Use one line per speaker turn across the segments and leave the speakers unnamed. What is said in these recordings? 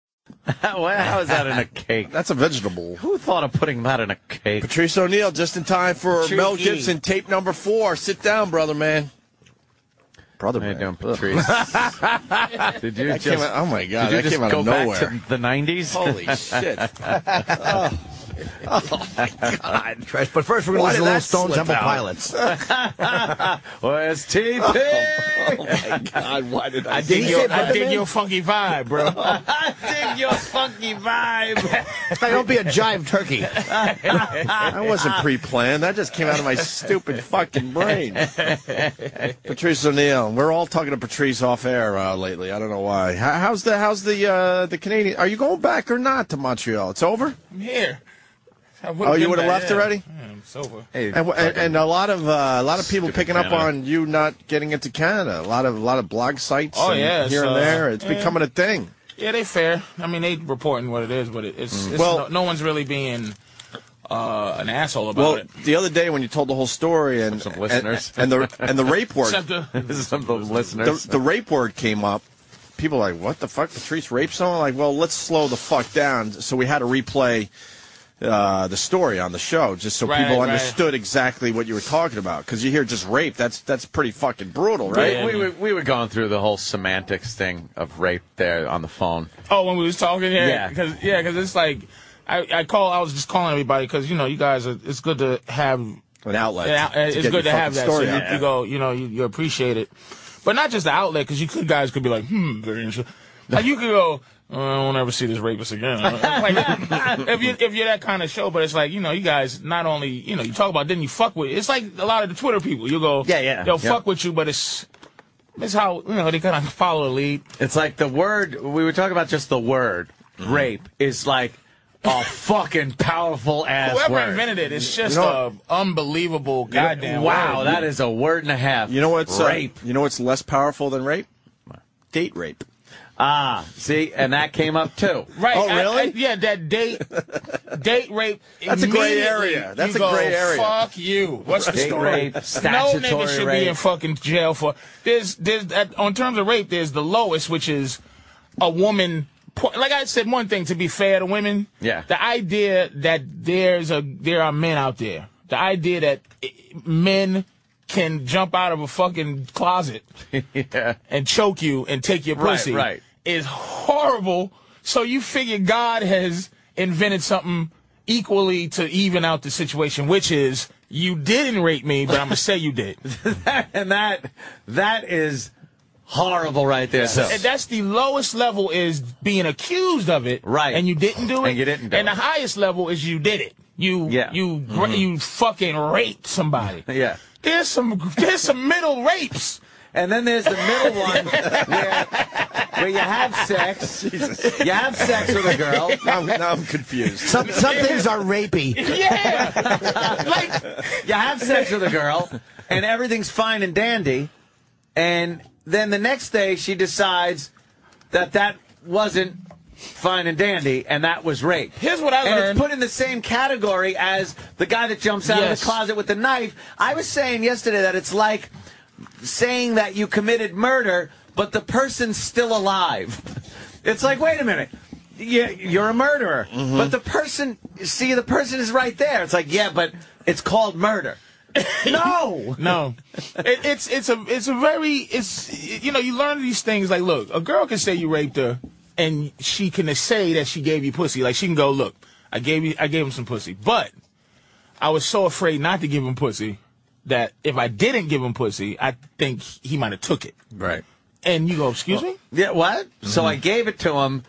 How is that in a cake?
That's a vegetable.
Who thought of putting that in a cake?
Patrice O'Neill, just in time for
Patrice.
Mel Gibson, tape number four. Sit down, brother man. Brother
How you
man.
doing, Patrice? did you
That
just,
came out- oh my God,
did you
that
just
came out
go
of
back
nowhere.
to the 90s?
Holy shit. Oh,
Trash. But first, we're going to
Why
listen
did
to Little
that
Stone
slip out?
Temple Pilots.
Where's TP?
Oh, God, why did I,
Did he say Brother Man?
funky vibe, bro.
I dig your funky vibe.
Hey, Don't be a jive turkey.
I wasn't pre-planned. That just came out of my stupid fucking brain. Patrice O'Neill. We're all talking to Patrice off air uh, lately. I don't know why. How, how's the how's the uh, the Canadian? Are you going back or not to Montreal? It's over.
I'm here. I
Oh, you
been
would've
back
left
there.
already?
Yeah, I'm sober.
And, w- and, and a lot of uh, a lot of people
Stupid
picking up
Canada.
on you not getting into Canada. A lot of a lot of blog sites.
Oh,
and
yeah,
here
it's,
and
uh,
there. It's
yeah.
becoming a thing.
Yeah, they fair. I mean, they reporting what it is, but it, it's, it's
Mm. Well-
no, no one's really being uh, an asshole about
Well,
it.
the other day when you told the whole story and
Some listeners.
and, and the and the rape word
Except the,
Some of the listeners.
the, the rape word came up. People were like, what the fuck? Patrice raped someone? Like, well, let's slow the fuck down. So we had to replay uh, the story on the show just so
Right,
people
right.
understood exactly what you were talking about. Because you hear just rape, that's that's pretty fucking brutal, right?
Yeah.
we, were, we were going through the whole semantics thing of rape there on the phone.
oh, when we was talking,
Yeah.
yeah, because yeah, because it's like I, I call. I was just calling everybody because you know you guys. Are, it's good to have
An outlet.
Yeah,
to
it's
get your
good to have
fucking
that.
story
so you,
out.
you go, you know, you, you appreciate it, but not just the outlet because you could guys could be like, hmm, very interesting. Like you could go, oh, I won't ever see this rapist again. like if you if you're that kind of show, but it's like you know, you guys not only you know you talk about, then you fuck with. It's like a lot of the Twitter people. You go,
Yeah, yeah.
they'll
Yeah.
fuck with you, but it's. It's how you know they kind of follow the lead.
It's like the word we were talking about. Just the word
Mm-hmm.
rape is like a fucking powerful ass
Whoever
word.
invented it, it's just
know
a unbelievable goddamn.
wow,
word.
that is a word and a half.
You know what's uh,
rape?
you know what's less powerful than rape? Date rape.
ah, see, and that came up too.
Right.
Oh,
I-
really?
I- yeah, that date, date rape.
That's a gray
immediately
area. That's
you
a gray
go,
area.
Fuck you. What's the
Date
story?
rape,
no
statutory
nigga should
rape.
be in fucking jail for. There's, there's that, on terms of rape. There's the lowest, which is a woman. po- Like I said, one thing to be fair to women.
Yeah.
The idea that there's a there are men out there. The idea that eh, men can jump out of a fucking closet and choke you and take your
Right,
pussy
right.
is horrible. So you figure God has invented something equally to even out the situation, which is you didn't rape me, but I'm gonna say you did.
and that that is horrible right there. So
And that's the lowest level is being accused of it,
Right.
And you didn't do it,
And you didn't do
and
it.
the highest level is you did it. You,
Yeah. Mm-hmm.
you, ra- you fucking raped somebody.
Yeah.
There's some, there's some middle rapes.
And then there's the middle one where, where you have sex. You have sex with a girl.
Now, I'm- now I'm confused.
Some, some things are rapey.
Yeah. like,
You have sex with a girl, and everything's fine and dandy. And then the next day, she decides that that wasn't fine and dandy, and that was rape.
Here's what I
and
learned.
it's put in the same category as the guy that jumps out of
Yes.
the closet with the knife. I was saying yesterday that it's like saying that you committed murder, but the person's still alive. It's like, wait a minute. Yeah, you're a murderer, but the person, see, the person is right there. It's like, yeah, but it's called murder. no,
No, it, it's it's a it's a very it's you know you learn these things like look a girl can say you raped her and she can say that she gave you pussy like she can go look I gave you I gave him some pussy but I was so afraid not to give him pussy that if I didn't give him pussy I think he might have took it
right?
and you go excuse me Mm-hmm.
Yeah, what? So I gave it to him.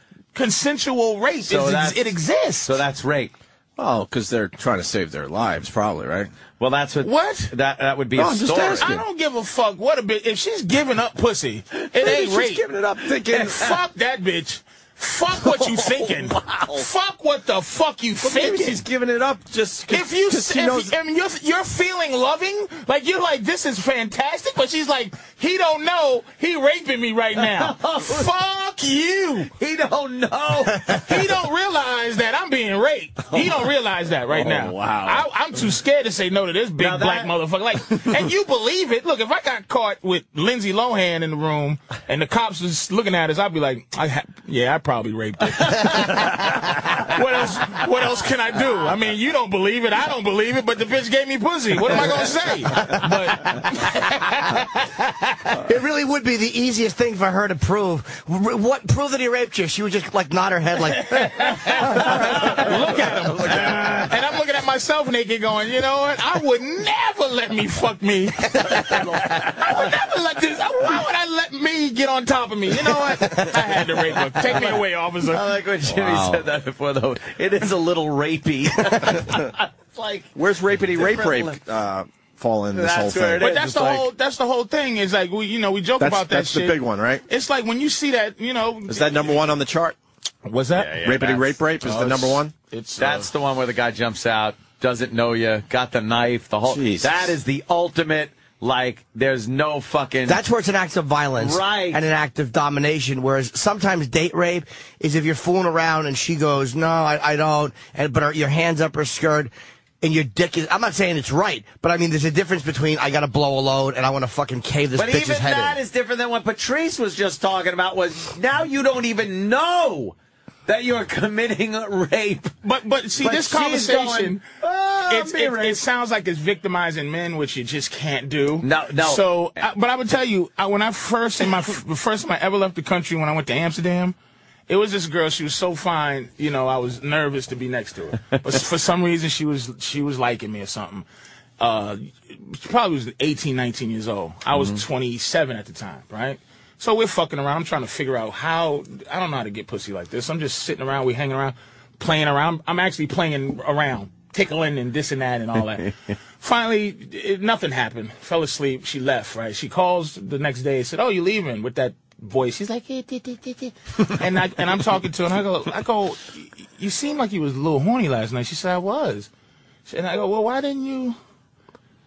consensual rape
So
is-
that's-
it exists
So that's rape.
Oh, because they're trying to save their lives, probably, right?
Well, that's what.
What?
That that would be
No,
a
I'm just
story.
asking.
I don't give a fuck what a bitch if she's giving up pussy it ain't
She's
rape
giving it up, thinking. Oh,
And fuck that bitch. Fuck what you thinking. Fuck what the fuck you
Maybe
thinking.
she's giving it up just
If you,
because
if,
she knows
I mean, you're, you're feeling loving, like you're like, this is fantastic, but she's like, he don't know, he raping me right now.
Oh.
Fuck you.
He don't know.
He don't realize that I'm being raped. He don't realize that right now.
Oh, wow.
I, I'm too scared to say no to this big
Now
black
that-
motherfucker. Like, and you believe it. Look, if I got caught with Lindsay Lohan in the room and the cops was looking at us, I'd be like, I ha- yeah, probably raped her. what else? What else can I do? I mean, you don't believe it. I don't believe it. But the bitch gave me pussy. What am I gonna say? But
It really would be the easiest thing for her to prove. R- What prove that he raped you? She would just like nod her head, like "Eh,
look at him. and I'm looking at myself naked, going, you know what? I would never let me fuck me. I would never let this. Why would I let me get on top of me? You know what? I had to rape her. Take me away, officer.
I like when Jimmy said that before, though. It is a little rapey. it's like
Where's rapity rape
Different
rape
le-
uh, fall in this
That's
whole thing?
where it
But
is.
that's
It's
the
like-
whole that's the whole thing is like we you know we joke
That's-
about that
that's the
shit.
big one, right?
It's like when you see that you know
Is that number one on the chart?
was that
Yeah,
rapity
that's-
rape rape is the number one.
It's uh,
That's the one where the guy jumps out, doesn't know you, got the knife, the whole.
Jesus.
That is the ultimate. Like, there's no fucking.
That's where it's an act of violence
Right.
and an act of domination. Whereas sometimes date rape is if you're fooling around and she goes, "No, I, I don't," and but her, your hands up her skirt and your dick is. I'm not saying it's right, but I mean there's a difference between I got to blow a load and I want to fucking cave this
But
bitch's
even
head
that
in.
is different than what Patrice was just talking about. Was now you don't even know that you're committing a rape.
but but see
But
this
she's
conversation
going, "Oh, I'm
it's,
being
it, it
raped."
sounds like it's victimizing men which you just can't do.
No, no.
So I, but I would tell you I, when I first in my the first time I ever left the country when I went to Amsterdam. It was this girl. She was so fine, you know. I was nervous to be next to her, but for some reason, she was she was liking me or something. uh, probably was 18, 19 years old. I was
Mm-hmm.
27 at the time, right? So we're fucking around. I'm trying to figure out how. I don't know how to get pussy like this. I'm just sitting around. We hanging around, playing around. I'm actually playing around, tickling and this and that and all that. Finally, it, nothing happened. Fell asleep. She left. Right? She calls the next day. and Said, "Oh, you leaving?" With that voice. She's like, "Eh, eh, eh, eh, eh." and I and I'm talking to her. And I go, I go, "Y- you seem like you was a little horny last night. She said, I was. And I go, well, why didn't you?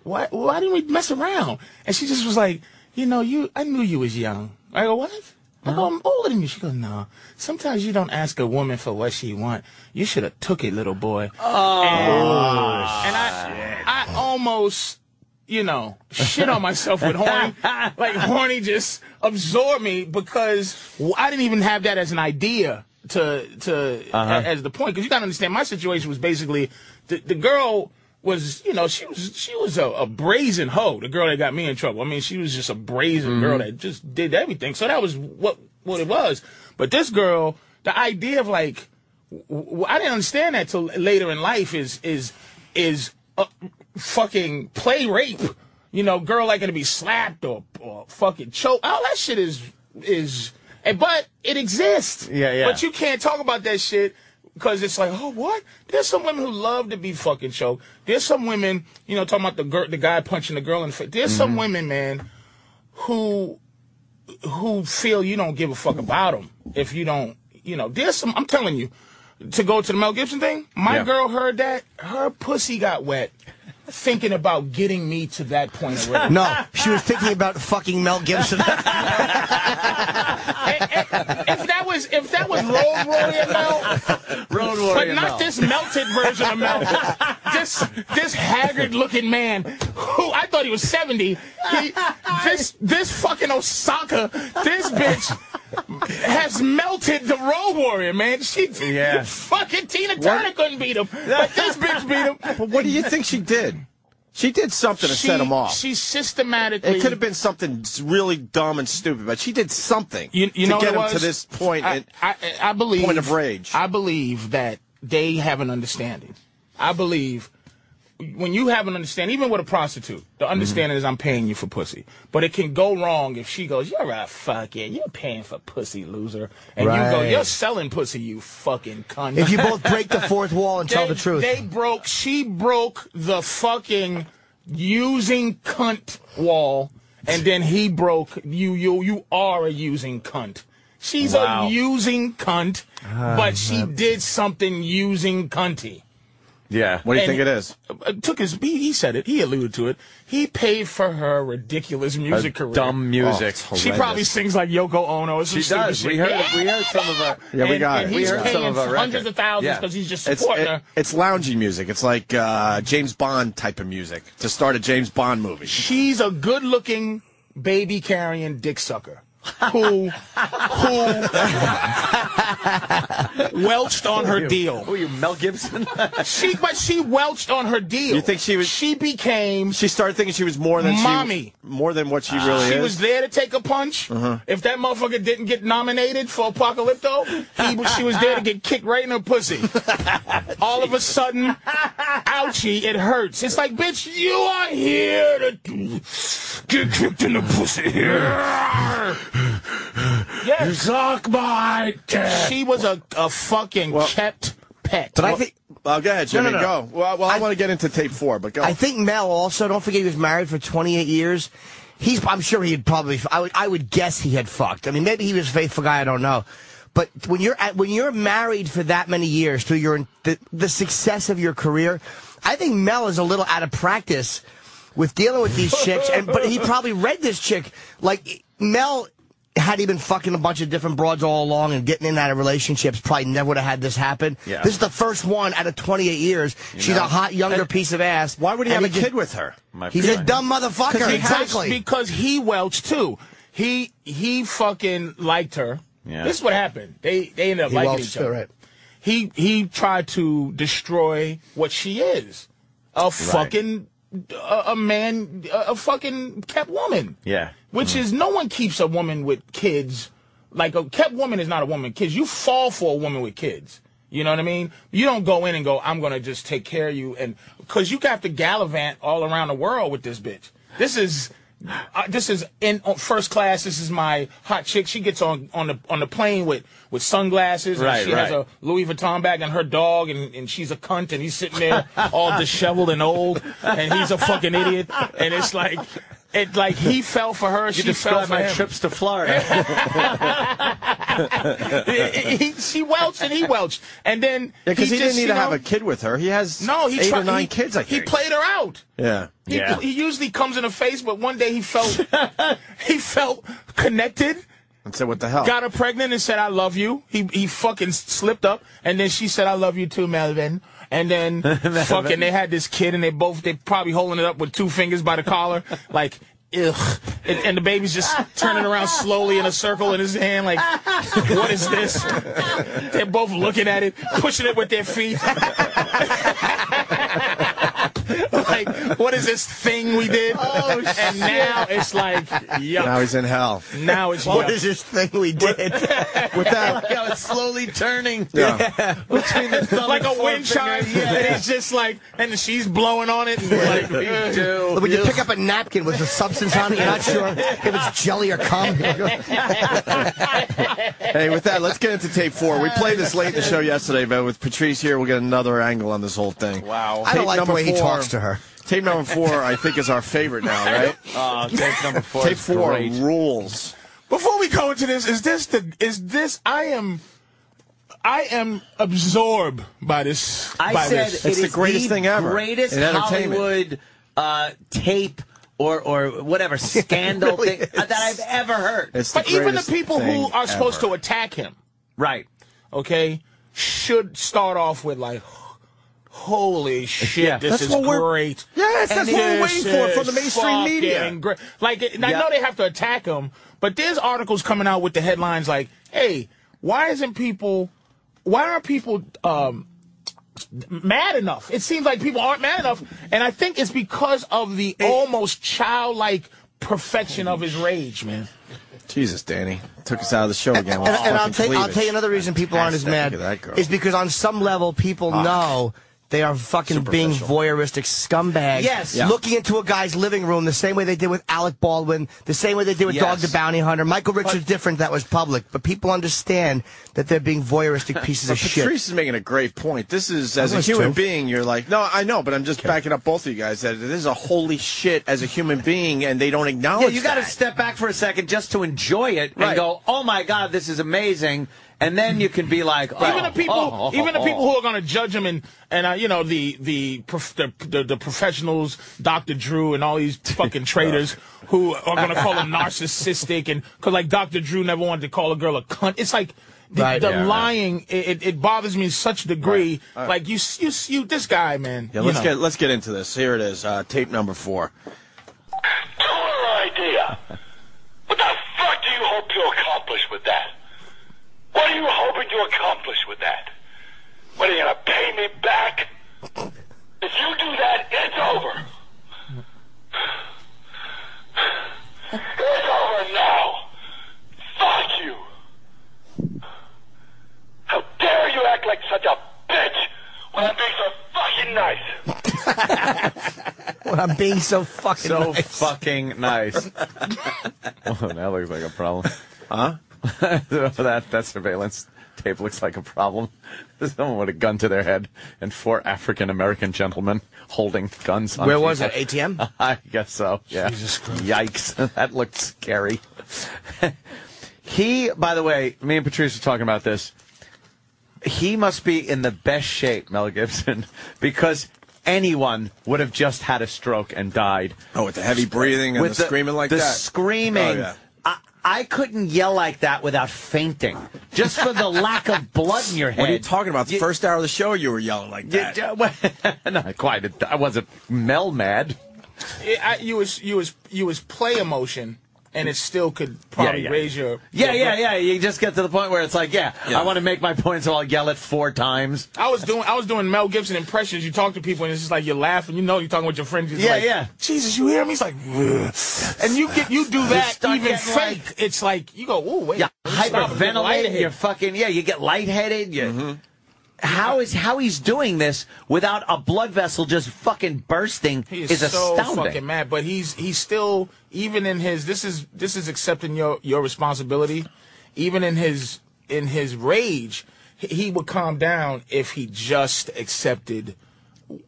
why why didn't we mess around? And she just was like, you know, you I knew you was young. I go, what? I go, I'm older than you. She goes, no. Sometimes you don't ask a woman for what she want. You should have took it, little boy. Oh, and, Ah, and I, I almost, you know, shit on myself with horny. like horny just absorbed me because I didn't even have that as an idea to to as the point. Because you got to understand, my situation was basically the, the girl was, you know, she was she was a, a brazen hoe. The girl that got me in trouble. I mean, she was just a brazen
Mm-hmm.
girl that just did everything. So that was what what it was. But this girl, the idea of like, w- w- I didn't understand that till later in life. Is is is uh, fucking play rape? You know, girl like gonna be slapped or or fucking choked. All that shit is is. And, but it exists.
Yeah, yeah.
But you can't talk about that shit because it's like, oh, what? There's some women who love to be fucking choked. There's some women, you know, talking about the girl, the guy punching the girl in the face. There's
Mm-hmm.
some women, man, who who feel you don't give a fuck about them if you don't, you know. There's some. I'm telling you, to go to the Mel Gibson thing. My
Yeah.
girl heard that. Her pussy got wet. Thinking about getting me to that point already.
No, she was thinking about fucking Mel Gibson.
if if that was if that was Road Warrior Mel,
Road
But
warrior
not
Mel.
this melted version of Mel. this this haggard looking man who I thought he was 70. He, this this fucking Osaka, this bitch has melted the road warrior, man. She
Yeah.
fucking Tina Turner couldn't beat him. But this bitch beat him.
But what do you think she did? She did something to set him off.
She systematically
it could have been something really dumb and stupid, but she did something
You, you
to
know
get
what it was?
him to this point.
I,
and-
I, I believe
point of rage.
I believe that they have an understanding. I believe when you have an understanding, even with a prostitute,
Mm-hmm.
the understanding is I'm paying you for pussy. But it can go wrong if she goes, "You're a fucking, you're paying for pussy, loser," and you go,
Right.
"You're selling pussy, you fucking cunt."
if you both break the fourth wall and tell
They-
the truth,
They broke. She broke the fucking using cunt wall, and then he broke. You you you are a using cunt. She's
Wow. Ah,
a using cunt, but she did something using cunty.
Yeah.
what do you
and-
think it is?
Uh, Took his. He, he said it. He alluded to it. He paid for her ridiculous music career.
Dumb music.
Oh,
She probably sings like Yoko Ono. Or some
She
stupid
does.
Shit.
We heard. We heard some of her.
Yeah, we
And-
got
and
it. We
He's
heard
paying
some of her record.
hundreds of thousands
Yeah.
because he's just
It's
supporting
it-
her.
it's loungy music. It's like uh, James Bond type of music to start a James Bond movie.
She's a good looking baby carrying dick sucker. who who welched on her deal.
Who are you, Mel Gibson?
She but she welched on her deal.
You think she was-
She became.
She started thinking she was more than she-
Mommy.
more than what she really
She
is. Uh-huh.
was there to take a punch. If that motherfucker didn't get nominated for Apocalypto, he, was- she was there to get kicked right in her pussy. All of a sudden, ouchie, it hurts. It's like, bitch, you are here to get kicked in the pussy here. Yes.
Suck my
She was a, a fucking kept pet.
But I think uh,
Well, go ahead, Jimmy.
no, no.
Go. Well, well I, want to get into tape four, but go.
I think Mel also. Don't forget he was married for 28 years. He's. I'm sure he had probably. I would. I would guess he had fucked. I mean, maybe he was a faithful guy. I don't know. But when you're at, when you're married for that many years through your the, the success of your career, I think Mel is a little out of practice with dealing with these chicks. And but he probably read this chick like Mel. Had he been fucking a bunch of different broads all along and getting in and out of relationships, probably never would have had this happen.
Yeah.
This is the first one out of 28 years. She's a hot younger piece of ass.
Why would he
And
have a
just-
kid with her?
He's a dumb motherfucker.
because
Exactly.
because he welched too. He he fucking liked her.
Yeah.
This is what happened. They they ended up liking
welched
each other.
her, right.
He he tried to destroy what she is, a fucking a, a man, a, a fucking kept woman.
Yeah.
which is no one keeps a woman with kids. Like a kept woman is not a woman with kids. You fall for a woman with kids. You know what I mean? You don't go in and go, I'm gonna just take care of you, and because you have to gallivant all around the world with this bitch. This is. Uh, this is in on first class. This is my hot chick. She gets on on the on the plane with with sunglasses.
Right,
and she has
right.
a Louis Vuitton bag and her dog, and, and she's a cunt, and he's sitting there all disheveled and old, and he's a fucking idiot. And it's like, it like he fell for her.
You
she fell
described
for
my
him.
trips to Florida.
He- he- she welched and he welched, and then
Because he,
just,
didn't need
you
to
know,
have a kid with her. He has
No, he
eight
tried,
or nine
he,
kids. I
he
think
played her out.
Yeah.
He,
Yeah.
he usually comes in the face, but one day he felt he felt connected.
And said, "What the
Oh.
hell?"
got her pregnant and said I love you. He he fucking slipped up and then she said I love you too, Melvin. And then fucking they had this kid and they both they probably holding it up with two fingers by the collar like ugh. And, and the baby's just turning around slowly in a circle in his hand like what is this? They're both looking at it, pushing it with their feet. like what is this thing we did? Oh, and now it's like
Now
yuck.
he's in hell.
Now it's
what
yuck.
is this thing we
With
did?
that,
yeah, it's slowly turning.
yeah.
Between the thumb
like
and
a wind chime.
forefinger.
Yeah, and it's just like, and she's blowing on it. And like,
You
eh.
do.
when you pick up a napkin with a substance on it, you're not sure if it's jelly or cum.
hey, with that, let's get into tape four. We played this late in the show yesterday, but with Patrice here, we'll get another angle on this whole thing.
Wow.
I don't
Tape
like the
number
way he
four-
talks to her.
Tape number four, I think, is our favorite now, right?
Oh, tape number four.
tape
is
four
great.
rules.
Before we go into this, is this the? Is this? I am. I am absorbed by this.
I
by
said
this.
it
It's the
is
greatest thing ever
Greatest
in entertainment.
Hollywood uh, tape or or whatever scandal
really
thing that I've ever heard.
It's the
but even the
greatest
people who
thing
are supposed
ever.
to attack him,
right.
okay, should start off with like, "Holy shit,
Yeah.
this
That's
is
what we're-
great."
Yes, that's what we're waiting
This
for from
is
the mainstream
fucking
media.
Great. Like, and I
Yeah.
know they have to attack him, but there's articles coming out with the headlines like, "Hey, why isn't people? Why aren't people um, mad enough?" It seems like people aren't mad enough, and I think it's because of the almost childlike perfection of his rage, man.
Jesus, Danny took us out of the show again.
And, and I'll, tell you, I'll tell you another reason people aren't as
Fantastic.
mad
Look at that girl.
is because on some level
Ah.
people know they are fucking being voyeuristic scumbags.
Yes. Yeah.
Looking into a guy's living room the same way they did with Alec Baldwin, the same way they did with
Yes.
Dog the Bounty Hunter. Michael Richards different, that was public. But people understand that they're being voyeuristic pieces of shit.
Patrice is making a great point. This is, as a
was
human
too.
being, you're like, no, I know, but I'm just backing up both of you guys. That this is a holy shit as a human being, and they don't
Yeah,
acknowledge.
you got to
that.
step back for a second just to enjoy it
Right.
and go, "Oh my god, this is amazing." And then you can be like, oh,
even the people,
oh,
even the
oh,
people who are going to judge him, and and uh, you know the the, prof- the the the professionals, Dr. Drew, and all these fucking traitors who are going to call him narcissistic, and because like Dr. Drew never wanted to call a girl a cunt. It's like. The,
Right,
the
yeah, right.
lying it, it- it bothers me to such a degree. Like you, you, you, this guy, man.
Yeah,
you
let's
know.
get let's get into this. Here it is, uh, tape number four.
Total idea. What the fuck do you hope your What are you hoping to accomplish with that? What are you gonna pay me back? If you do that, it's over. It's over now. Fuck you. How dare you act like such a bitch when I'm being so fucking nice?
When I'm being so fucking
So
nice.
fucking nice. oh, that looks like a problem. Huh? that that surveillance tape looks like a problem. Someone with a gun to their head and four African American gentlemen holding guns. On
Where was it?
people.
ATM?
I guess so. Yeah. Yikes. that looked scary. he, by the way, me and Patrice were talking about this. He must be in the best shape, Mel Gibson, because anyone would have just had a stroke and died.
Oh, with the heavy breathing and the, screaming like
the
that.
screaming.
Oh, yeah.
I, I couldn't yell like that without fainting, just for the lack of blood in your head.
What are you talking about? The first hour of the show, you were yelling like
Yeah,
that.
yeah, well, not quite. I wasn't Mel mad.
It, I, you was you was you was play emotion, and it still could probably
yeah.
raise your.
Yeah,
your-
yeah, yeah. You just get to the point where it's like, yeah,
Yeah.
I want to make my point, so I'll yell it four times.
I was doing I was doing Mel Gibson impressions. You talk to people and it's just like you're laughing. You know you're talking with your friends. It's
Yeah,
like,
yeah.
Jesus, you hear me? It's like, "Ugh." and you get you do that
start
even
getting
fake. it's like you go, oh wait,
Yeah,
let me stop and get
hyperventilating.
lightheaded." Mm-hmm.
You're fucking yeah. You get lightheaded. You. How is how he's doing this without a blood vessel just fucking bursting
He
is,
is, so
astounding.
fucking mad, but he's he's still even in his this is this is accepting your your responsibility. Even in his in his rage, he- he would calm down if he just accepted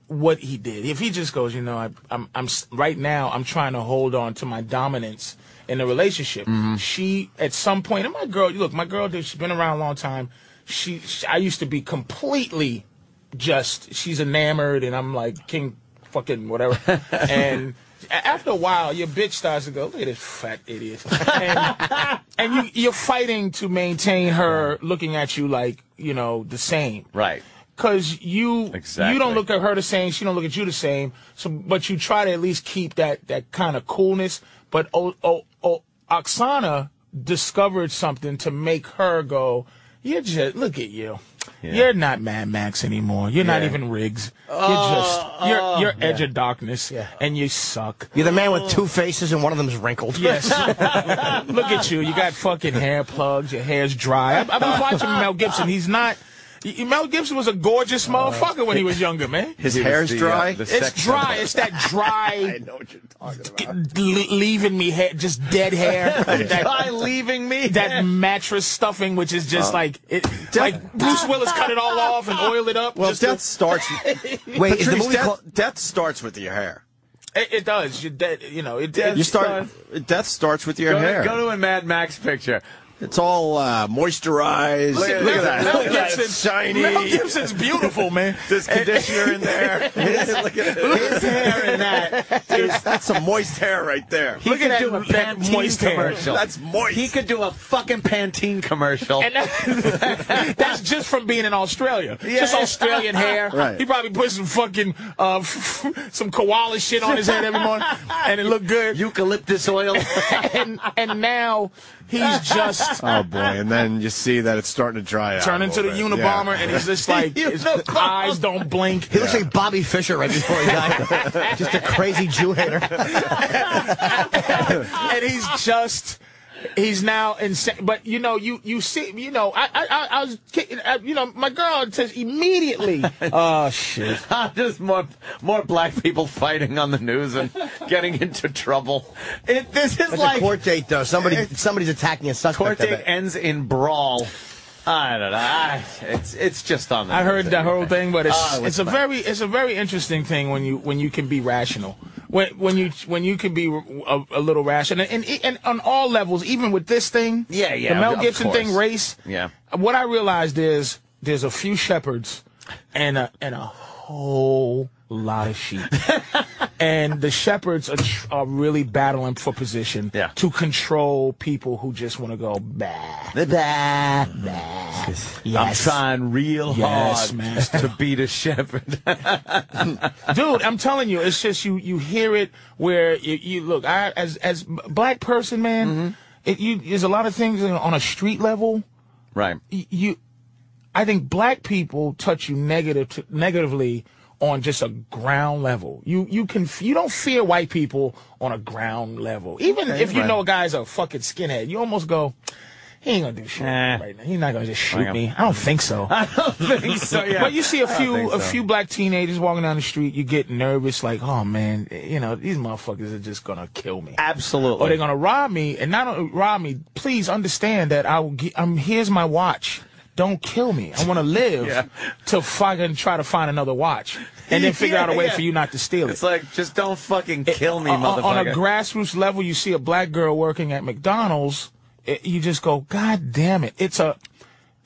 what he did. If he just goes, you know, I, I'm I'm s- right now I'm trying to hold on to my dominance in the relationship. She at some point, and my girl, look, my girl, did- she's been around a long time. She, she I used to be completely just she's enamored and I'm like king fucking whatever. and a- after a while, your bitch starts to go, look at this fat idiot. And, and you, you're fighting to maintain her looking at you like, you know, the same.
Right.
Cause you you
Exactly.
don't look at her the same, she don't look at you the same. So, but you try to at least keep that that kind of coolness. But oh, oh, oh, Oksana discovered something to make her go. You're just look at you. You're not Mad Max anymore. You're not even Riggs. you're just you're, you're Edge of Darkness, and you suck.
You're the man with two faces and one of them's wrinkled.
Yes. Look at you. You got fucking hair plugs. Your hair's dry. I, I've been watching Mel Gibson. He's not. y- y- Mel Gibson was a gorgeous motherfucker when he was younger, man.
His
He was
hair's
the, uh,
dry.
the
It's
sex
dry. It's that dry,
know what you're talking about.
le- leaving me hair, just dead hair.
By
that,
leaving me. Uh.
that mattress stuffing, which is just like it, like Bruce Willis cut it all off and oiled it up.
Well,
just to-
death starts.
Wait, is the
Patrice,
movie
death,
called?
death starts with your hair.
it, it does. You're dead. You know, it, uh, it
You start. Death starts with your
go,
hair.
to, go to a Mad Max picture.
it's all uh, moisturized. Look,
Mel- Mel Gibson's Mel Gibson's beautiful, man.
This conditioner in there. Look at it.
His hair in that.
Dude, that's some moist hair right there.
He
Look
could
at
do
that-
a
that
Pantene
moist hair.
commercial.
That's moist.
He could do a fucking Pantene commercial.
And that, that's just from being in Australia. Just Australian hair.
Right.
He probably put some fucking uh, some koala shit on his head every morning, and it looked good.
Eucalyptus oil.
And and now he's just
Oh boy! And then you see that it's starting to dry out.
turn
a
into the
little bit.
Unabomber, and he's just like his
Unabomber.
eyes don't blink.
He looks like Bobby Fischer right before he died. Just a crazy Jew hater.
and he's just he's now insane but you know you you see you know i i i, I was kidding, I, you know my girl says immediately oh shit
Ah, Just more more black people fighting on the news and getting into trouble. It, this is
That's
like
a court date, though. Somebody, somebody's attacking a suspect.
court
I
date
bet.
ends in brawl. I don't know. I, it's it's just on. The
I heard
news,
that whole
everything.
thing, but it's
Oh,
it's a very it's a very interesting thing when you when you can be rational, when when you when you can be a, a little rational, and, and and on all levels, even with this thing,
Yeah, yeah,
the Mel
of
Gibson thing,
course.
race,
Yeah.
What I realized is there's a few shepherds, and a and a whole lot of sheep, and the shepherds are tr- are really battling for position
Yeah.
to control people who just want to go bah.
Bah,
Yes.
I'm trying real
Yes,
hard
master.
to beat a shepherd.
dude i'm telling you it's just you you hear it where you, you look i
Mm-hmm.
as as b- black person man it you there's a lot of things on a street level
Right.
y- you I think black people touch you negative negatively on just a ground level. You you can you don't fear white people on a ground level. Even if you
Right.
know a guy's a fucking skinhead, you almost go, he ain't gonna do shit
Eh.
right now. He's not gonna just
Like
shoot
a-
me. I don't think so.
I don't think so. Yeah.
But you see a
I don't
few
think
a
so.
few black teenagers walking down the street, you get nervous, like, oh man, you know these motherfuckers are just gonna kill me
Absolutely.
or they're gonna rob me. And not only rob me, please understand that I will. Ge- I'm here's my watch. Don't kill me. I want to live
Yeah.
to fucking try to find another watch and then figure out a
Yeah,
way
yeah.
for you not to steal it.
It's like just don't fucking
It-
kill me,
on- on-
motherfucker.
On a grassroots level, you see a black girl working at McDonald's, it, you just go, God damn it! It's a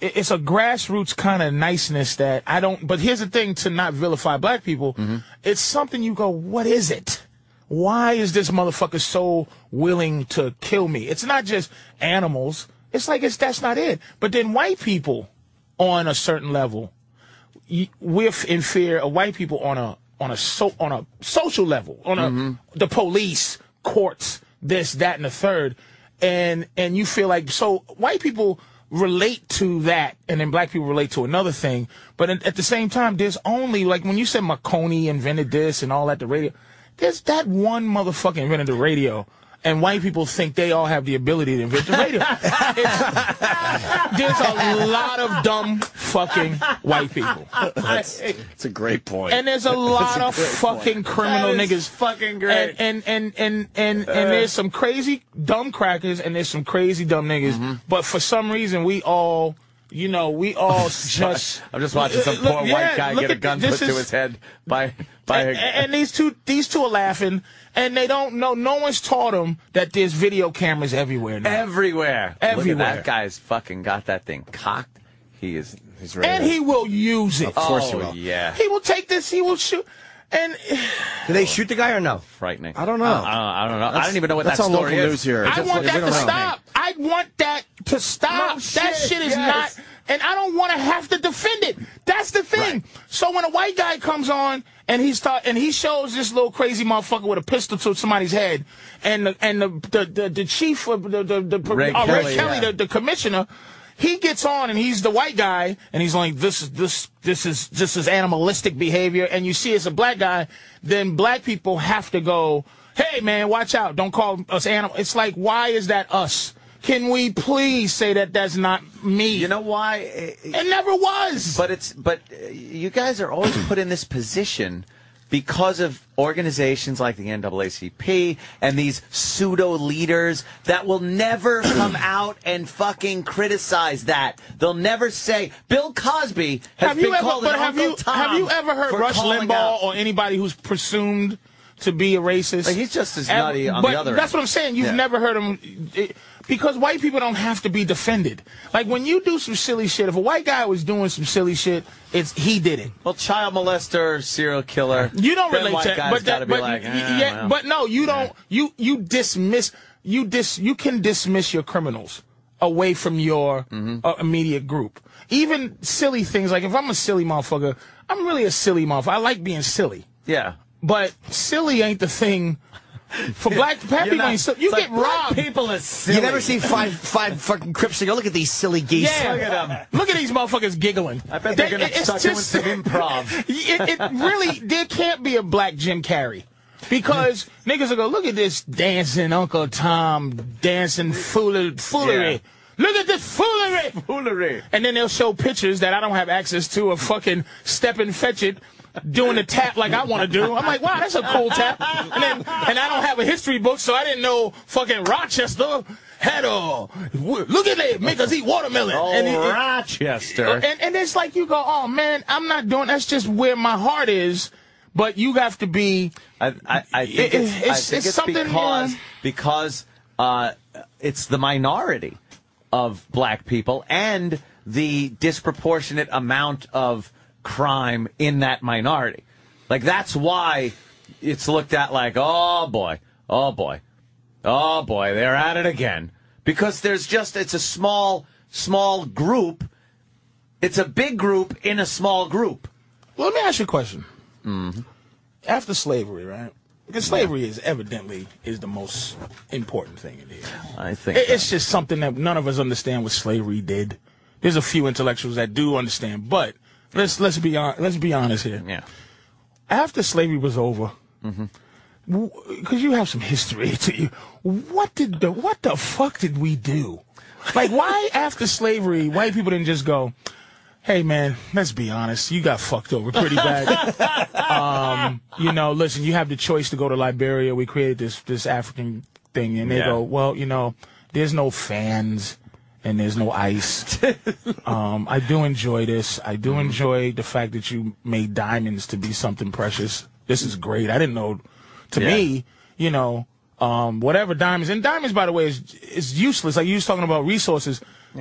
it- it's a grassroots kind of niceness that I don't. But here's the thing: to not vilify black people,
Mm-hmm.
it's something you go, what is it? Why is this motherfucker so willing to kill me? It's not just animals. It's like it's that's not it. But then white people, on a certain level, y- we're f- in fear of white people on a on a so on a social level, on a the police, courts, this, that, and the third, and and you feel like so white people relate to that, and then black people relate to another thing. But at, at the same time, there's only like when you said Marconi invented this and all that the radio, there's that one motherfucker invented the radio. And white people think they all have the ability to invent the radio. It's- there's a lot of dumb fucking white people.
It's a great point.
And there's a lot of fucking criminal
That is
niggas.
fucking great. Uh.
And and and and and, and there's some crazy dumb crackers and there's some crazy dumb niggas.
Mm-hmm.
But for some reason we all you know, we all just
I'm just watching some
Look,
poor
yeah,
white guy
look
get a
at-
gun put
this
to
is- e-,
his head by by
and,
a,
and these two these two are laughing and they don't know no one's taught them that there's video cameras everywhere now.
everywhere. Look at
Everywhere.
that guy's fucking got that thing cocked. He is.
He's ready.
and he will use it.
Of course he
oh
will.
yeah,
He will take this, he will shoot and
Do they shoot the guy or no?
frightening.
I don't know.
I don't, I don't know. I don't even know what
That's
that
on
story
local
is.
news here.
I
That's
want
what- we
that to
don't know.
stop. I want that to stop.
No
that
shit,
shit is
yes.
not, and I don't want to have to defend it. That's the thing. So when a white guy comes on and he's start, and he shows this little crazy motherfucker with a pistol to somebody's head, and the and the the, the, the chief of the the, the
Ray
oh,
Kelly,
Ray Kelly
yeah.
the, the commissioner. He gets on and he's the white guy and he's like this is this this is this is animalistic behavior and you see it's a black guy then black people have to go hey man watch out don't call us animal it's like why is that us can we please say that that's not me
You know why?
it never was
But it's but uh, you guys are always put in this position because of organizations like the NAACP and these pseudo leaders that will never come out and fucking criticize that. They'll never say Bill Cosby has
have
been
you ever
called
but
an
have
Uncle
you
Tom
have you ever heard
for
Rush
calling
Limbaugh
out-
or anybody who's presumed to be a racist?
Like, he's just as
Ever-
nutty on
but
the other
That's
end.
what I'm saying. You've
Yeah.
never heard him it- because white people don't have to be defended. Like when you do some silly shit, if a white guy was doing some silly shit, it's he did it.
well, child molester, serial killer.
You don't
Them
relate
white
to
guys
but that,
gotta be
but
like,
y-
"Eh,
yeah,
well."
but no, you don't. You you dismiss you dis you can dismiss your criminals away from your
Mm-hmm.
uh, immediate group. Even silly things like if I'm a silly motherfucker, I'm really a silly motherfucker. I like being silly,
yeah.
but silly ain't the thing for black, black people.
You're not-
ain't silly. You
it's
get
like, black
robbed.
People are silly.
You never see five five fucking Crips and go, look at these silly geese.
Yeah,
Look at 'em.
Look at these motherfuckers giggling.
I bet they're
They-
gonna
it's
start doing
just-
some improv.
it, it really there can't be a black Jim Carrey because niggas will go look at this dancing Uncle Tom dancing foolery, foolery.
Yeah.
Look at this foolery,
Foolery.
and then they'll show pictures that I don't have access to of fucking step and fetch it. Doing the tap like I want to do. I'm like, wow, that's a cool tap. And then, and I don't have a history book, so I didn't know fucking Rochester had a. Look at it, make us eat watermelon.
Oh,
and it- it-
Rochester.
uh, And and it's like you go, oh man, I'm not doing. That's just where my heart is. But you have to be.
I, I, I think
It-
it's, I
it's-
think
it's
it's
something,
because
yeah.
because uh, it's the minority of black people and the disproportionate amount of crime in that minority. Like that's why it's looked at like, oh boy, oh boy, oh boy, they're at it again. Because there's just it's a small small group. It's a big group in a small group.
Well, let me ask you a question. After slavery, right? Because slavery is evidently is the most important thing in here.
I think
It- It's just something that none of us understand what slavery did There's a few intellectuals that do understand, but let's let's be on, let's be honest here.
Yeah. Mm-hmm.
After slavery was over, because you have some history to you, what did the what the fuck did we do? Like, why after slavery, white people didn't just go, "Hey man, let's be honest, you got fucked over pretty bad." Um, you know, listen, you have the choice to go to Liberia. We created this this African thing, and they
Yeah.
go, well, you know, there's no fans and there's no ice. um, I do enjoy this. I do enjoy the fact that you made diamonds to be something precious. This is great. I didn't know. To
Yeah.
me, you know, um, whatever diamonds and diamonds, by the way, is is useless. Like you was talking about resources.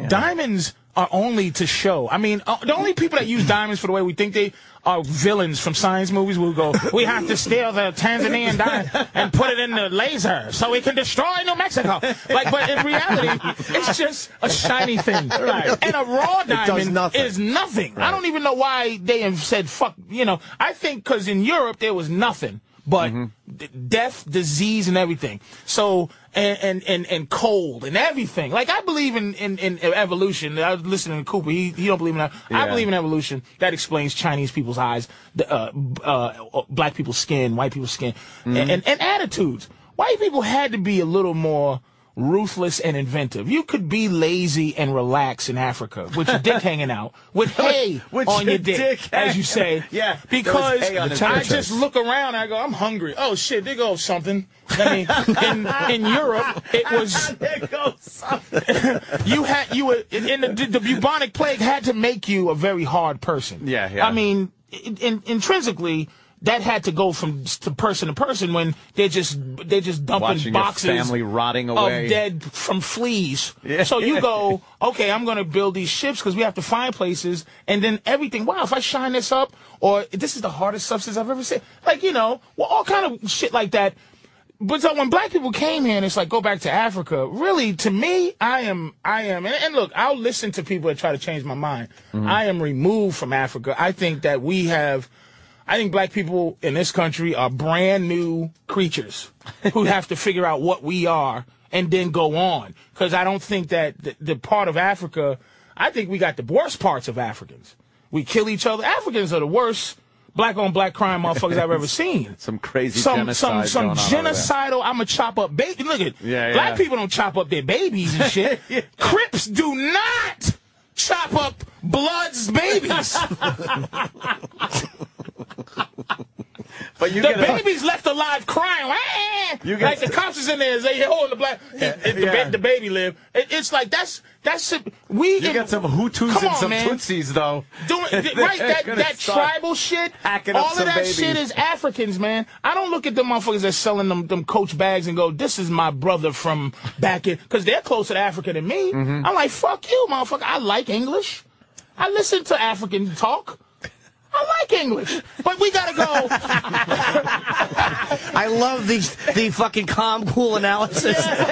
Diamonds are only to show. I mean, uh, the only people that use diamonds for the way we think they are villains from science movies will go, we have to steal the Tanzanian diamond and put it in the laser so we can destroy New Mexico. Like, but in reality, it's just a shiny thing. Right. And a raw diamond
nothing.
is nothing. I don't even know why they have said fuck, you know, I think because in Europe there was nothing but d- death, disease, and everything. So and and and, and cold and everything. Like I believe in, in in evolution. I was listening to Cooper. He he don't believe in that. I
Yeah.
believe in evolution. That explains Chinese people's eyes, the, uh, b- uh, black people's skin, white people's skin,
Mm-hmm.
and, and and attitudes. White people had to be a little more ruthless and inventive. You could be lazy and relax in Africa with your dick hanging out, with hay
With
on
your
your dick,
dick
as you say.
Yeah, there was
because
hay on his
I
dick.
just look around. I go, I'm hungry. Oh shit, there goes something. I mean, in, in Europe, it was
There goes
you had you were in in the, the bubonic plague had to make you a very hard person.
Yeah, yeah.
I mean, in, in, intrinsically. That had to go from s- to person to person when they're just they're just dumping
Watching your
boxes
family rotting away.
of dead from fleas. So you go, okay, I'm gonna build these ships because we have to find places, and then everything. Wow, if I shine this up, or this is the hardest substance I've ever seen. Like you know, well, all kind of shit like that. But so when black people came here and it's like go back to Africa, really to me, I am I am and, and look, I'll listen to people that try to change my mind. I am removed from Africa. I think that we have I think black people in this country are brand new creatures who have to figure out what we are and then go on. Because I don't think that the, the part of Africa, I think we got the worst parts of Africans. We kill each other. Africans are the worst black on black crime motherfuckers I've ever seen
Some crazy
some
genocide
some
going on
some
over there.
genocidal. I'ma chop up baby. Look at
Yeah,
black
yeah.
people don't chop up their babies and shit. Crips do not chop up Bloods babies.
But you
the
get a-
baby's left alive crying. "Ah!"
You get-
like the cops is in there and they holding the black. If the,
yeah.
ba- the baby live, it, it's like that's that's it. we.
You
in-
got some Hutus
Come
and
on,
some
man.
Tutsis, though.
doing th- right that
Gonna
that
start
tribal shit.
hacking up
All of
some
that
babies.
shit is Africans, man. I don't look at the motherfuckers that's selling them them Coach bags and go, "This is my brother from back in," because they're closer to Africa than me.
Mm-hmm.
I'm like, "Fuck you, motherfucker." I like English. I listen to African talk. I like English, but we gotta go.
I love these the fucking calm, cool analysis.
It-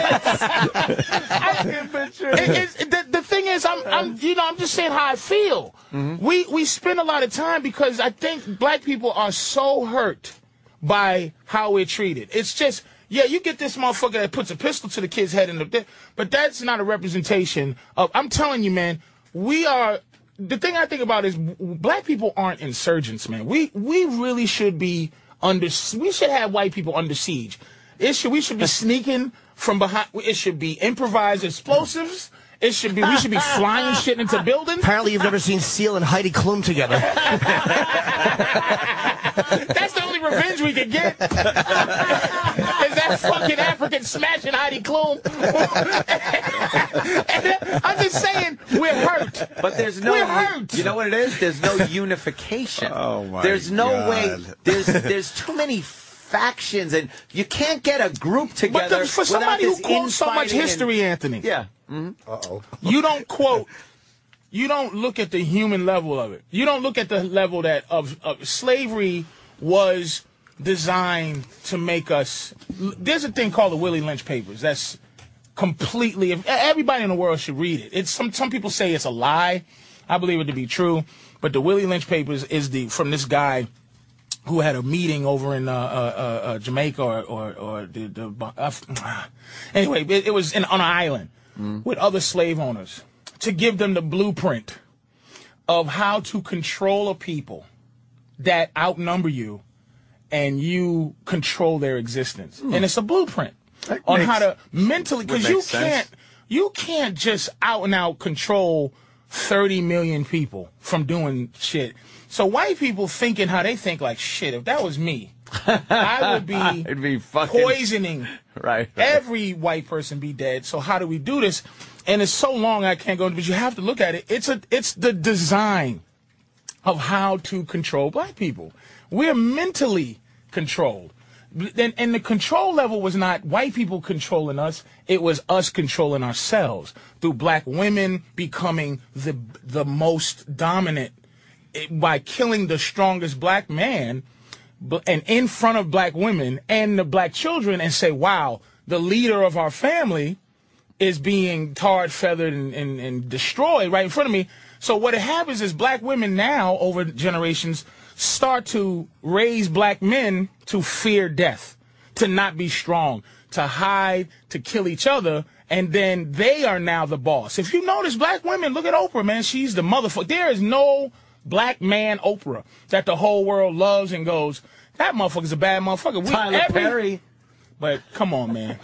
it's- the, the thing is, I'm, I'm, you know, I'm just saying how I feel. We we spend a lot of time because I think black people are so hurt by how we're treated. It's just, yeah, you get this motherfucker that puts a pistol to the kid's head, in the, but that's not a representation of. I'm telling you, man, we are. The thing I think about is w- black people aren't insurgents, man. We we really should be under. We should have white people under siege. It should we should be sneaking from behind. It should be improvised explosives. It should be we should be flying shit into buildings.
Apparently, you've never seen Seal and Heidi Klum together.
That's the only revenge we could get. Is that fucking African smashing Heidi Klum? I'm just saying we're hurt.
But there's no,
We're hurt.
you know what it is? There's no unification.
Oh, my
There's no
God.
way. There's there's too many factions, and you can't get a group together.
But the, for
without
somebody who
this
quotes so much
infighting and-
history, Anthony,
yeah, mm-hmm.
you don't quote. You don't look at the human level of it. You don't look at the level that of, of slavery was designed to make us. There's a thing called the Willie Lynch Papers. That's completely. if- Everybody in the world should read it. It's some some people say it's a lie. I believe it to be true. But the Willie Lynch Papers is the from this guy who had a meeting over in uh, uh, uh, uh, Jamaica or or, or the, the uh, anyway, it, it was in, on an island with other slave owners. to give them the blueprint of how to control a people that outnumber you and you control their existence. And it's a blueprint on how to mentally because
Would
you
make sense.
can't you can't just out and out control 30 million people from doing shit. So white people thinking how they think like shit if that was me I would be
It'd be fucking-
poisoning
Right, right.
every white person be dead. So how do we do this? And it's so long I can't go into, but you have to look at it. It's a it's the design of how to control black people. We're mentally controlled. And, and the control level was not white people controlling us. It was us controlling ourselves through black women becoming the the most dominant eh, by killing the strongest black man bl- and in front of black women and the black children and say, wow, the leader of our family is being tarred, feathered, and, and, and destroyed right in front of me. So what happens is black women now, over generations, start to raise black men to fear death, to not be strong, to hide, to kill each other, and then they are now the boss. If you notice, black women, look at Oprah, man, she's the motherfucker. There is no black man Oprah that the whole world loves and goes, that motherfucker's a bad motherfucker. We,
Tyler
every-
Perry.
But come on, man.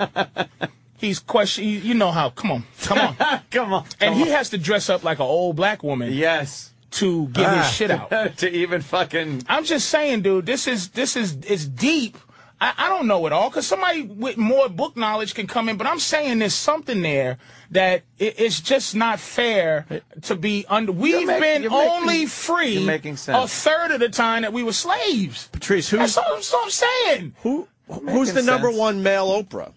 He's question. you- You know how. Come on, come on.
Come on.
And
come
he has to dress up like an old black woman
on. yes.
to get
Ah.
his shit out.
to even fucking
I'm just saying, dude. This is this is it's deep. I, I don't know it all because somebody with more book knowledge can come in. But I'm saying there's something there that it, it's just not fair to be under. We've
make-
been
you're making-
only free
you're making sense.
a third of the time that we were slaves.
Patrice,
That's
who's
all, that's all I'm saying.
who? Who's the
sense.
number one male Oprah?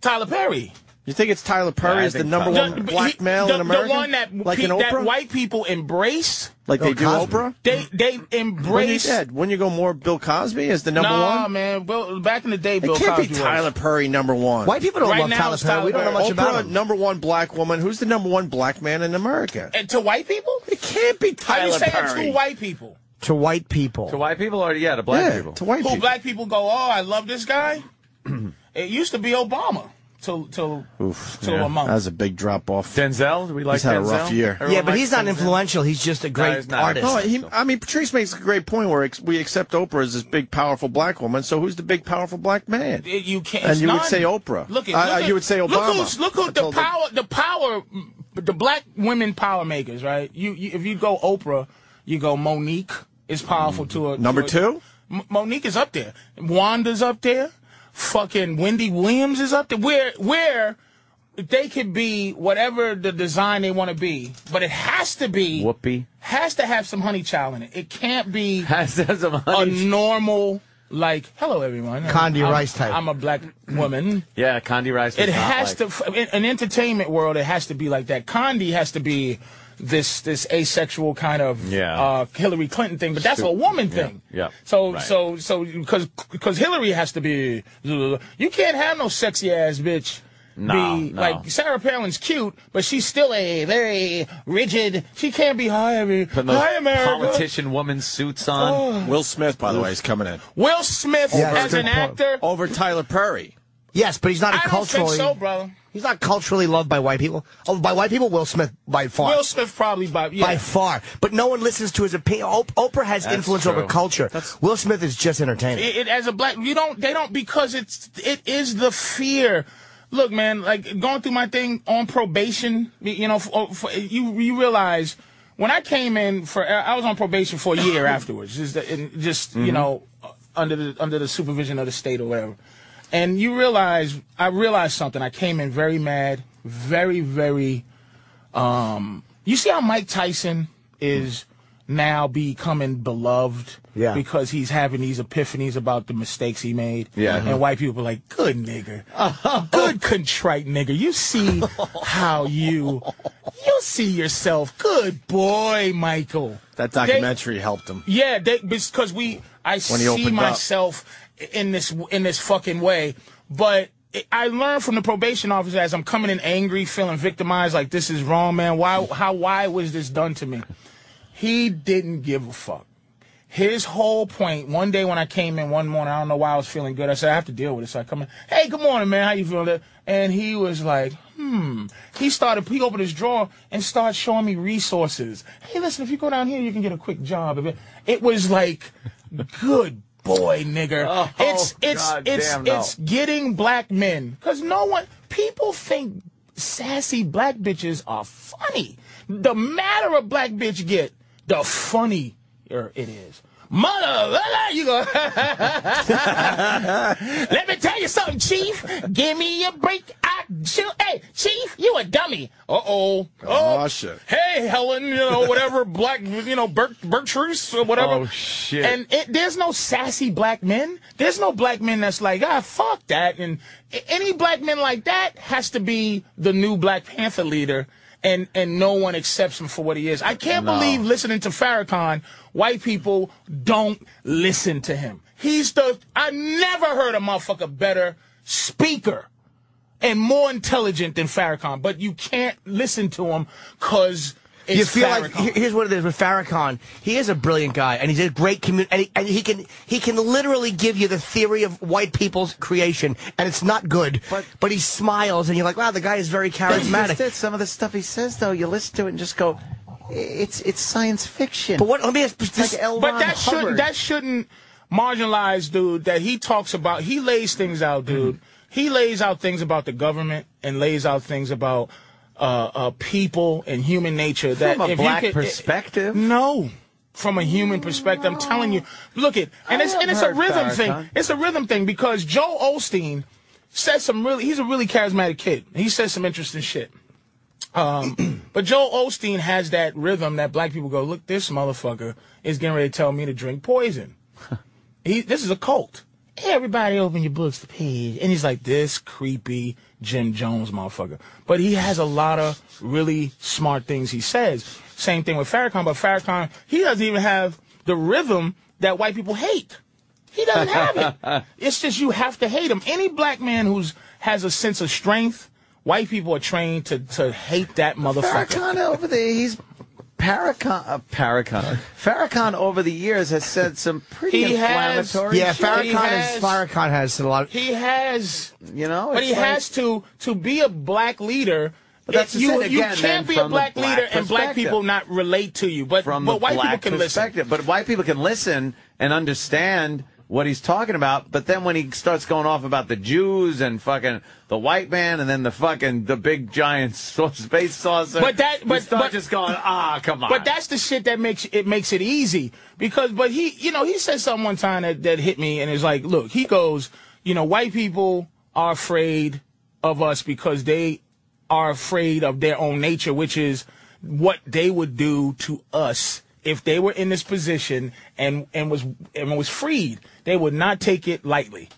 Tyler Perry.
You think it's Tyler Perry
Yeah, I
is the
think
number
Tyler
one
The-
black
he-
male
the,
in America?
The one that,
like
pe-
an Oprah,
that white people embrace.
like they do
Cosby.
Oprah.
They they
When you
embrace.
said when you go more Bill Cosby is the number
nah,
one.
man. Bill, back in the day,
It
Bill
can't
Cosby
be
was.
Tyler Perry number one.
White people don't
Right
love
now
Tyler
it's
Perry. We don't
Tyler
know much
Perry.
about
Oprah
him.
number one black woman. Who's the number one black man in America?
And to white people?
It can't be
Are you
Tyler
saying
Perry.
to white people?
To white people.
to white people or yeah to black
yeah,
people.
to white
Who
people.
black people go, oh, I love this guy? it used to be Obama. Till till
Oof,
till
yeah,
a month.
That was a big drop off.
Denzel, do we like
He's had a
Denzel?
rough year.
Everyone
yeah, but
likes
he's not
Denzel?
influential. He's just a
he's
great
not.
artist.
No, Oh, he, I mean, Patrice makes a great point where ex- we accept Oprah as this big, powerful black woman. So who's the big, powerful black man?
It- you can't.
And
it's
you would
none.
say Oprah.
Look at,
Uh,
look
uh,
at-
you would say Obama.
Look who's look
I
who the
told them.
power the power the black women power makers right. You, you if you go Oprah, you go Monique is powerful to a
Number
to a-
two?
M- Monique is up there. Wanda's up there. Fucking Wendy Williams is up there. Where where they could be whatever the design they want to be, but it has to be
Whoopi.
has to have some honey chow in it. It can't be
Has has some
a
honey.
normal like hello everyone.
Condi
I'm-
Rice type. Mm.
I'm a black woman.
yeah, Condi Rice. was
It
not
has
like-
to. In an entertainment world, it has to be like that. Condi has to be this this asexual kind of
Yeah.
uh, Hillary Clinton thing, but that's a woman thing.
yeah,
So
right.
so so because because Hillary has to be. You can't have no sexy ass bitch.
No,
be,
no.
like Sarah Palin's cute, but she's still a very rigid. She can't be hi, every,
Putting those
hi America.
politician woman suits on.
Will Smith, by the way, is coming in
Will Smith
Yeah,
as
that's a
an
good point.
actor.
over Tyler Perry.
yes, but he's not a
I don't think
culturally.
so, brother.
He's not culturally loved by white people. Oh, by white people, Will Smith by far.
Will Smith probably by yeah.
by far. But no one listens to his opinion. Op- Oprah has influence
true.
over culture. Will Smith is just entertaining.
it, it as a black you don't they don't because it's it is the fear look man like going through my thing on probation you know for, for, you you realize when i came in for i was on probation for a year afterwards just and just you know under the under the supervision of the state or whatever and you realize i realized something i came in very mad very very um you see how mike tyson is now becoming beloved
Yeah.
because he's having these epiphanies about the mistakes he made.
Yeah.
Mm-hmm.
And white people are like, good nigga. Good contrite nigga. You see how you you see yourself. Good boy, Michael.
That
They-
documentary helped him.
yeah, they, because we, I see
opened up.
myself in this in this fucking way. But it, I learned from the probation officer as I'm coming in angry, feeling victimized, like this is wrong, man. Why? How? Why was this done to me? He didn't give a fuck. His whole point, one day when I came in one morning, I don't know why I was feeling good. I said, I have to deal with it. So I come in, hey, good morning, man. How you feeling? And he was like, hmm. He started, he opened his drawer and started showing me resources. Hey, listen, if you go down here, you can get a quick job. If It it was like, good boy, nigger.
Oh,
it's, it's,
God
it's,
damn, no.
it's getting black men. Because no one, people think sassy black bitches are funny. The madder a black bitch get, the funnier it is. Mother, you go. Let me tell you something, Chief. Give me a break. I shoot. Hey, Chief, you a dummy. Uh oh.
Oh, shit.
Hey, Helen, you know whatever black, you know Bert, Bertrude or whatever.
Oh, shit.
And it, there's no sassy black men. There's no black men that's like, ah, fuck that. And a- any black men like that has to be the new Black Panther leader. And, and no one accepts him for what he is. I can't believe listening to Farrakhan, white people don't listen to him. He's the, I never heard a motherfucker better speaker and more intelligent than Farrakhan, but you can't listen to him because it's
you feel like
Farrakhan.
here- here's what it is with Farrakhan. He is a brilliant guy, and he's a great community, and, he- and he can he can literally give you the theory of white people's creation, and it's not good.
But-
but he smiles, and you're like, wow, the guy is very charismatic.
That's it. Some of the stuff he says, though, you listen to it and just go, it's it's science fiction.
But what? Let me ask.
It's like L.
but
Ron
that shouldn't
Hubbard.
that shouldn't marginalize dude that he talks about he lays things out dude
Mm-hmm.
he lays out things about the government and lays out things about uh, uh, people and human nature that
From a
if you
black
could-
perspective?
no from a human perspective i'm telling you look it and it's and it's a
haven't heard
rhythm
Farrakhan.
thing it's a rhythm thing because joe osteen says some really he's a really charismatic kid he says some interesting shit Um, but Joel Osteen has that rhythm that black people go, look, this motherfucker is getting ready to tell me to drink poison. he, this is a cult. Everybody open your books to page. And he's like, this creepy Jim Jones motherfucker. But he has a lot of really smart things he says. Same thing with Farrakhan, but Farrakhan, he doesn't even have the rhythm that white people hate. He doesn't have it. It's just you have to hate him. Any black man who's has a sense of strength, white people are trained to, to hate that motherfucker.
Farrakhan over the he's Paracon, uh, Paracon. Farrakhan over the years has said some pretty
He has-
inflammatory
yeah,
shit.
Farrakhan
has-
is Farrakhan has a lot. Of,
He has,
You know,
but
it's
he
like-
has to to be a black leader.
But that's
it-
the
you,
thing
you
again, then,
can't be a
from the
black
black
leader and black
perspective.
people not relate to you. But
from
but
the
white
black
people can listen.
perspective. But white people can listen and understand what he's talking about. But then when he starts going off about the Jews and fucking the white man, and then the fucking the big giant sa- space saucer,
But that-
you
but-
start
but-
just going ah come on.
But that's the shit that makes it makes it easy because. But he, you know, he said something one time that that hit me and is like, look, he goes, you know, white people are afraid of us because they are afraid of their own nature, which is what they would do to us if they were in this position and and was and was freed. They would not take it lightly.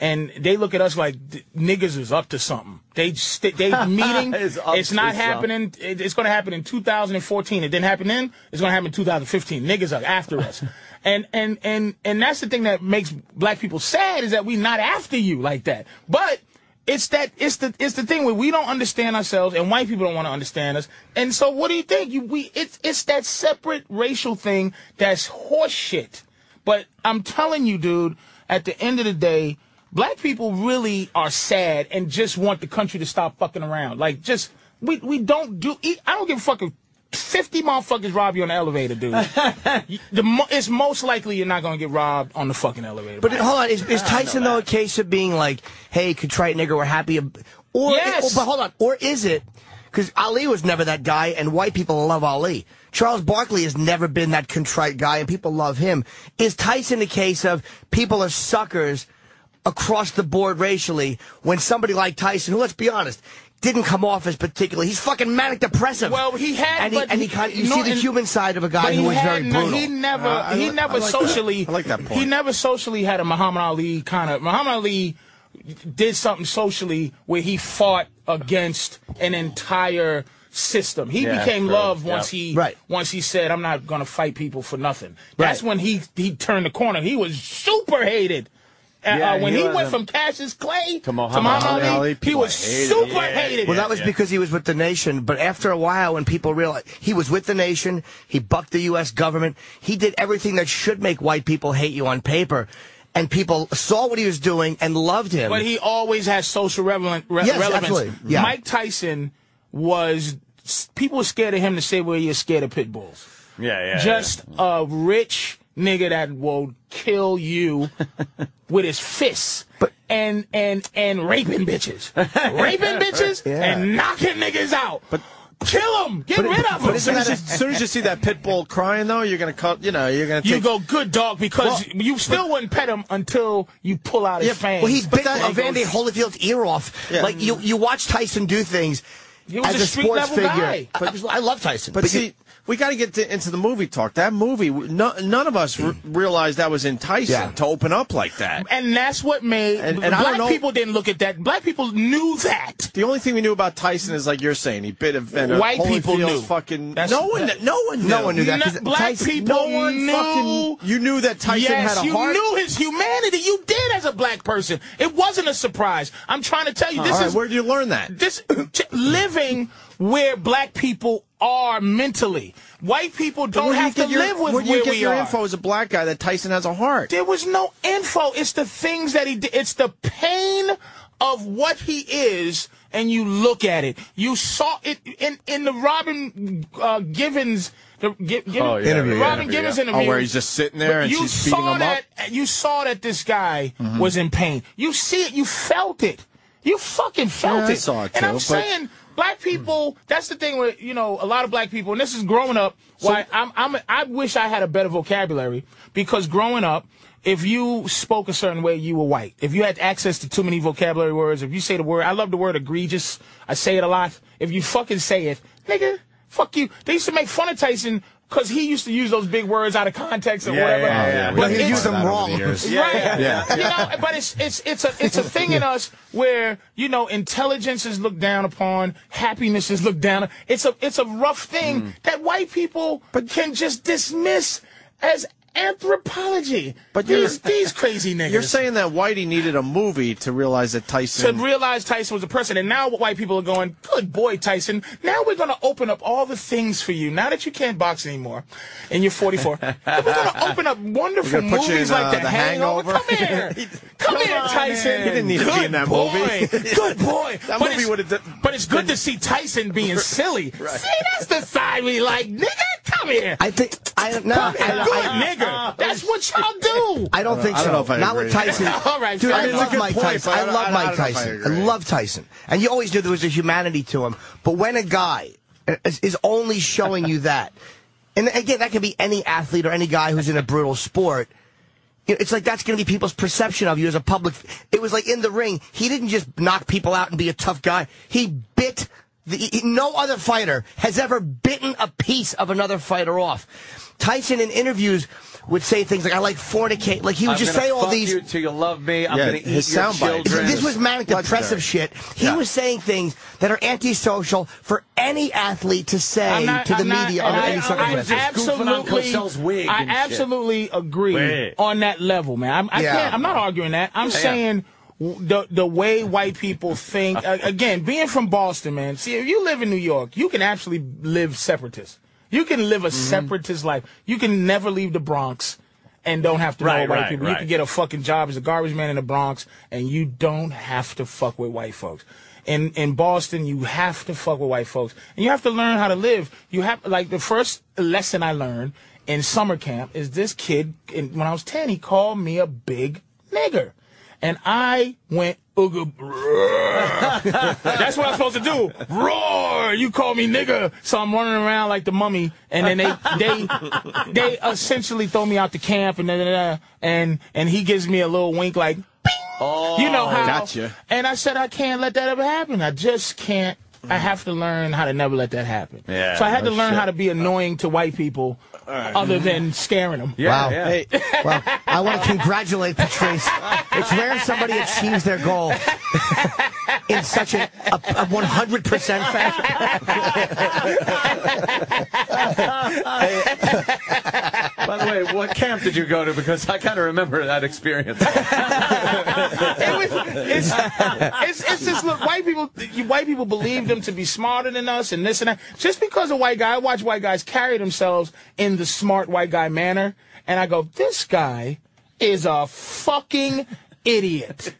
And they look at us like "D- niggas is up to something. They st- they meeting.
Is up
it's
to
not
something.
happening happening- it- It's going to happen in 2014. It didn't happen then. It's going to happen in 2015. Niggas are after us. And, and, and, and that's the thing that makes black people sad is that we not after you like that. But it's that, it's the, it's the thing where we don't understand ourselves and white people don't want to understand us. And so what do you think? You, we, it's, it's that separate racial thing that's horseshit. But I'm telling you, dude, at the end of the day, black people really are sad and just want the country to stop fucking around. Like, just, we, we don't do, e, I don't give a fuck if 50 motherfuckers rob you on the elevator, dude. the, mo- it's most likely you're not gonna get robbed on the fucking elevator.
but hold on, is, is Tyson though a case of being like, hey, contrite nigger, we're happy, ab- or
Yes.
but hold on, or is it? Because Ali was never that guy, and white people love Ali. Charles Barkley has never been that contrite guy, and people love him. Is Tyson a case of people are suckers across the board racially when somebody like Tyson, who let's be honest, didn't come off as particularly, he's fucking manic depressive.
Well, he had,
and he,
but
and he
he-
kind of, you
no,
see the
and-
human side of a guy
But
who
he
was
had
very
no-
brutal.
He never,
Uh, I
he
li-
never
I like that.
socially.
I like that
He
point.
never socially had a Muhammad Ali kind of. Muhammad Ali did something socially where he fought against an entire system. He
Yeah,
became
true.
loved once
Yep.
he
Right.
once he said, "I'm not going to fight people for nothing." That's
Right.
when he he turned the corner. He was super hated. Uh,
Yeah,
uh, when he,
he
went
wasn't-
from Cassius Clay to
Muhammad
Muhammad Ali,
Ali,
he
people
was
hated
super
him.
hated.
Well, that was because he was with the nation. But after a while, when people realized he was with the nation, he bucked the U.S. government. He did everything that should make white people hate you on paper. And people saw what he was doing and loved him.
But he always has social relevant, re-
Yes,
relevance.
absolutely. Yeah.
Mike Tyson was people were scared of him the same way you're scared of pit bulls.
Yeah, yeah.
Just a rich nigga that will kill you with his fists. and and and raping bitches, raping bitches, and knocking niggas out. But kill them, get rid of them.
But as soon as, you, as soon as you see that pit bull crying, though, you're gonna cut. You know, you're gonna take
you go good dog because you still wouldn't pet him until you pull out his fangs.
well, he bit
that-
a Van Holyfield's ear off. Like you, you watch Tyson do things.
He was
as
a
a,
street
sports
level
figure.
guy.
I- I, I love Tyson.
But, see, we got to get to- into the movie talk. That movie, we- no, none of us r- realized that was enticing
Yeah.
to open up like that.
and that's what made
And- and I
black
don't know-
people didn't look at that. Black people knew that.
The only thing we knew about Tyson is like you're saying, he bit a ven-
White people
Holyfield's
knew.
Fucking
That's-
no one, no one, knew.
No one knew that.
No-
'cause
black
Tyson-
people
No one
knew.
fucking. You knew that Tyson
yes,
had a
you
heart.
knew his humanity. You did as a black person. It wasn't a surprise. I'm trying to tell you, this
All right,
is
where did you learn that?
this living where black people are mentally. White people don't
Where do you
have to
get your-
live with
where
where,
do you get
we
your
are.
info as a black guy that Tyson has a heart?
There was no info. It's the things that he did. It's the pain of what he is, and you look at it. You saw it in in the Robin uh, Givens. The, Gi- Given-
Oh,
Robin
yeah, Interview, yeah, interview,
Givens
yeah.
interview.
Oh, where he's just sitting there and
you
she's beating
saw
him
that,
up. Mm-hmm.
You saw that this guy was in pain. You see it. You felt it. You fucking felt
Yeah,
it.
I saw it
and I'm
too, but-
saying, black people. That's the thing where you know a lot of black people, and this is growing up. Why I'm, I'm I wish I had a better vocabulary because growing up. If you spoke a certain way, you were white. If you had access to too many vocabulary words, if you say the word, I love the word egregious. I say it a lot. If you fucking say it, nigga, fuck you. They used to make fun of Tyson because he used to use those big words out of context or
Yeah,
whatever.
yeah, yeah, yeah.
But
We
he
it's-
used them wrong.
Right.
Yeah.
You know, but it's it's it's a it's a thing in us where you know intelligence is looked down upon, happiness is looked down. It's a it's a rough thing
Mm.
that white people can just dismiss as anthropology.
But
these
you're-
these crazy niggas.
You're saying that Whitey needed a movie to realize that
to
Tyson.
realize Tyson was a person, and now white people are going, "Good boy, Tyson." Now we're going to open up all the things for you. Now that you can't box anymore, and you're 44, we're going to open up wonderful
We're gonna put you
movies
in,
like
uh,
The,
The
Hangover.
Hangover.
Come here, come, here, Tyson.
He didn't need to
Good
be in that
boy.
movie.
Good boy.
That movie
it's-
would've d-
But it's good to see Tyson being silly. See, that's the side we like, nigga. Come here.
I think I don't know.
Come here,
I,
good
I-
nigga. That's what y'all do.
I don't think
I
so.
don't know if I
Not
agree.
with Tyson.
All right,
dude.
fine.
I,
It's a
love
good
Mike
point,
Tyson.
but
I
I don't-
love
I don't- I don't
Mike
know if I
Tyson. I,
agree.
love Tyson, and you always knew there was a humanity to him. But when a guy is, is only showing you that, and again, that can be any athlete or any guy who's in a brutal sport. you know, It's like that's going to be people's perception of you as a public. It was like in the ring, he didn't just knock people out and be a tough guy. He bit. The, he- no other fighter has ever bitten a piece of another fighter off. Tyson in interviews would say things like, "I like fornicate." Like he would
I'm
just
gonna
say all
fuck
these.
you till you love me. I'm
Yeah,
gonna eat your
his sound bites.
children.
This was manic depressive
Legendary.
shit. He
Yeah.
was saying things that are antisocial for any athlete to say
I'm not-
to the
I'm not-
media
and
under
I-
any
I-
circumstances.
I
Goofing on
absolutely,
Cosell's wig
I
and shit.
absolutely agree
Wig.
on that level, man. I'm, I
Yeah.
can't, I'm not arguing that. I'm saying w- the the way white people think. uh, again, being from Boston, man. See, if you live in New York, you can actually live separatist. You can
Mm-hmm.
live a separatist life. You can never leave the Bronx. And don't have to know
Right,
white
right,
people. You
right.
can get a fucking job as a garbage man in the Bronx, and you don't have to fuck with white folks. In in Boston, you have to fuck with white folks, and you have to learn how to live. You have like the first lesson I learned in summer camp is this kid. In, when I was ten, he called me a big nigger, and I went ooga. brrr. That's what I'm supposed to do. Roar! You call me nigger, so I'm running around like the mummy, and then they they they essentially throw me out the camp, and da, da, da, and and he gives me a little wink like, "Bing." you
Oh,
know how?
gotcha.
And I said I can't let that ever happen. I just can't. I have to learn how to never let that happen.
Mm. Yeah,
so I had
no
to learn
shit.
how to be annoying to white people, other than scaring them.
Yeah,
Wow.
yeah.
Hey,
Well, I want to congratulate Patrice. It's rare somebody achieves their goal in such a, a, a 100% fashion.
hey,
By the way, what camp did you go to? Because I kind of remember that experience.
It was- it's, it's, it's just look, white people. You, white people believe them to be smarter than us, and this and that. Just because a white guy, I watch white guys carry themselves in the smart white guy manner, and I go, this guy is a fucking idiot.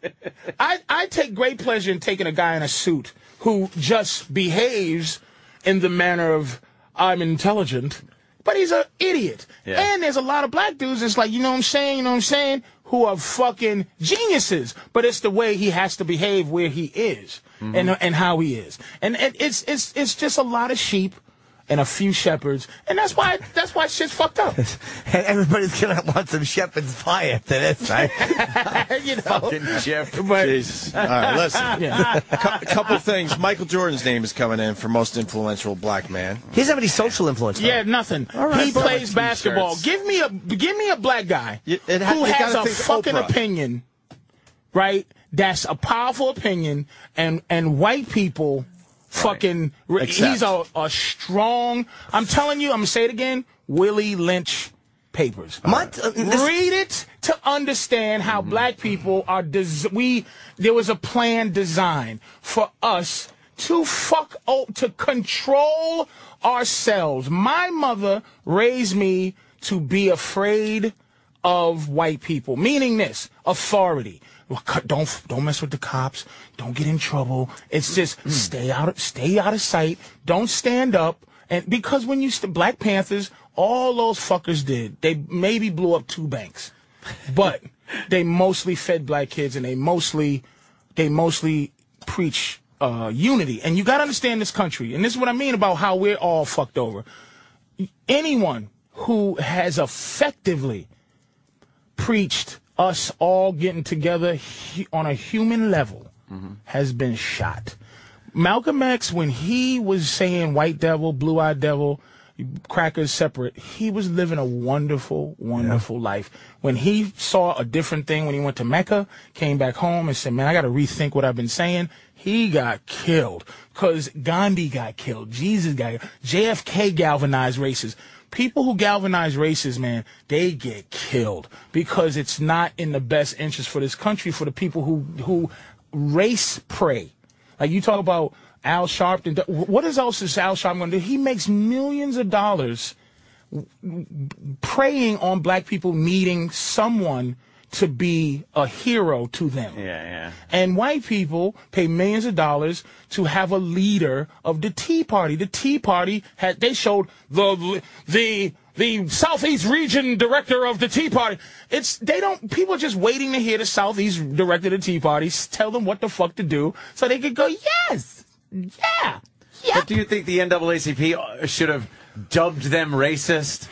I I take great pleasure in taking a guy in a suit who just behaves in the manner of I'm intelligent. But he's an idiot.
Yeah.
And there's a lot of black dudes that's like, you know what I'm saying, you know what I'm saying, who are fucking geniuses. But it's the way he has to behave where he is
Mm-hmm.
and and how he is. And, and it's it's it's just a lot of sheep and a few shepherds. And that's why that's why shit's fucked up.
And everybody's gonna want some shepherd's pie after this, right?
you know.
Jeff.
But
Jesus. All right, listen. Cou- couple things. Michael Jordan's name is coming in for most influential black man.
he doesn't have any social influence. though.
yeah, nothing. he
so
plays basketball.
t-shirts.
Give me a give me a black guy
You- it ha-
who
you
has a
gotta think
fucking
Oprah.
opinion, right? That's a powerful opinion, and and white people fucking. re-
Accept.
He's a, a strong. I'm telling you, I'm gonna say it again. Willie Lynch papers.
My t- uh, this-
Read it to understand how
Mm-hmm.
black people are. Des- we there was a plan designed for us to fuck o- to control ourselves. My mother raised me to be afraid of white people, meaning this authority. Well, co- Don't f- don't mess with the cops. Don't get in trouble. It's just stay out of stay out of sight. Don't stand up. And because when you st- Black Panthers, all those fuckers did. They maybe blew up two banks, but they mostly fed black kids, and they mostly they mostly preach uh, unity. And you got to understand this country, and this is what I mean about how we're all fucked over. Anyone who has effectively preached us all getting together hu- on a human level has been shot. Malcolm X, when he was saying white devil, blue eyed devil, crackers separate, he was living a wonderful, wonderful life. When he saw a different thing, when he went to Mecca, came back home and said, Man, I got to rethink what I've been saying, he got killed. Because Gandhi got killed, Jesus got killed, JFK galvanized races people who galvanize races, man, they get killed because it's not in the best interest for this country for the people who who race pray. Like you talk about Al Sharpton. What is else is Al Sharpton going to do? He makes millions of dollars preying on black people needing someone to be a hero to them.
Yeah, yeah.
And white people pay millions of dollars to have a leader of the Tea Party. The Tea Party had they showed the the the Southeast Region director of the Tea Party. It's they don't people are just waiting to hear the Southeast director of the Tea Party s- tell them what the fuck to do so they could go yes yeah yeah.
But do you think the NAACP uh, should have dubbed them racist?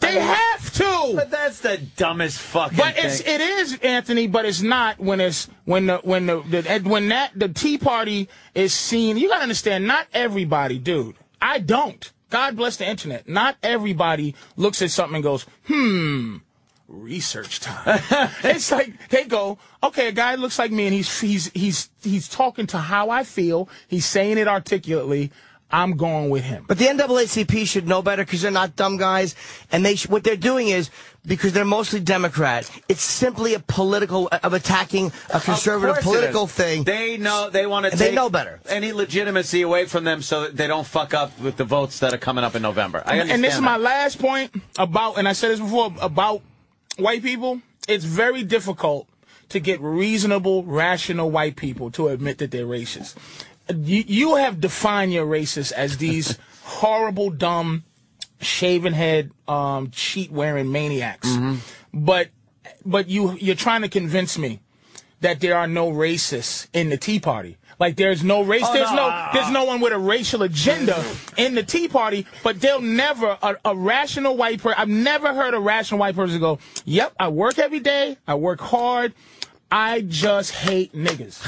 They have to.
But that's the dumbest fucking
But
thing.
it's it is Anthony, but it's not when it's when the when the, the when that the Tea Party is seen. You gotta understand, not everybody, dude. I don't. God bless the internet. Not everybody looks at something and goes, hmm, research time. it's like they go, okay, a guy looks like me, and he's he's he's he's talking to how I feel. He's saying it articulately. I'm going with him.
But the NAACP should know better because they're not dumb guys, and they sh- what they're doing is because they're mostly Democrat. It's simply a political of attacking a
Of
conservative
course it
political
is.
thing.
They know they want to.
They
take
know better.
Any legitimacy away from them, so that they don't fuck up with the votes that are coming up in November. I understand.
and this is my
that.
last point about, and I said this before about white people. It's very difficult to get reasonable, rational white people to admit that they're racist. You, you have defined your racist as these horrible, dumb, shaven head, um, cheat wearing maniacs.
Mm-hmm.
But, but you, you're trying to convince me that there are no racists in the Tea Party. Like there's no race, there's
no,
no,
I-
there's no one with a racial agenda in the Tea Party. But they'll never a, a rational white person. I've never heard a rational white person go, "Yep, I work every day. I work hard. I just hate niggas.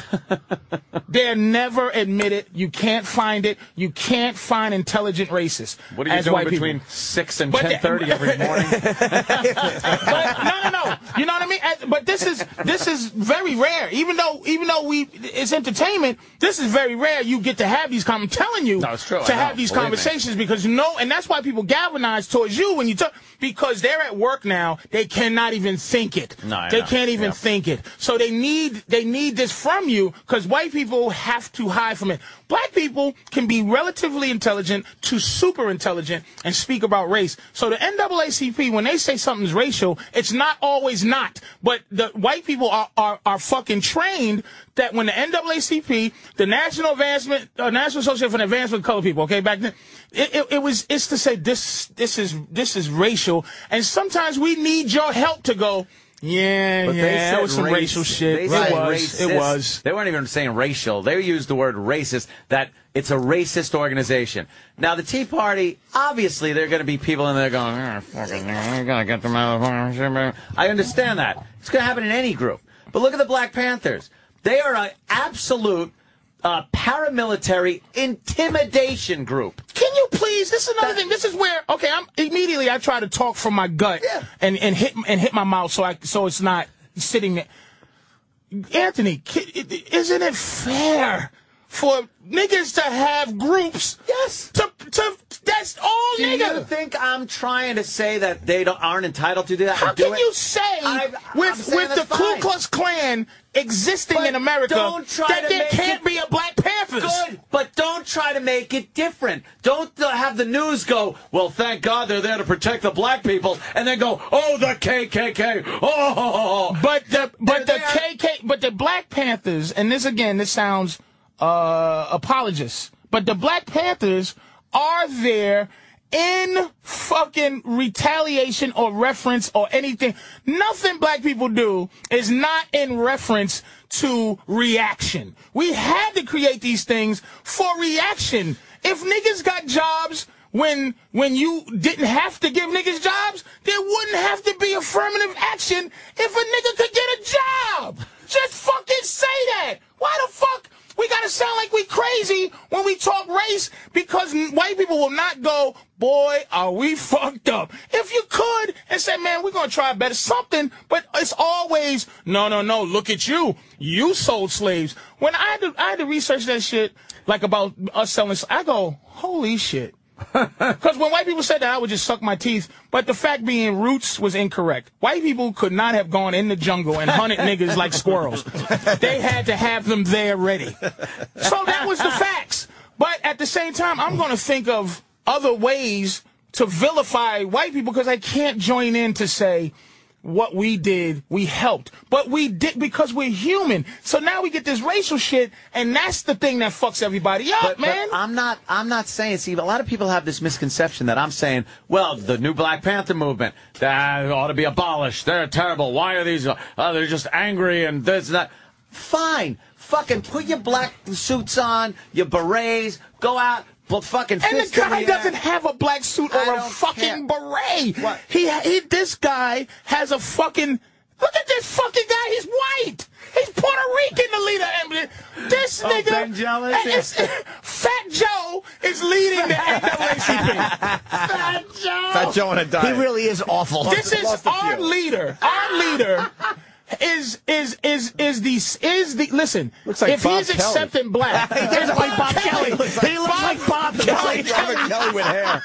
They're never admitted. You can't find it. You can't find intelligent racists.
What are you
as
doing
white people.
between six and
But
ten thirty every morning?
but no, no, no. You know what I mean? As- But this is this is very rare. Even though even though we it's entertainment, this is very rare. You get to have these. Com- I'm telling you,
No, it's true. I
to
know.
have these
Believe me.
conversations because you know, and that's why people galvanize towards you when you talk because they're at work now. They cannot even think it.
No, I
they
know.
can't even
Yeah.
think it. So they need they need this from you because white people have to hide from it. Black people can be relatively intelligent to super intelligent and speak about race. So the NAACP, when they say something's racial, it's not always not. But the white people are are, are fucking trained that when the NAACP, the National Advancement, uh, National Association for the Advancement of Colored People, okay, back then, it, it, it was it's to say this this is this is racial, and sometimes we need your help to go. Yeah,
But
yeah, that was some
raci-
racial shit.
they
It
said
was. It
racist.
was.
They weren't even saying racial. They used the word racist. That it's a racist organization. Now the Tea Party, obviously, there are going to be people in there going, "Ah, fucking, "I gotta get them out of here." I understand that. It's going to happen in any group. But look at the Black Panthers. They are an absolute uh, paramilitary intimidation group.
Can you please? This is another thing. This is where okay. I'm immediately. I try to talk from my gut
Yeah.
and and hit and hit my mouth so I so it's not sitting there. Anthony, ki- isn't it fair for niggas to have groups?
Yes.
To to that's all
Do you
niggas.
think I'm trying to say that they don't, aren't entitled to do that?
How
and do
can
it?
you say
I'm- I'm
with
saying
with the
that's
Ku
fine.
Klux Klan existing
But
in America
don't try
that
to
there
make
can't
it
be a Black Panthers?
Good, but don't try to make it different. Don't uh, have the news go, well, thank God they're there to protect the black people, and then go, oh, the KKK. Oh,
But the but the
They're there.
KK but the Black Panthers and this again this sounds uh apologist but the Black Panthers are there in fucking retaliation or reference or anything nothing black people do is not in reference to reaction we had to create these things for reaction if niggas got jobs when when you didn't have to give niggas jobs, there wouldn't have to be affirmative action if a nigga could get a job. Just fucking say that. Why the fuck we gotta sound like we crazy when we talk race? Because n- white people will not go, boy, are we fucked up. If you could and say, man, we're gonna try better something, but it's always no, no, no. Look at you. You sold slaves. When I had to, I had to research that shit, like about us selling. s- I go, holy shit. Because when white people said that, I would just suck my teeth. But the fact being, Roots was incorrect. White people could not have gone in the jungle and hunted niggas like squirrels. They had to have them there ready. So that was the facts. But at the same time, I'm going to think of other ways to vilify white people because I can't join in to say what we did, we helped. But we did because we're human. So now we get this racial shit, and that's the thing that fucks everybody up,
but, but
man.
I'm not. I'm not saying. See, a lot of people have this misconception that I'm saying. Well, the new Black Panther movement that ought to be abolished. They're terrible. Why are these? Uh, uh, they're just angry and this and that. Fine, fucking put your black suits on, your berets, go out, but fucking.
And
fist
the
in
guy
air.
doesn't have a black suit
I
or a
don't
fucking
care.
beret.
What?
He, he, this guy has a fucking. Look at this fucking guy. He's white. He's Puerto Rican, the leader. And this
Oh,
nigga,
Ben Jealous?
and it's- Fat Joe, is leading the NAACP. Fat Joe.
Fat Joe on a
He
diet.
really is awful.
This is
lost a
our
few.
leader. Our leader is is is is the is the listen.
Looks like
if
Bob
he's
Kelly.
accepting black, he
does look like Bob Kelly. He looks like Bob Kelly.
Robert Kelly with hair.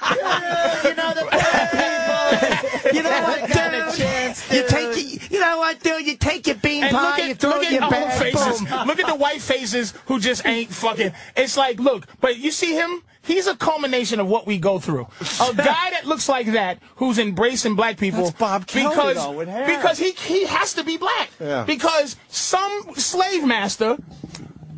You know the black people.
You know what,
haven't got a
dude?
chance,
You
dude.
take your, you know what, dude? You take your bean
And
pie,
look
you
at,
throw
look
it
at
in your
our
bag,
faces.
boom.
Look at the white faces who just ain't fucking. It's like, look, but you see him? He's a culmination of what we go through. A guy that looks like that who's embracing black people.
That's Bob Kelly,
because,
though, with hair.
Because he, he has to be black.
Yeah.
Because some slave master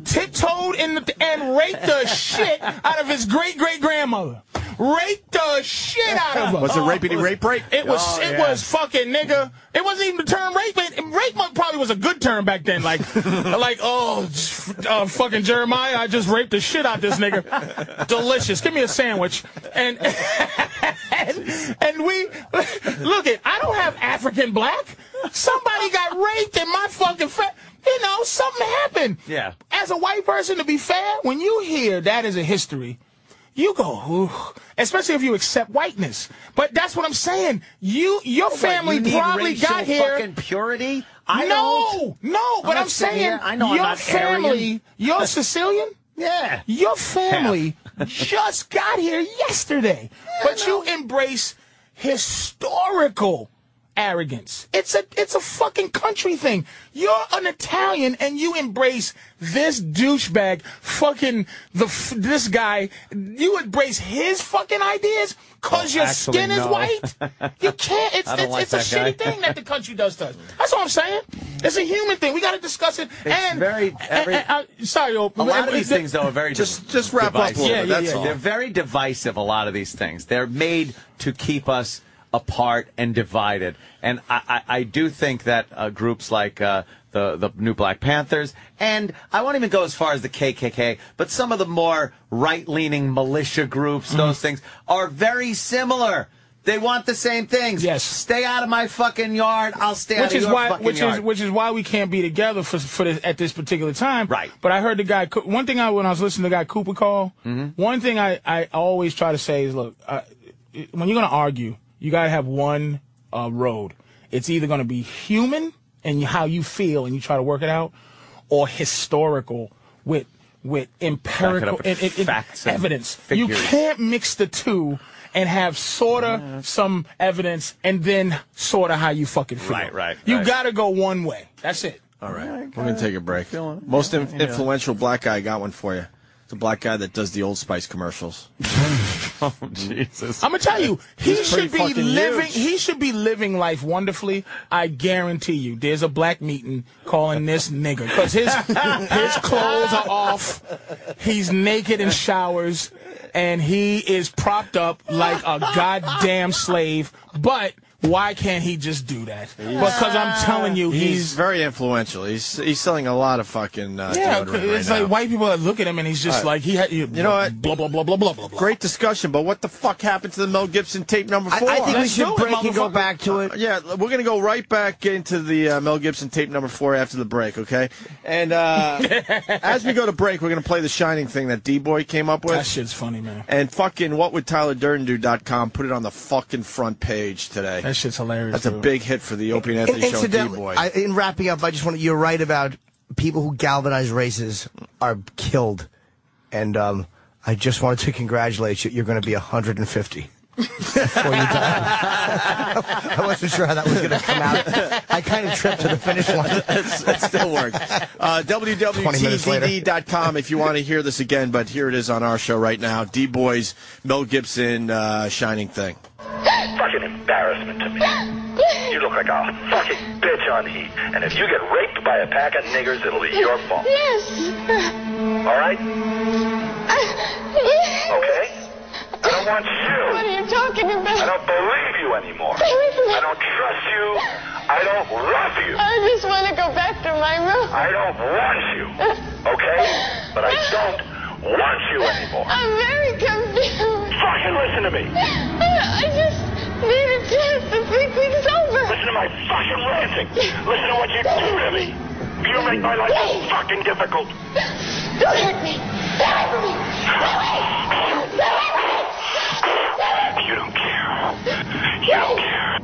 tiptoed in the, and raped the shit out of his great great grandmother. Raped the shit out of her.
Was it rapey rape rape? Oh,
It was it was fucking nigga. It wasn't even the term rape. It, rape mo- probably was a good term back then. Like like oh uh, fucking Jeremiah, I just raped the shit out this nigga. Delicious. Give me a sandwich. And and, and we look it. I don't have African black. Somebody got raped in my fucking fa- you know, something happened.
Yeah.
As a white person, to be fair, when you hear that is a history, you go, Ooh, especially if you accept whiteness. But that's what I'm saying. You, your family
What, you need
probably
racial
got here.
Fucking purity. I
no,
don't.
no. But
not
I'm,
sitting
saying,
here- I know I'm
your
not Aryan.
family, you're Sicilian.
Yeah.
Your family just got here yesterday, but you embrace historical arrogance. It's a it's a fucking country thing. You're an Italian and you embrace this douchebag fucking the f- this guy. You embrace his fucking ideas cuz your
Oh, actually,
skin is
no.
white. You can't it's
I don't
it's,
like
it's a
that guy.
shitty thing that the country does to us. That's what I'm saying. It's a human thing. We got to discuss it and
very- every-
and- and, uh, sorry, a
A lot of these things, though, are very
Just
div-
just wrap up a
divisive.
little
Yeah,
bit.
yeah,
That's
yeah.
all.
They're very divisive, a lot of these things. They're made to keep us apart and divided. And I, I, I do think that uh, groups like uh, the, the New Black Panthers, and I won't even go as far as the KKK, but some of the more right leaning militia groups,
Mm-hmm.
those things, are very similar. They want the same things.
Yes.
Stay out of my fucking yard. I'll stay out
which
of
is
your
why
fucking
which
yard.
is which is why we can't be together for for this, at this particular time.
Right.
But I heard the guy. Co- One thing I when I was listening to the guy Cooper call.
Mm-hmm.
One thing I I always try to say is look, I, when you're gonna argue, you gotta have one uh, road. It's either gonna be human and how you feel and you try to work it out, or historical with with empirical
with
and- and- and
facts and
evidence. You
figures.
can't mix the two. And have sorta some evidence, and then sorta how you fucking feel.
Right, right,
You
right.
gotta go one way. That's it.
All right, we're gonna take a break. Most in- influential black guy I got one for you. It's a black guy that does the Old Spice commercials.
Oh, I'm gonna tell you, he
He's pretty
should be
fucking
living.
huge.
He should be living life wonderfully. I guarantee you. There's a black meeting calling this nigga because his his clothes are off. He's naked in showers, and he is propped up like a goddamn slave. But why can't he just do that? Because I'm telling you,
He's,
he's.
very influential. He's he's selling a lot of fucking uh,
yeah,
deodorant
it's
right
like
now.
white people that look at him and he's just like he had you
know what?
blah blah blah blah blah blah blah.
Great discussion, but what the fuck happened to the Mel Gibson tape number
I,
four?
I think we
Let's do
should
it,
break and go
motherfucker.
back to it.
Uh, Yeah, we're going to go right back into the uh, Mel Gibson tape number four after the break, okay? And uh, as we go to break, we're going to play the Shining thing that D Boy came up with.
That shit's funny, man.
And fucking what would Tyler Durden do.com put it on the fucking front page today.
That shit's hilarious.
That's a
dude.
big hit for the Opie and
In-
Anthony show, D
incidentally,
Boy.
I, in wrapping up, I just want to, you're right about people who galvanize races are killed. And um, I just wanted to congratulate you. You're going to be 150. before you die. I wasn't sure how that was going to come out. I kind of tripped to the finish line.
it still works. Uh,
minutes later.
WWTZD.com if you want to hear this again, but here it is on our show right now D Boy's Mel Gibson uh, Shining thing.
Fucking embarrassment to me. You look like a fucking bitch on heat. And if you get raped by a pack of niggers, it'll be your fault.
Yes.
All right? Okay? I don't want
What
you.
are you talking
I
about?
don't believe you anymore.
Seriously?
I don't trust you. I don't love you.
I just want to go back to my room.
I don't want you. Okay? But I don't want you anymore.
I'm very confused.
Fucking listen to me.
I just need a chance to think things over.
Listen to my fucking ranting. Listen to what you do to me. You make my life so fucking difficult.
Don't hurt me. Don't hurt me. Don't hurt me.
You don't care. You don't care.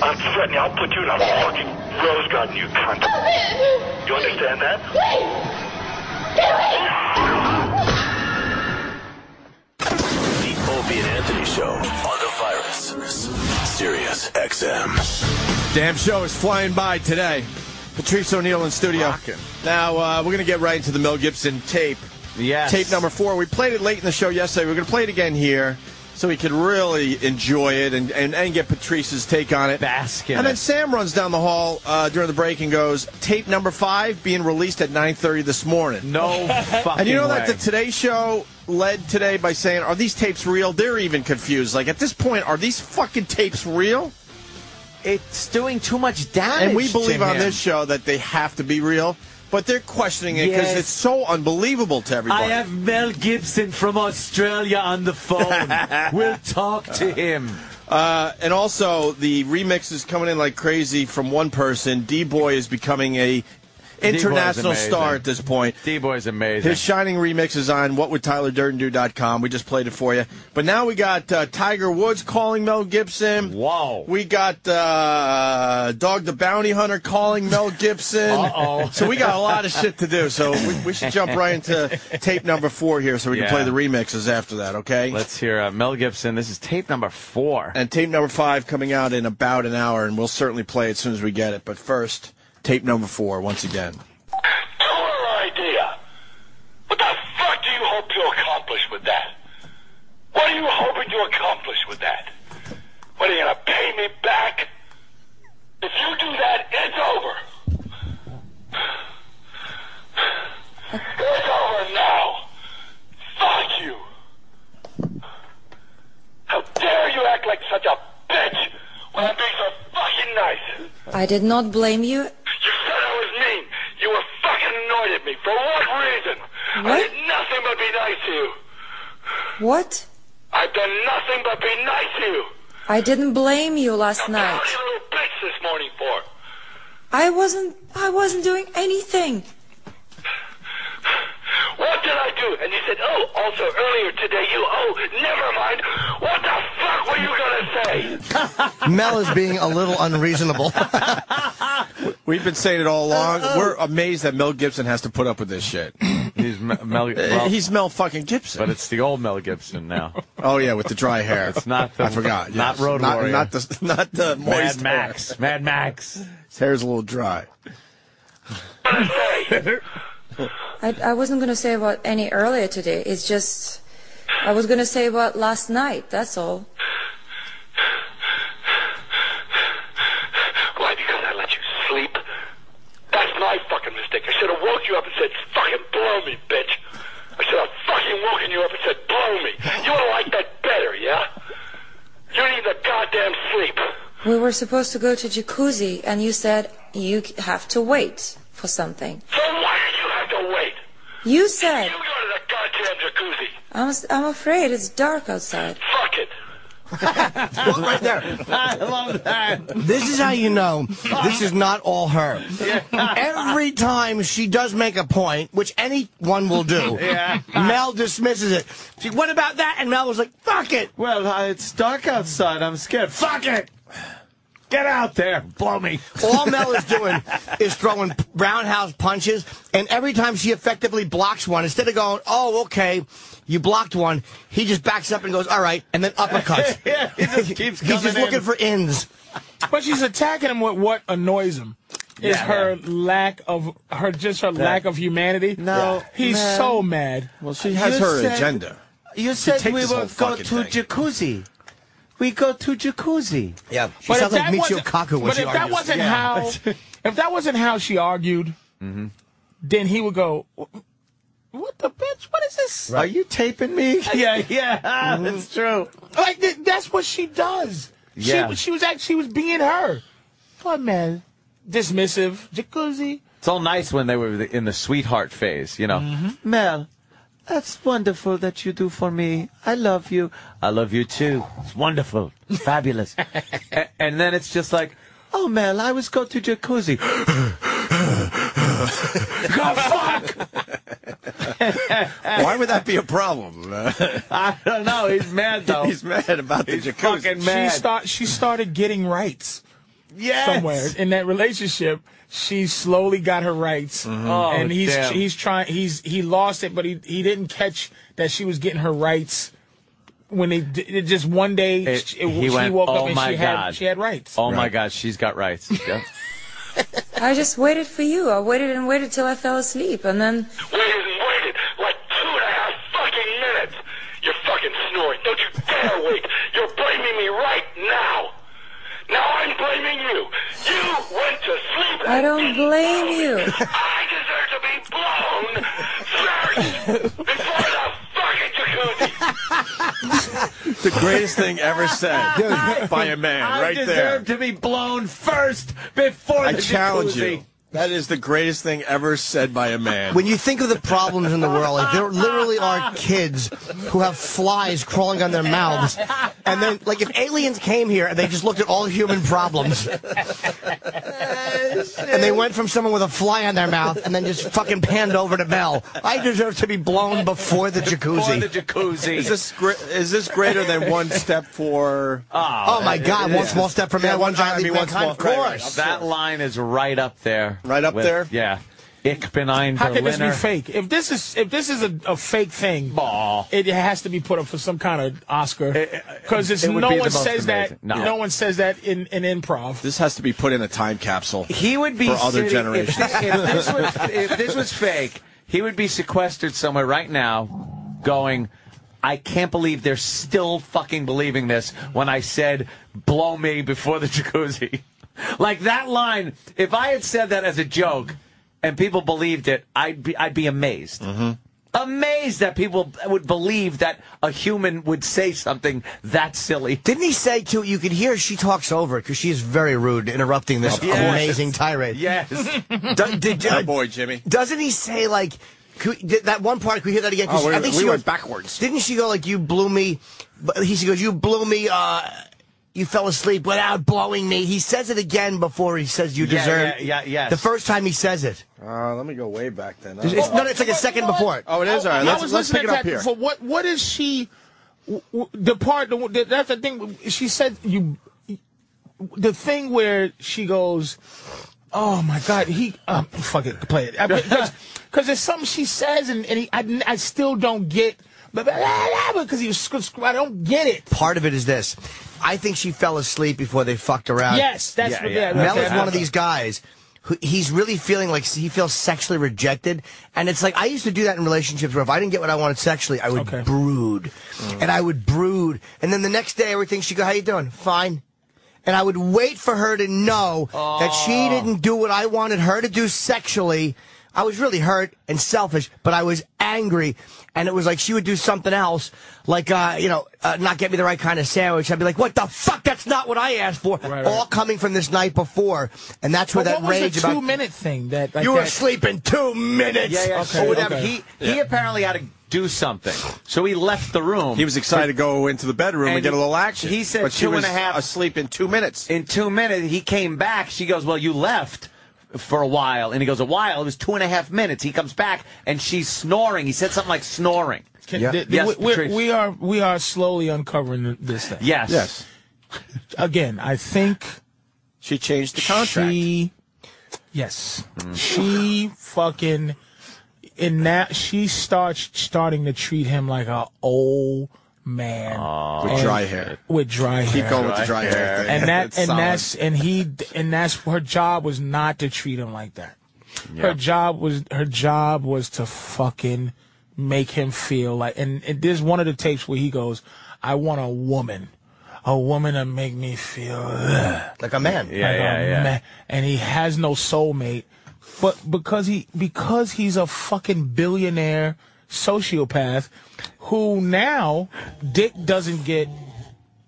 I'm threatening. I'll put you in a fucking rose garden, you cunt.
Stop it.
You understand that?
Please. Get away.
The Opie and Anthony Show on the virus. Sirius XM.
Damn show is flying by today. Patrice O'Neill in studio. Now uh, we're gonna get right into the Mel Gibson tape.
Yes.
Tape number four. We played it late in the show yesterday. We're gonna play it again here, so we could really enjoy it and, and, and get Patrice's take on it.
Bask in
And then
it.
Sam runs down the hall uh, during the break and goes, "Tape number five being released at 9:30 this morning."
no fucking
And you know that
way.
the Today Show led today by saying, "Are these tapes real?" They're even confused. Like at this point, are these fucking tapes real?
it's doing too much damage.
And we
to
believe on
him.
this show that they have to be real, but they're questioning it because
Yes.
it's so unbelievable to everybody.
I have Mel Gibson from Australia on the phone. we'll talk to him.
Uh, and also, the remix is coming in like crazy from one person. D Boy is becoming a international
amazing.
star at this point.
D Boy's amazing.
His shining remix is on whatwouldtylerdurdendo.com. We just played it for you. But now we got uh, Tiger Woods calling Mel Gibson.
Wow.
We got uh, Dog the Bounty Hunter calling Mel Gibson. Uh-oh. So we got a lot of shit to do. So we, we should jump right into tape number four here so we
Yeah.
can play the remixes after that, okay?
Let's hear uh, Mel Gibson. This is tape number four.
and tape number five coming out in about an hour, and we'll certainly play it as soon as we get it. But first, tape number four once again.
Total idea. What the fuck do you hope to accomplish with that? What are you hoping to accomplish with that? What are you gonna pay me back? If you do that, it's over. It's over now. Fuck you. How dare you act like such a bitch when I'm being so fucking nice?
I did not blame you.
You said I was mean. You were fucking annoyed at me. For what reason? I
What?
did nothing but be nice to you.
What?
I've done nothing but be nice to you.
I didn't blame you last
What
night.
are you little bitch this morning for?
I wasn't I wasn't doing anything.
What did I do? And you said, oh, also earlier today you, oh, never mind. What the fuck were you gonna say?
Mel is being a little unreasonable.
We've been saying it all along. We're amazed that Mel Gibson has to put up with this shit.
He's Me- Mel.
Uh,
Well,
He's Mel fucking Gibson.
but it's the old Mel Gibson now.
oh yeah, with the dry hair. It's
not the-
I forgot.
not
yes.
Road
not,
Warrior.
Not the not the moist
Mad
hair.
Max. Mad Max.
His hair's a little dry.
I I wasn't gonna say about any earlier today. It's just I was gonna say about last night, that's all.
Why? Because I let you sleep? That's my fucking mistake. I should have woke you up and said, fucking blow me, bitch. I should have fucking woken you up and said, blow me. You would have liked that better, yeah? You need the goddamn sleep.
We were supposed to go to jacuzzi and you said you c- have to wait for something.
So why do you have to wait?
You said
You go to the goddamn jacuzzi.
I'm s- I'm afraid it's dark outside.
Fuck it.
right there.
I love that.
This is how you know this is not all her. Every time she does make a point, which anyone will do, Mel dismisses it. She, what about that? And Mel was like, fuck it.
Well, uh, it's dark outside. I'm scared. Fuck it. Get out there. Blow me.
All Mel is doing is throwing roundhouse punches, and every time she effectively blocks one, instead of going, oh, okay, you blocked one, he just backs up and goes, all right, and then uppercuts.
Yeah, he just keeps
He's
coming
just
in.
looking for ends.
But she's attacking him with what annoys him. Is
Yeah.
her lack of her just her lack of humanity?
No,
he's
man.
so mad.
Well, she has
You
her
said-
agenda.
You said
takes
we
this whole
will go
fucking
to
thing.
jacuzzi. We go to jacuzzi.
Yeah, she
But if
sounds like
that
Michio
wasn't-
Kaku when
But
she
if that
argues.
wasn't how, if that wasn't how she argued, then he would go, "What the bitch? What is this?
Are you taping me? Yeah, yeah, that's true.
Like th- that's what she does.
Yeah.
She, she was act- she was being her. What man? Dismissive. Jacuzzi.
It's all nice when they were in the sweetheart phase, you know. Mel, that's wonderful that you do for me. I love you. I love you too. It's wonderful. Fabulous. A- and then it's just like, oh, Mel, I was go to jacuzzi.
Why would that be a problem?
I don't know. He's mad, though.
He's mad about the
He's
jacuzzi.
fucking mad.
She start she started getting rights
yes.
somewhere in that relationship. She slowly got her rights, and he's
Mm-hmm. Oh, damn.
he's trying. He's he lost it, but he he didn't catch that she was getting her rights. When they d- it just one day
It-
she- it-
he
she
went,
woke
"Oh
up and
my
she
God."
had she had rights.
Oh, my God. She's got rights. Yeah.
I just waited for you. I waited and waited till I fell asleep and then
Waited and waited like two and a half fucking minutes. You're fucking snoring. Don't you dare wait. You're blaming me right now. Now I'm blaming you. You went to sleep.
I don't
and-
blame you.
I deserve to be blown first before the fucking jacuzzi.
the greatest thing ever said by a man,
I
right there.
deserve to be blown first before
I
the
challenge
jacuzzi.
you. That is the greatest thing ever said by a man.
When you think of the problems in the world, like there literally are kids who have flies crawling on their mouths, and then like if aliens came here and they just looked at all human problems, and they went from someone with a fly on their mouth and then just fucking panned over to Bell. I deserve to be blown before the
Or the
jacuzzi.
jacuzzi.
Is this gre- is this greater than one step for?
Ah.
Oh my God! One small step for man,
Yeah,
one
one- I
giant
mean,
leap for
one
mankind. Of
small- right, right,
course.
that line is right up there.
Right up there?
Yeah. Ich bin ein
How can this be
Berliner.
fake? If this is if this is a, a fake thing,
Aw.
it has to be put up for some kind of Oscar because it's
it would
no
be the
one
most
says
amazing.
that.
No.
No. one says that in, in improv.
This has to be put in a time capsule.
He would be
For other
sitting-
generations.
If thi- if this, was, if this was fake, he would be sequestered somewhere right now, going. I can't believe they're still fucking believing this when I said blow me before the jacuzzi. Like that line, if I had said that as a joke and people believed it, I'd be I'd be amazed. Amazed that people would believe that a human would say something that silly.
Didn't he say too? You could hear she talks over it because she is very rude, interrupting this
course.
amazing tirade.
Yes.
Do- did-
Good boy, Jimmy.
Doesn't he say like could, did that one part? Could we hear that again? 'Cause
Oh, we-
I think
we
she
went
goes-
backwards.
Didn't she go like you blew me? But he she goes you blew me. uh You fell asleep without blowing me. He says it again before he says you
Yeah,
deserve.
yeah, yeah, yes.
The first time he says it,
Uh, let me go way back then.
it's, it's- no, it's like a second before. it.
Oh, it is. All
I-
right,
I
let's,
was
let's pick
listening
it
to
up
that
here.
For what what is she? w- w- The part the, the, that's the thing. She said you. The thing where she goes, oh my god, he uh, fuck it, play it because there's something she says and, and he, I, I still don't get ah, because he was sc- sc- I don't get it.
Part of it is this. I think she fell asleep before they fucked around.
Yes, that's
Yeah,
what,
yeah.
yeah.
Mel
that's-
is one of these guys who he's really feeling like he feels sexually rejected. And it's like, I used to do that in relationships where if I didn't get what I wanted sexually, I would
Okay.
brood. Mm. And I would brood. And then the next day, everything, she'd go, How you doing? Fine. And I would wait for her to know that
Oh.
she didn't do what I wanted her to do sexually. I was really hurt and selfish, but I was angry. And it was like she would do something else, like, uh, you know, uh, not get me the right kind of sandwich. I'd be like, what the fuck? That's not what I asked for.
right.
All coming from this night before. And that's where
But
that
what was the
rage
two
about.
minute thing that like
you were
that-
asleep in two minutes.
Yeah, yeah,
Okay,
or whatever.
okay.
He he apparently had to do something, so he left the room.
He was excited to go into the bedroom and,
And
get a little
he-
action.
he said
but she
two and
was
a half-
asleep in two minutes.
in two minutes. He came back. She goes, "Well, you left." For a while, and he goes, A while, it was two and a half minutes. He comes back and she's snoring. He said something like snoring.
Can,
Yeah.
th- th-
Yes,
we- we're-
Patrice.
we are we are slowly uncovering this thing.
Yes.
Yes,
Again, I think
she changed the contract.
She, yes, she fucking and now she starts starting to treat him like a old man
With
And-
dry hair.
With dry hair.
Keep going with the dry hair. thing.
And that
It's
and
solid.
that's and he and that's her job was not to treat him like that. Her job was her job was to fucking make him feel like and, and there's one of the tapes where he goes, I want a woman. A woman to make me feel ugh
Like a man.
like a ma- and he has no soulmate, but because he because he's a fucking billionaire sociopath, who now Dick doesn't get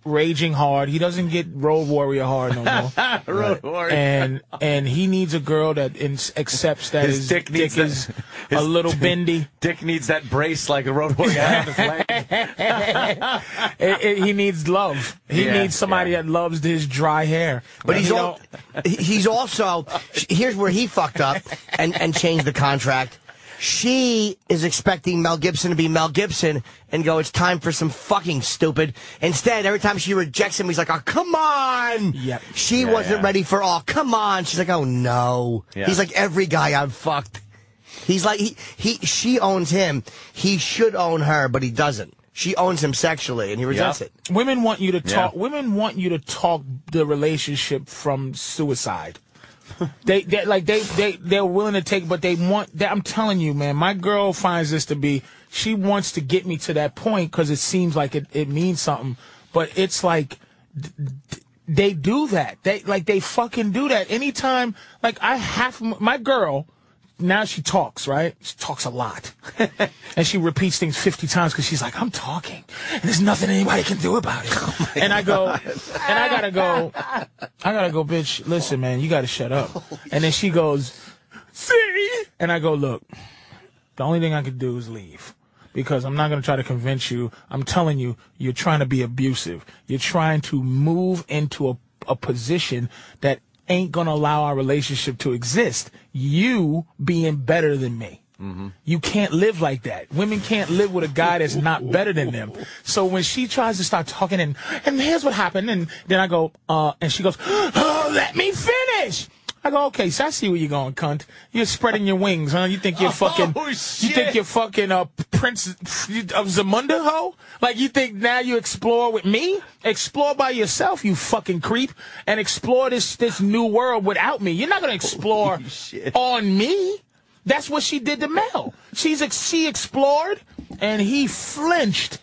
raging hard. He doesn't get road warrior hard no more.
Road warrior.
and and he needs a girl that in- accepts that
His
his,
dick
dick,
needs that-
is a
his
little bendy.
Dick needs that brace like a road warrior. had on his leg.
It- it- he needs love. He
Yeah,
needs somebody
yeah.
that loves his dry hair.
But
And
he's
he
all, he- he's also here's where he fucked up and and changed the contract. She is expecting Mel Gibson to be Mel Gibson and go, it's time for some fucking stupid. Instead, every time she rejects him, he's like, oh, come on.
Yep.
She
Yeah,
wasn't
yeah.
ready for, oh, come on. She's like, oh, no.
Yeah.
He's like, every guy I've fucked. He's like, he, he, she owns him. He should own her, but he doesn't. She owns him sexually and he rejects
Yep.
it.
Women want you to talk.
Yeah.
Women want you to talk the relationship from suicide. they, they like they they they're willing to take, but they want. They, I'm telling you, man, my girl finds this to be. She wants to get me to that point because it seems like it it means something, but it's like they do that. They like they fucking do that. Anytime, like I have my girl. Now she talks, right? She talks a lot, and she repeats things fifty times because she's like, "I'm talking, and there's nothing anybody can do about it." and I go, and I gotta go, I gotta go, bitch. Listen, man, you gotta shut up. and then she goes, and I go, look, the only thing I can do is leave. Because I'm not going to try to convince you. I'm telling you, you're trying to be abusive. You're trying to move into a, a position that ain't going to allow our relationship to exist. You being better than me.
Mm-hmm.
You can't live like that. Women can't live with a guy that's not better than them. So when she tries to start talking and, and here's what happened. And then I go, uh, and she goes, oh, let me finish. I go, okay, so I see where you're going, cunt. You're spreading your wings, huh? You think you're fucking, you think you're fucking uh, Prince of Zamunda, ho? Like you think now you explore with me? Explore by yourself, you fucking creep, and explore this this new world without me. You're not gonna explore on me. That's what she did to Mel. She's ex- she explored, and he flinched.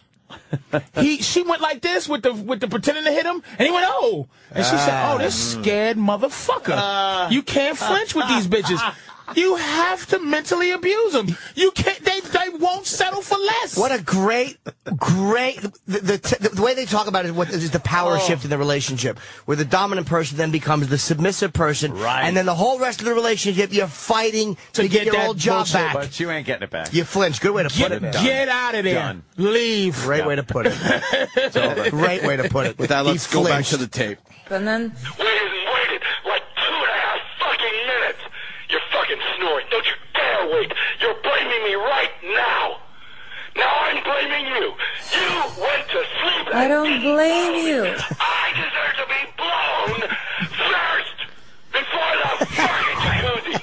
he she went like this with the with the pretending to hit him, and he went oh, and she said, "Oh, this
Ah.
scared motherfucker!
Uh,
you can't flinch with these bitches. You have to mentally abuse them. You can't. They they won't settle for less.
What a great, great the the, t- the way they talk about it is what is the
Oh.
power shift in the relationship, where the dominant person then becomes the submissive person,
Right.
and then the whole rest of the relationship you're fighting to, get,
get
your
that
old job
bullshit,
back.
But you ain't getting it back.
You flinch. Good way to
get
put it.
get out of there.
Done.
Leave.
Great way to put it. Great way to put it.
With that,
He
let's go back
flinched.
to the tape.
And then
waited and waited like two and a half fucking minutes. You're fucking snoring. Don't you dare wait. You're blaming me right now. Now I'm blaming you. You went to sleep.
I
and
don't
didn't
blame
know
you.
it. I deserve to be blown first before the fucking jacuzzi.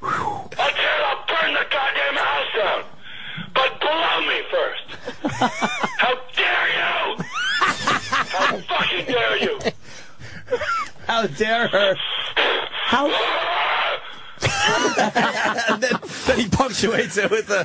Until I burn the goddamn house down. But blow me first. How dare you? How fucking dare you?
How dare her?
Then he punctuates it with a.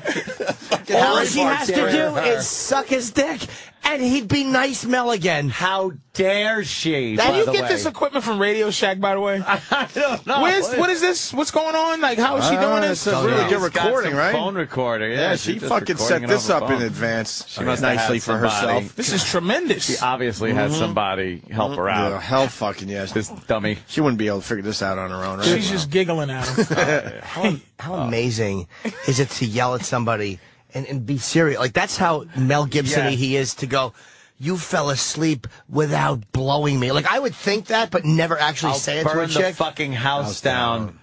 fucking
All
Harry
she has to
Bart's area.
do is suck his dick, and he'd be nice Mel again.
How dare she?
Can
by
you
the
get
way.
this equipment from Radio Shack, by the way?
Ah. I don't know.
Where's what is this? What's going on? Like how is she
Ah,
doing
it's
this?
a really good
She's got
recording,
some
right?
Phone recorder. Yeah,
Yeah,
she's
she
just
fucking
recording
set
it
this
over
up in
phone.
advance. She
must have
nicely
had
for
somebody-
herself.
This is tremendous.
She obviously has somebody help her
Mm-hmm. Yeah,
out.
hell fucking yes.
This dummy.
She wouldn't be able to figure this out on her own, right?
She's just giggling at him.
How, how amazing is it to yell at somebody and, and be serious? Like, that's how Mel Gibson
Yeah.
he is to go, you fell asleep without blowing me. Like, I would think that, but never actually
I'll
say it to a
burn the
chick.
fucking house, down.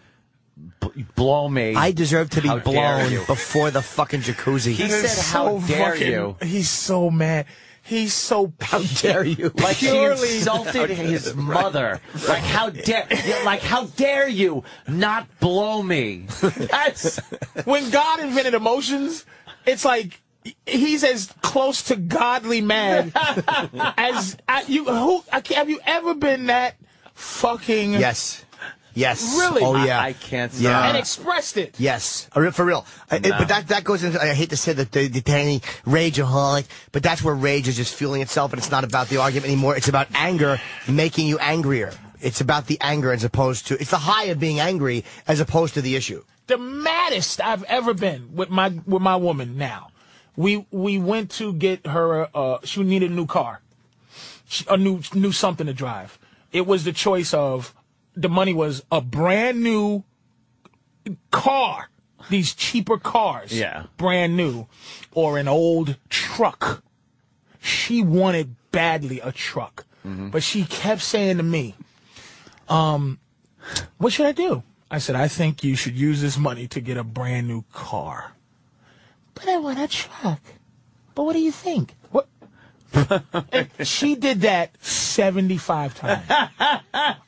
B- blow me.
I deserve to be
How dare
blown
you.
before the fucking jacuzzi.
He said, "How dare you?"
He's so mad. He's so how
dare you.
Like
Purely-
she insulted his mother. Like how dare, yeah, like how dare you not blow me? That's
when God invented emotions, it's like he's as close to godly man as I, you. Who I, can't- have you ever been that fucking
Yes. Yes.
Really?
Oh,
I-
yeah.
I, I can't.
Yeah.
stop.
and expressed it?
Yes, for real. For real. I- it- but that that goes into. I hate to say that the, the tiny rageaholic, but that's where rage is just fueling itself, and it's not about the argument anymore. It's about anger making you angrier. It's about the anger as opposed to it's the high of being angry as opposed to the issue.
the maddest I've ever been with my with my woman now. We we went to get her uh she needed a new car. She, a new new something to drive. It was the choice of the money was a brand new car. These cheaper cars.
Yeah.
Brand new or an old truck. She wanted badly a truck.
Mm-hmm.
But she kept saying to me, um, what should I do? I said, I think you should use this money to get a brand new car. But I want a truck. But what do you think? What? And she did that 75 times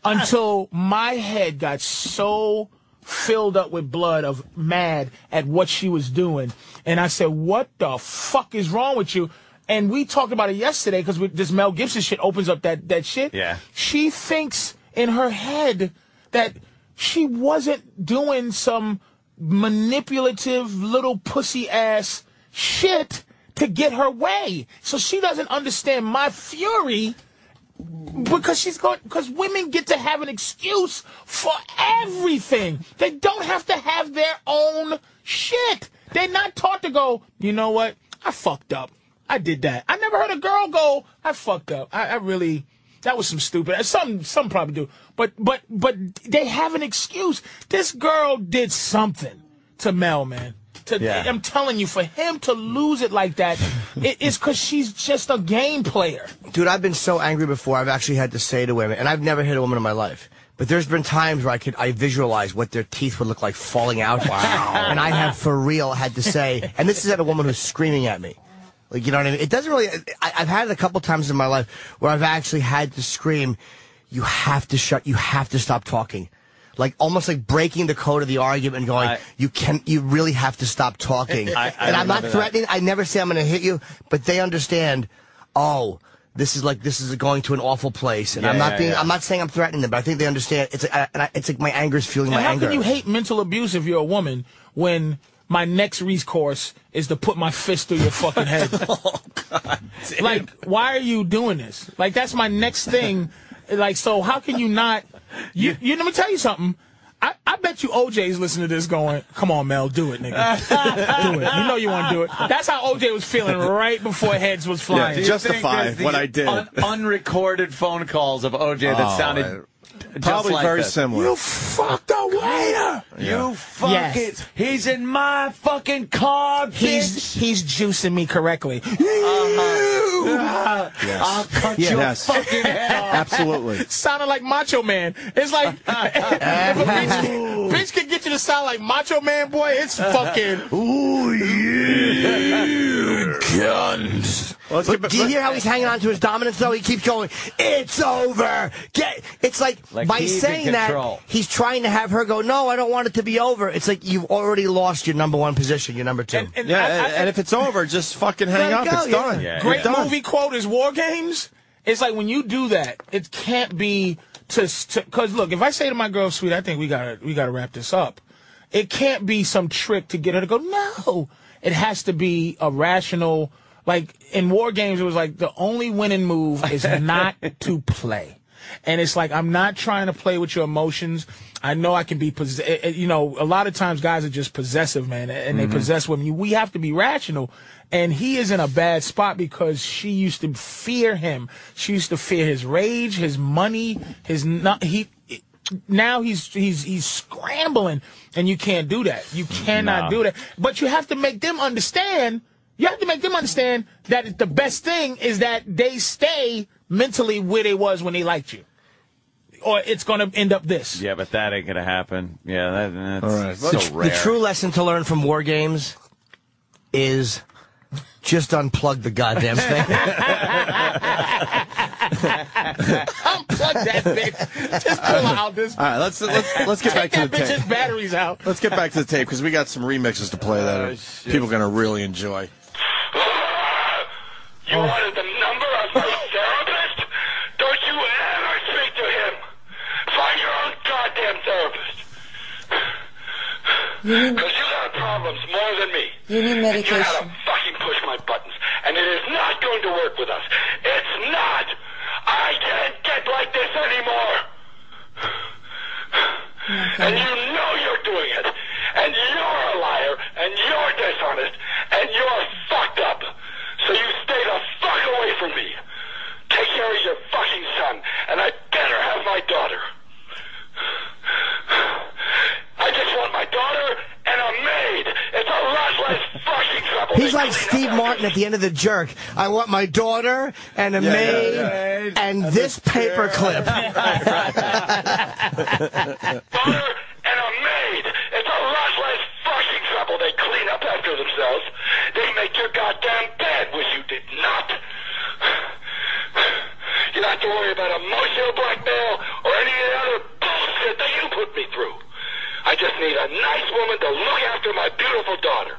until my head got so filled up with blood of mad at what she was doing. And I said, what the fuck is wrong with you? And we talked about it yesterday because this Mel Gibson shit opens up that, that shit.
Yeah.
She thinks in her head that she wasn't doing some manipulative little pussy ass shit to get her way. So she doesn't understand my fury because she's going because women get to have an excuse for everything. They don't have to have their own shit. They're not taught to go. You know what? I fucked up. I did that. I never heard a girl go. I fucked up. I, I really. That was some stupid. uh, Some some probably do. But but but they have an excuse. This girl did something. to Mel, man. To,
Yeah.
I'm telling you, for him to lose it like that, it, it's because she's just a game player.
Dude, I've been so angry before. I've actually had to say to women, and I've never hit a woman in my life. But there's been times where I could I visualize what their teeth would look like falling out. Wow. And I have for real had to say, and this is at a woman who's screaming at me. Like you know what I mean? It doesn't really. I, I've had it a couple times in my life where I've actually had to scream, "You have to shut. You have to stop talking." Like almost like breaking the code of the argument, and going,
I-
"You can. You really have to stop talking."
I- I
and I'm not
remember that.
threatening. I never say I'm going to hit you, but they understand. Oh, this is like this is going to an awful place, and I'm
Yeah,
not
yeah,
being.
yeah.
I'm not saying I'm threatening them, but I think they understand. It's uh, and I, it's like my anger is fueling
And
my
how
anger.
can you hate mental abuse if you're a woman when my next recourse is to put my fist through your fucking head?
Oh,
like, why are you doing this? Like, that's my next thing. like, so how can you not? You, you let me tell you something. I, I bet you OJ's listening to this going, come on, Mel, do it, nigga. do it. You know you want to do it. That's how OJ was feeling right before heads was flying.
Yeah,
Do you
Justify
think there's
what
the
I did.
Un- unrecorded phone calls of OJ that
Oh,
sounded
man.
just
Probably
like
very
this.
similar.
you fucked a waiter.
You fucking.
Yes.
He's in my fucking car, bitch.
He's, he's juicing me correctly.
I'll cut
Yeah.
your
Yes.
fucking head off.
Absolutely.
sounding like Macho Man. It's like if a bitch, bitch can get you to sound like Macho Man, boy, it's fucking.
Well, let's get back-
Do you hear how he's hanging on to his dominance though? He keeps going, It's over. Get it's like,
Like
by
he's in
saying that
control.
he's trying to have her go, No, I don't want it to be over. It's like you've already lost your number one position, your number two.
And, and
yeah,
I- I-
and, and if it's over, just fucking
Let
hang
it
up.
go,
it's
yeah.
done.
Yeah,
great
You're done.
movie quote is War Games. It's like when you do that, it can't be to because look, if I say to my girl, "Sweet, I think we gotta we gotta wrap this up," it can't be some trick to get her to go. No, it has to be a rational. Like in War Games, it was like the only winning move is not to play. And it's like I'm not trying to play with your emotions. I know I can be, poss- eh, eh, you know, a lot of times guys are just possessive, man, and they possess women. You- We have to be rational. And he is in a bad spot because she used to fear him. She used to fear his rage, his money, his not. He now he's he's he's scrambling, and you can't do that. You cannot do that. But you have to make them understand. You have to make them understand that the best thing is that they stay mentally where they was when they liked you, or it's gonna end up this.
Yeah, but that ain't gonna happen. Yeah, that, that's
All right.
so
The
rare.
The true lesson to learn from war games is just unplug the goddamn thing.
Unplug that bitch. Just pull out this.
All right, let's let's let's get back
Take
to
that
the tape.
bitch's batteries out. Ah,
Let's get back to the tape because we got some remixes to play that are, people are gonna really enjoy.
You wanted the number of my therapist? Don't you ever speak to him. Find your own goddamn therapist. Because you have problems more than me.
You need
And You gotta
medication.
fucking push my buttons. And it is not going to work with us. It's not. I can't get like this anymore. And you know you're doing it. And you're a liar. And you're dishonest. And you're fucked up. So you stay the fuck away from me. Take care of your fucking son. And I better have my daughter. I just want my daughter and a maid. It's a lot less fucking trouble.
He's
than cleaning
like
up
Steve
after
Martin at the end of The Jerk. I want my daughter and a
yeah,
maid
yeah.
and this paperclip.
daughter and a maid. It's a lot less fucking trouble. They clean up after themselves. They make your goddamn bed, which you did not. You don't have to worry about emotional blackmail or any of the other bullshit that you put me through. I just need a nice woman to look after my beautiful daughter.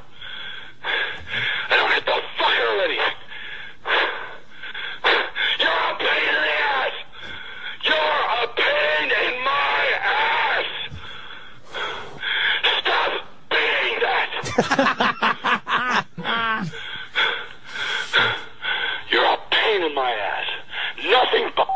I don't have to fuck her or anything. You're a pain in the ass. You're a pain in my ass. Stop being that. You're a pain in my ass. Nothing but.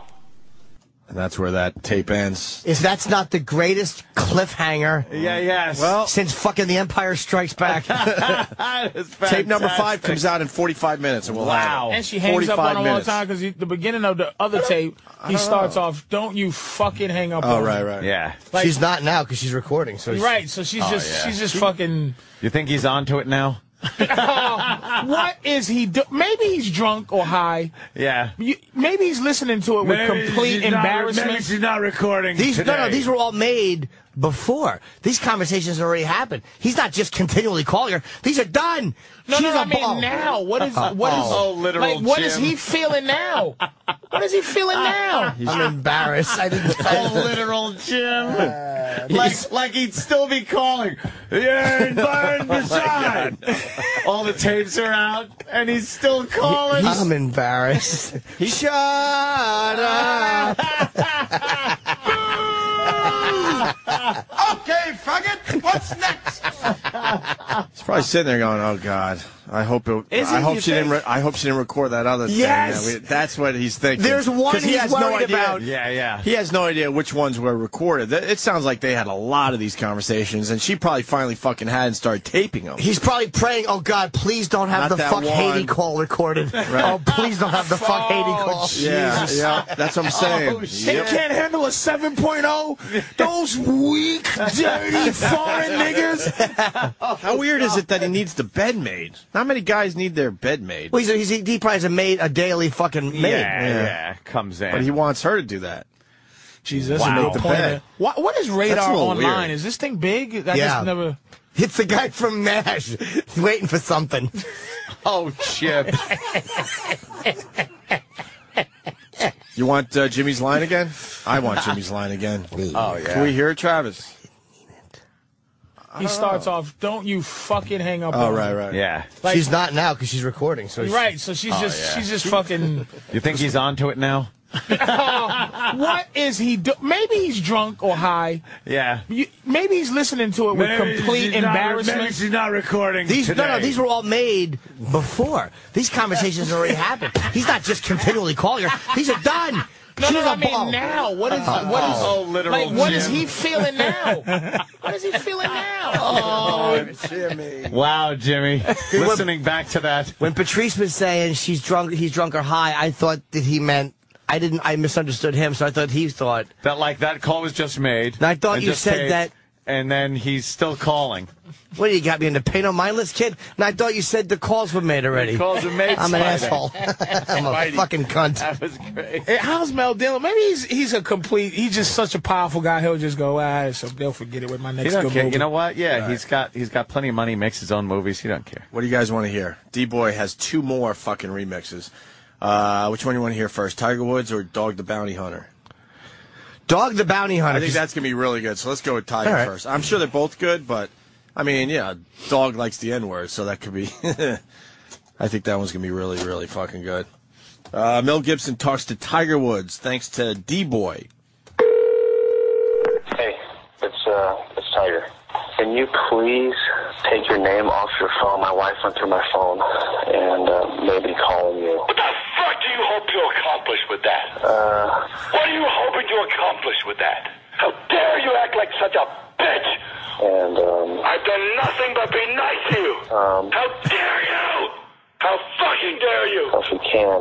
And That's where that tape ends.
If that's not the greatest cliffhanger
Yeah, yes.
since fucking The Empire Strikes Back.
Ah,
That is
Tape number
fantastic.
five comes out in 45 minutes, and we'll
Wow.
have it.
And she hangs up on
45
him all the
minutes.
time because the beginning of the other tape, he starts off, "Don't you fucking hang up."
Oh,
on
right,
me."
right.
Yeah.
Like-
she's not now because she's recording. So she's-
Right, so she's just
yeah.
she's just fucking.
You think he's onto it now?
What is he do? Maybe he's drunk or high.
Yeah.
You, maybe he's listening to it with complete embarrassment.
not recording.
These no, no, these were all made before. These conversations already happened. He's not just continually calling her. These are done.
No,
she's
no,
a
I mean
ball.
now. What is what is
Oh, literal
like, what is
Jim.
he feeling now? what is he feeling now?
I'm embarrassed. I didn't.
Oh, literal Jim. like, like he'd still be calling. Yeah, and burn beside. All the tapes are out, and he's still calling.
I'm embarrassed. Shut up.
Okay, faggot, what's next?
She's probably sitting there going, "Oh God, I hope it.
Is he,
I hope
you
she didn't. Re-
think?
I hope she didn't record that other
Yes!
thing." Yeah, we- that's what he's thinking.
There's one
'Cause he
he's
has no
worried
idea.
about.
Yeah, yeah.
He has no idea which ones were recorded. Th- It sounds like they had a lot of these conversations, and she probably finally fucking had and started taping them.
He's probably praying, oh God, please don't have
Not
the
that
fuck
one.
Haiti call recorded. Oh, please don't have the fuck
Oh,
Haiti call.
yeah, yeah, that's what I'm saying.
They
Yep.
Oh, can't handle a
oh,
7.0. Those weak, dirty foreign niggas.
How weird is it that he needs the bed made? Not many guys need their bed made,
Well, he's, he's, he probably has a maid, a daily fucking maid.
yeah, yeah, comes in.
but he wants her to do that.
Jesus,
Wow.
no
The
point.
bed.
What, what is
That's a
radar
little
online?
weird.
Is this thing big? I
Yeah.
just never.
It's the guy from MASH. He's waiting for something.
oh, Chip.
You want uh, Jimmy's line again? I want Jimmy's line again. Oh yeah. Can we hear it, Travis?
He starts off, "Don't you fucking hang up."
Oh
on
right,
me."
right.
yeah.
Like,
she's not now because she's recording. So she's-
Right, so she's just
Oh, yeah.
she's just fucking.
You think he's onto it now?
What is he do? Maybe he's drunk or high.
Yeah.
You, maybe he's listening to it with complete embarrassment.
not recording.
These no, no, these were all made before. These conversations already happened. He's not just continually calling her. These are done.
No,
she's
no,
a
I
ball.
mean now. What is
Uh-huh.
what is
Oh, literal
like? What is
Jim.
he feeling now? what is he feeling now?
Oh,
Wow, Jimmy. Listening back to that.
When Patrice was saying she's drunk, he's drunk or high, I thought that he meant I didn't. I misunderstood him, so I thought he thought.
That like that call was just made.
And I thought
and
you
just
said
taped,
that-
And then he's still calling.
What you got me into pain on mindless kid? And I thought you said the calls were made already.
Calls are made.
I'm an
Spider.
asshole. I'm a fucking cunt.
That was great.
Eh, How's Mel Dillon? Maybe he's he's a complete. He's just such a powerful guy. He'll just go. Ah, so they'll forget it with my
He
next
don't
good
care.
movie.
You know what? Yeah, he's got he's got plenty of money. Makes his own movies. He don't care.
What do you guys want to hear? D Boy has two more fucking remixes. Uh, which one you want to hear first, Tiger Woods or Dog the Bounty Hunter?
Dog the bounty hunter.
I think that's gonna be really good. So let's go with Tiger
All right.
first. I'm sure they're both good, but I mean, yeah, Dog likes the N word, so that could be. I think that one's gonna be really, really fucking good. Uh, Mel Gibson talks to Tiger Woods thanks to D Boy.
Hey, it's uh, it's Tiger. Can you please take your name off your phone? My wife went through my phone and uh, maybe calling you.
What the fuck do you hope you accomplish with that?
Uh,
What are you hoping to accomplish with that? How dare you act like such a bitch?
and um,
I've done nothing but be nice to you.
Um.
How dare you? How fucking dare you?
if you can,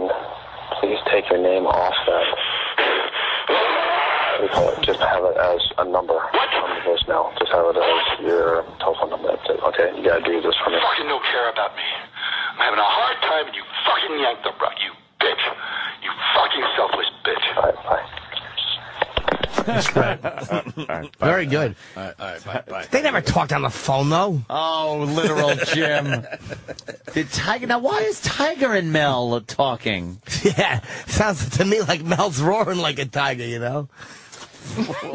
please take your name off that. We call it- Just have it as a number on the voicemail. Just have it as your telephone number. That's it. Okay, you gotta do this for me.
fucking don't care about me. I'm having a hard time and you fucking yanked the rug, you bitch. You fucking selfless bitch.
All right, bye.
very good.
All right, all right, bye, bye.
They never talked on the phone though.
Oh, literal Jim. Did Tiger? Now, why is Tiger and Mel talking?
Yeah, sounds to me like Mel's roaring like a tiger, you know?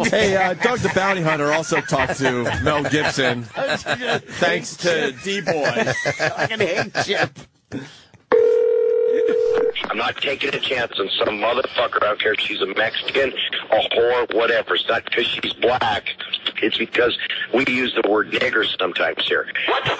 Hey, uh, Doug the Bounty Hunter also talked to Mel Gibson. Thanks to D Boy.
Fucking hate Chip.
I'm not taking a chance on some motherfucker. I don't care if she's a Mexican, a whore, whatever. It's not because she's black. It's because we use the word nigger sometimes here.
What?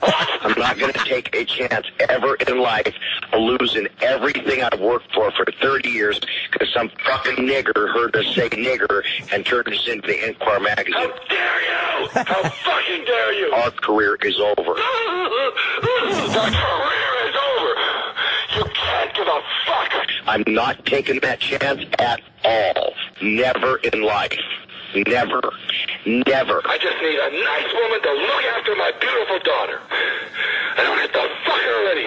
I'm not going to take a chance ever in life of losing everything I've worked for for 30 years because some fucking nigger heard us say nigger and turned us into the Enquirer magazine. How dare you! How fucking dare you! Our career is over.
The career is over. You can't give a fuck.
I'm not taking that chance at all. Never in life. Never. Never.
I just need a nice woman to look after my beautiful daughter. I don't have to fuck her already.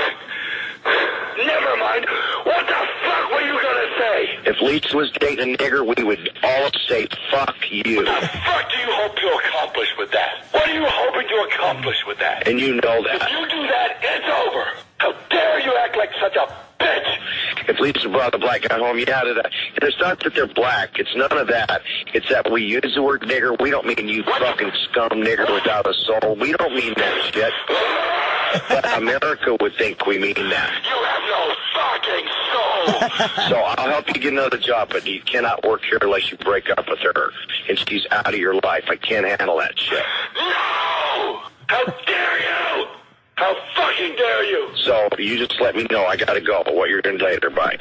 Never mind. What the fuck were you gonna say?
If Leach was dating a nigger, we would all say, fuck you.
Fuck do you hope you accomplish with that? What are you hoping to accomplish with that?
And you know that.
If you do that, it's over. How dare you act like such a bitch?
If Lisa brought the black guy home, yeah, did I? And it's not that they're black. It's none of that. It's that we use the word nigger. We don't mean you fucking scum nigger without a soul. We don't mean that shit. But America would think we mean that.
You have no fucking soul.
So I'll help you get another job, but you cannot work here unless you break up with her. And she's out of your life. I can't handle that shit.
No! How dare you? How fucking dare you?
So you just let me know. I gotta go. What you're doing later? Bye.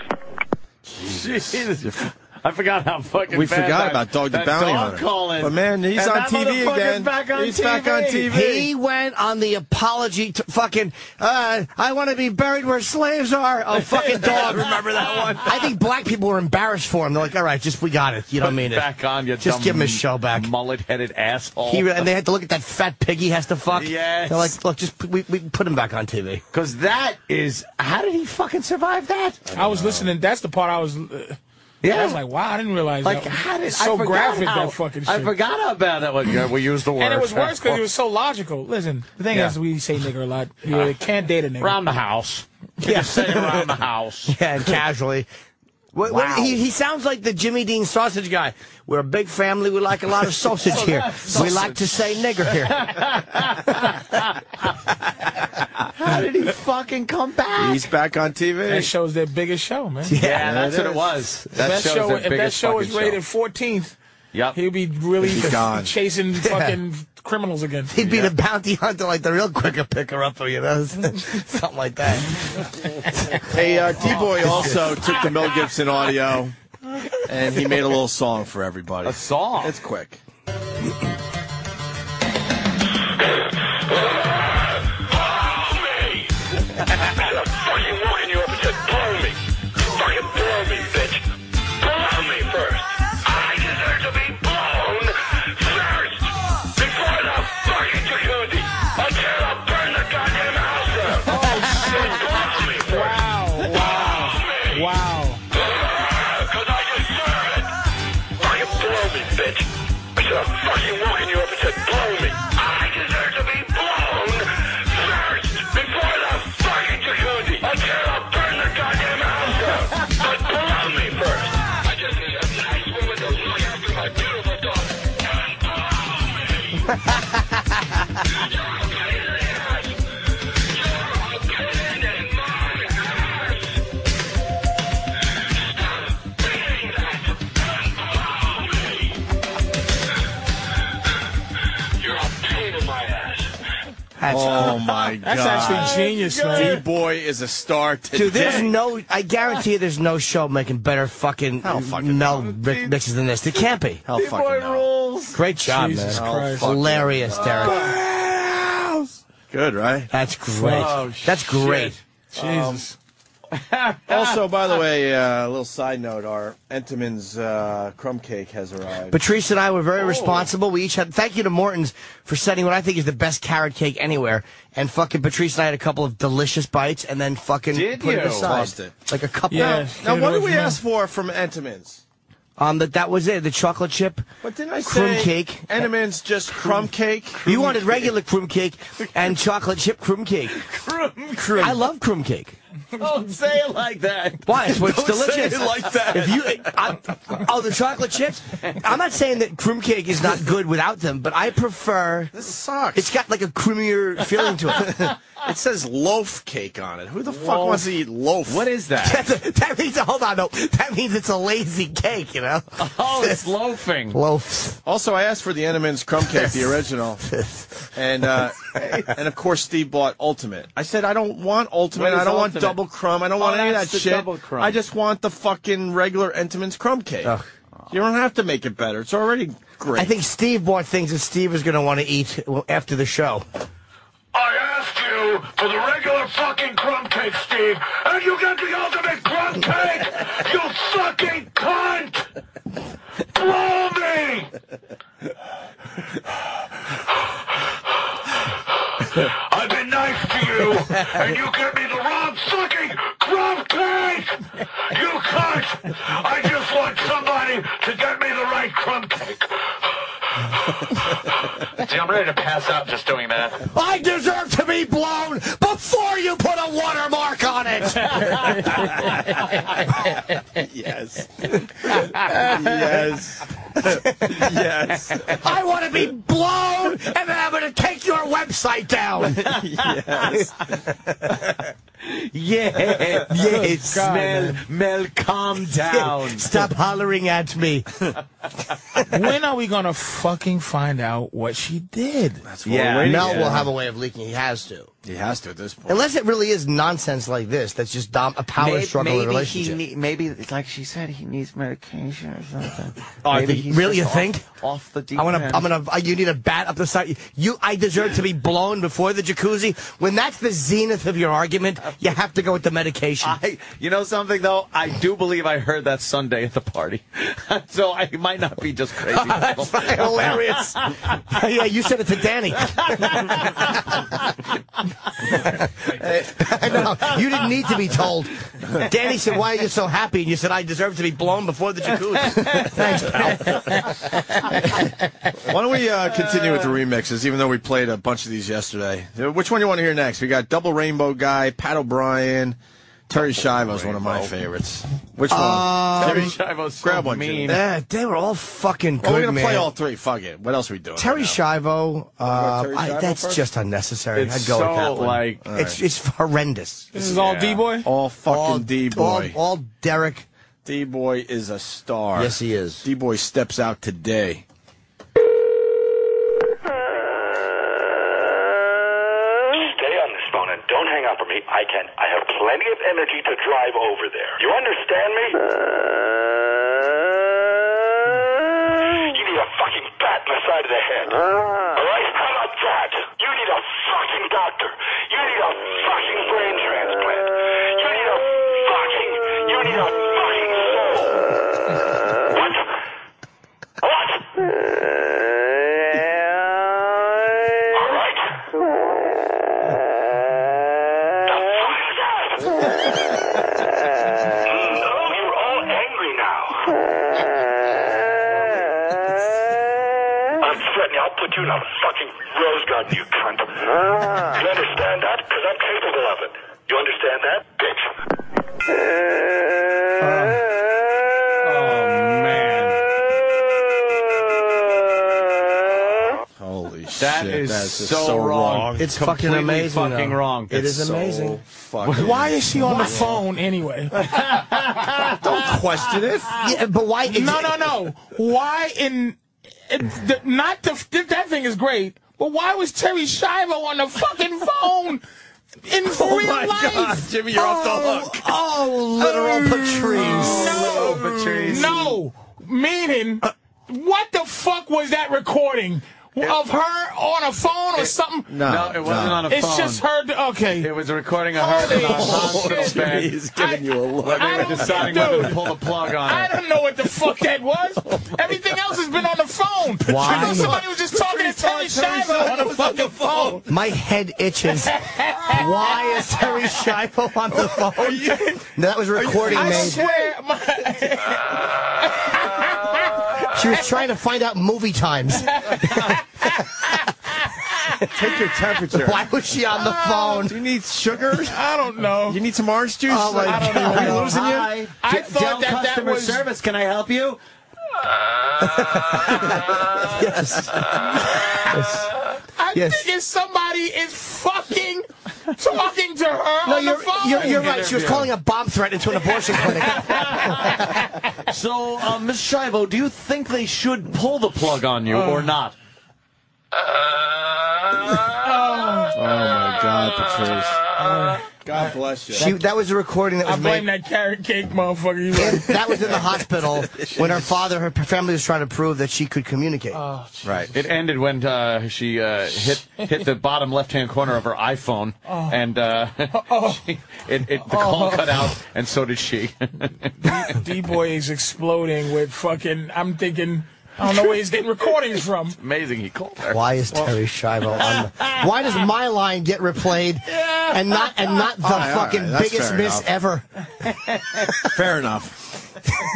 Jesus. I forgot how fucking
We
bad
forgot
that-
about Dog the
that
Bounty
dog
Hunter.
Calling.
But man, he's
And
on
that
TV
motherfucker's
again.
Back on
He's
TV.
back on TV.
He went on the apology to fucking, uh, I want to be buried where slaves are. Oh, fucking dog.
Remember that one?
I think black people were embarrassed for him. They're like, all right, just, we got it. You don't mean it.
Back on, you
Just
dumb
give him his show back.
Mullet-headed asshole.
He, and they had to look at that fat pig he has to fuck.
Oh. Yes.
They're like, look, just, put- we, we put him back on TV.
Because that is... How did he fucking survive that?
I was listening. That's the part I was. Uh,
Yeah.
I was like, wow, I didn't realize.
Like,
that.
how did...
It's so
I forgot
graphic
how,
that fucking shit.
I forgot how bad that was. Yeah, We used the word.
And it was worse because it was so logical. Listen, the thing
Yeah.
is, we say nigger a lot. You really can't date a nigger.
Around the house. You just say around the house.
Yeah, and casually. What, what-
Wow.
he, he sounds like the Jimmy Dean sausage guy. We're a big family. We like a lot of sausage here. We like to say nigger here.
How did he fucking come back?
He's back on
that
TV.
show's their biggest show, man.
yeah, that's
it
what it
is.
was. That,
If that
show's
show,
the
if that
biggest
show is
fucking
rated 14th,
Yep.
he'll be really
He'd be gone.
chasing fucking criminals again.
He'd be the bounty hunter, like the real quicker picker up, you know, something like that.
Hey, uh, D Boy
Oh,
also took the Mel Gibson audio, and he made a little song for everybody.
A song.
It's quick.
Blow me! I should have fucking woken you up and said, blow me. Fucking blow me, bitch. Blow me first. I deserve to be blown first. Before the fucking jacuzzi. Until I burn the goddamn house down. Oh, shit. Blow me first.
Wow, wow,
Blow me.
wow.
Because I deserve it. Fucking blow me, bitch. I should have fucking woken you up and said, blow me. I deserve to be blown first before the fucking jacuzzi. Until I burn the goddamn house down. But blow me first. I just need a nice woman to look after my beautiful daughter. And blow me. You're a pain in the ass. You're a pain in my ass. Being that and blow me. You're a pain in my ass.
Oh my god.
That's actually genius, man.
D Boy is a star today.
Dude, there's no, I guarantee you there's no show making better fucking,
Hell fucking
Mel mi- mixes than this. There can't be.
Hell fucking no.
rules.
Great job,
Jesus
man.
Christ.
Hilarious, Derek.
Good, right?
That's great.
Oh,
That's great. Um,
shit.
Jesus.
Um, Also, by the way, uh, a little side note: our Entenmann's uh, crumb cake has arrived. Oh.
Patrice and I were very responsible. We each had thank you to Morton's for sending what I think is the best carrot cake anywhere. And fucking Patrice and I had a couple of delicious bites and then fucking
Did
put it
you?
aside.
Tossed it.
Like a couple.
Yeah.
now, what did we
Yeah.
ask for from Entenmann's?
Um, that that was it. The chocolate chip.
What didn't I
Crumb
say?
cake.
Entenmann's just crumb cake.
you wanted regular crumb cake and chocolate chip crumb cake. I love crumb cake.
Don't say it like that.
Why? It's, it's
Don't
delicious.
say it like that.
If you, I, oh, the chocolate chips. I'm not saying that crumb cake is not good without them, but I prefer.
This sucks.
It's got like a creamier feeling to it.
it says loaf cake on it. Who the fuck
Loaf.
wants to eat loaf?
What is that?
That's a, that means hold on, no, that means it's a lazy cake, you know.
Oh, it's loafing.
Loafs.
Also, I asked for the Entenmann's crumb cake, the original, and uh, and of course, Steve bought Ultimate. I said, I don't want Ultimate.
What is
I don't
Ultimate?
want Double Crumb. I don't
Oh,
want any of that
that's the
shit.
double crumb.
I just want the fucking regular Entenmann's crumb cake. You don't have to make it better. It's already great.
I think Steve bought things that Steve was going to want to eat well, after the show.
I asked you for the regular fucking crumb cake, Steve, and you got the ultimate crumb cake. You fucking cunt! Blow me! I've been nice to you, and you get me the wrong fucking crumb cake. You cunt! I just want somebody to get me the right crumb cake. See, I'm ready to pass out just doing that.
I deserve to be blown before you put a watermark on it.
yes. yes. yes.
I want to be blown, and then I'm going to take your website down.
yes.
Yeah, yeah, Mel, Mel, calm down.
Stop hollering at me.
when are we gonna fucking find out what she did?
That's what
Yeah,
we're waiting
Mel
for.
will have a way of leaking. He has to.
He has to at this point.
Unless it really is nonsense like this, that's just dom- a power
May-
struggle in a
He
relationship.
nee- maybe, it's like she said, he needs medication or something.
Oh, I
Maybe
think-
he's
really,
just
you
off-
think?
Off the deep
I want to.
end.
I'm gonna. uh, You need a bat up the side. You. I deserve to be blown before the jacuzzi. When that's the zenith of your argument, you have to go with the medication.
I, you know something though? I do believe I heard that Sunday at the party, so I might not be just crazy.
that's hilarious. yeah, you said it to Danny. I know. You didn't need to be told. Danny said, "Why are you so happy?" And you said, "I deserve to be blown before the jacuzzi." Thanks, pal.
Why don't we uh, continue with the remixes, even though we played a bunch of these yesterday? Uh, Which one you want to hear next? We got Double Rainbow Guy, Pat O'Brien, Terry Schiavo is one of my favorites. Which one? Jimmy? grab one, Jimmy. Eh,
Yeah, they were all fucking good,
well, we're gonna
man.
play all three. Fuck it. What else are we doing?
Terry
right now?
Schiavo, uh,
Terry
I-
Schiavo
that's
first?
just unnecessary.
It's
I'd go with
so,
that one.
like-
it's it's horrendous.
This is all D boy.
All fucking
all,
D
all,
boy.
all Derek.
D boy is a star.
Yes, he is.
D boy steps out today.
Stay on this phone and don't hang up for me. I can. I have plenty of energy to drive over there. You understand me? You need a fucking bat in the side of the head. Alright? How about that? You need a fucking doctor. You need a fucking brain transplant. You need a fucking. You need a fucking soul. What? What? Alright? The fuck is that? No, you're all angry now. I'm threatening. I'll put you in a fucking rose garden, you cunt. You understand that? Because I'm capable of it. You understand that, bitch?
Holy shit.
That is
that's just
so wrong.
It's
Completely
fucking amazing.
fucking
though.
wrong.
It
It's
is
so
amazing.
Fucking
Why is she on the phone anyway?
Don't question it.
Yeah, but why?
No, no, no. Why in it, the, not the th- that thing is great, but why was Terry Shivo on the fucking phone in
Oh
real
my
life?
God, Jimmy, you're off the hook.
Oh, literal Patrice.
No, no. Meaning, what the fuck was that recording of her on a phone or something?
No, it wasn't on a
It's
phone.
just her. Okay.
It was a recording of her in a
Holy
hospital
shit.
bed.
He's giving you a look.
I don't,
Deciding whether to
dude,
pull the plug on
I
it.
don't know what the fuck that was.
Oh
Everything else has been on the phone.
Why?
I know somebody was just talking to Terry Shivo on a fucking phone.
My head itches. Why is Terry Schiavo on the phone? No, that was recording,
I
man.
swear, my,
She was trying to find out movie times.
Take your temperature. Ah,
Why was she on the phone?
Do you need sugar?
I don't know.
You need some orange juice?
Oh, my
Like,
God.
Are we losing you?
Hi,
I
D-
thought
Dell
that that
customer
was-
service. Can I help you?
Yes.
I
Yes.
think it's somebody is fucking talking to her
No,
on
you're,
the phone.
you're, you're right. She was calling a bomb threat into an abortion clinic.
So, uh, Miss Shivo, do you think they Uh. should pull the plug on you or not?
oh uh,
Patrice. God bless you.
She, that was a recording that was
I blame
made.
that carrot cake motherfucker. You
in- that was in the hospital when her father, her family was trying to prove that she could communicate.
Oh,
Right. It ended when uh, she uh, hit hit the bottom left hand corner of her iPhone, and uh, she, it, it, the call cut out, and so did she.
D boy is exploding with fucking. I'm thinking. I don't know where he's getting recordings from.
Amazing, he called her.
Why is Terry Schiavo on the, Why does my line get replayed and not and not the
All right, all right,
fucking
that's
biggest
fair
miss
enough.
ever?
Fair enough.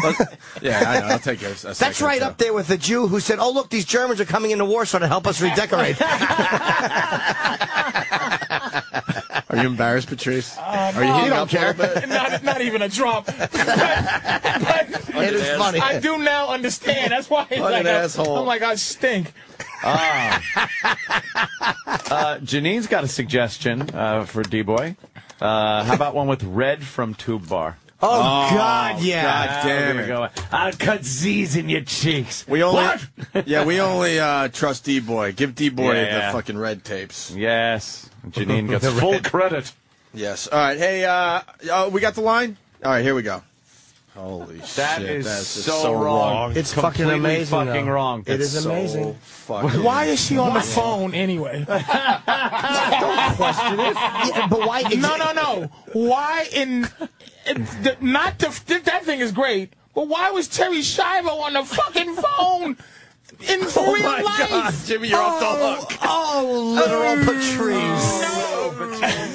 But- yeah, I know. I'll take yours.
That's right up there with the Jew who said, "Oh look, these Germans are coming into Warsaw to help us redecorate."
Are you embarrassed, Patrice?
Uh,
Are you heating
don't
up a little bit?
Oh, Not, not even a drop. But, but
it is funny.
I do now understand. That's why it's
What
like
an
I,
asshole.
I'm like I stink.
Ah. Uh, Janine's got a suggestion uh, for D Boy. Uh, how about one with Red from Tube Bar?
Oh, God, yeah.
God
Ah,
damn
we're
it.
gonna go, I'll cut Z's in your cheeks.
We only, yeah, we only uh, trust D boy. Give D boy
Yeah.
the fucking red tapes.
Yes. Janine gets full credit.
Yes. All right. Hey, uh, uh, we got the line. All right, here we go. Holy
That
shit!
is
that's just
so wrong.
It's fucking
Completely
amazing.
fucking
though.
wrong.
It
It's
is
So
amazing.
fucking-
Why is she on the phone anyway?
Yeah, but why?
No, no, no. Why in it- the- not the th- that thing is great, but why was Terry Shivo on the fucking phone in real
Oh my
life?
God, Jimmy, you're off the hook.
Oh, literal Patrice.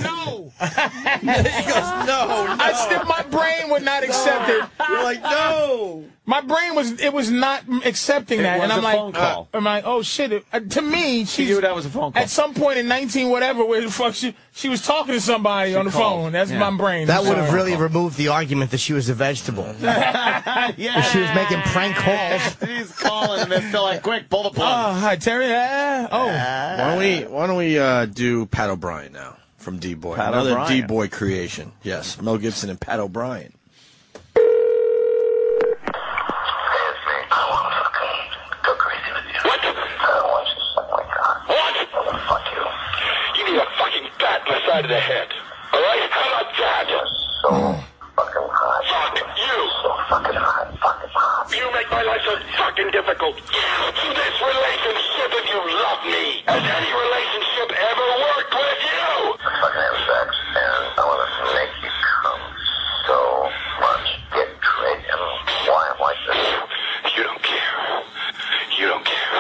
No,
He goes, no,
I still my brain would not accept it.
You're like, no.
My brain was it was not accepting
It
that,
was
and I'm
a
like,
phone call.
uh, I'm like, oh shit. It, uh, to me,
She
she's
knew that was a phone call.
at some point in 19 whatever where the fuck she she was talking to somebody on the
called.
phone. That's
Yeah.
my brain.
That would
So-
have really removed the argument that she was a vegetable. If she was making prank calls.
He's calling and they're still like, quick, pull the plug.
Oh, hi Terry. Uh, oh,
Why don't we? Why don't we uh, do Pat O'Brien now from D boy?
Pat
Another
O'Brien.
D boy creation. Yes, Mel Gibson and Pat O'Brien.
What? What? Fuck you. You need a fucking bat in the side of the head. All right? How about that? so fucking hot. Fuck you. So fucking hot. Fucking hot. You make my life so fucking difficult. This relationship, if you love me, has any relationship ever worked with you? I fucking have sex, and I want to make you come so much. Get great and why I'm like this. You don't care. You don't care.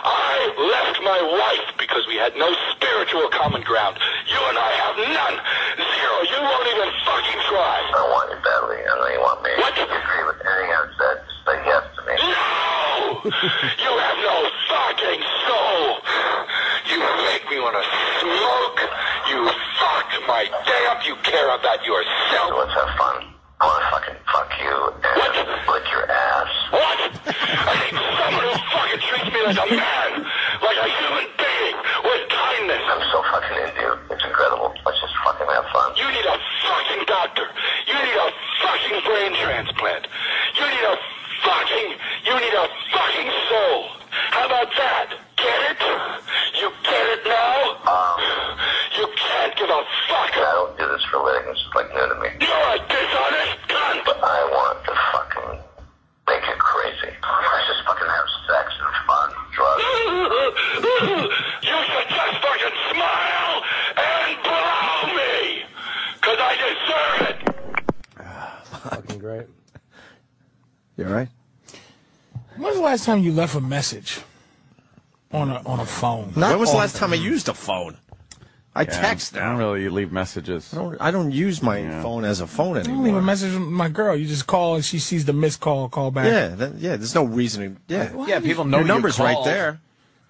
I left my wife because we had no spiritual common ground. You and I have none. Zero. You won't even fucking try. I want you badly. I know you want me. What? You agree with anything I've said. Just say yes to me. No! you have no fucking soul. You make me want to smoke. You fuck my day up. You care about yourself. let's have fun. I want to fucking fuck you and lick your ass. What? I need someone who fucking treats me like a man, like a human being, with kindness. I'm so fucking into you. It's incredible. Let's just fucking have fun. You need a fucking doctor. You need a fucking brain transplant. You need a fucking, you need a fucking soul. How about that? Get it? You get it now? Um, you can't give a fuck. I don't do this for a living. It's like new to me. You're a dishonest cunt. But I want to fucking make you crazy. Let's just fucking have sex and fun, drugs. you should just fucking smile and blow me, cause I deserve it.
You all right?
when's the last time you left a message on a on a phone?
When was the last time I used a phone? I text
I don't
now.
really leave messages.
I don't, I don't use my phone as a phone
I don't leave a
anymore.
message from my girl. You just call and she sees the missed call, call back.
Yeah, that, yeah. There's no reason. To, yeah,
Yeah, people know
your number's
you
right
called.
there.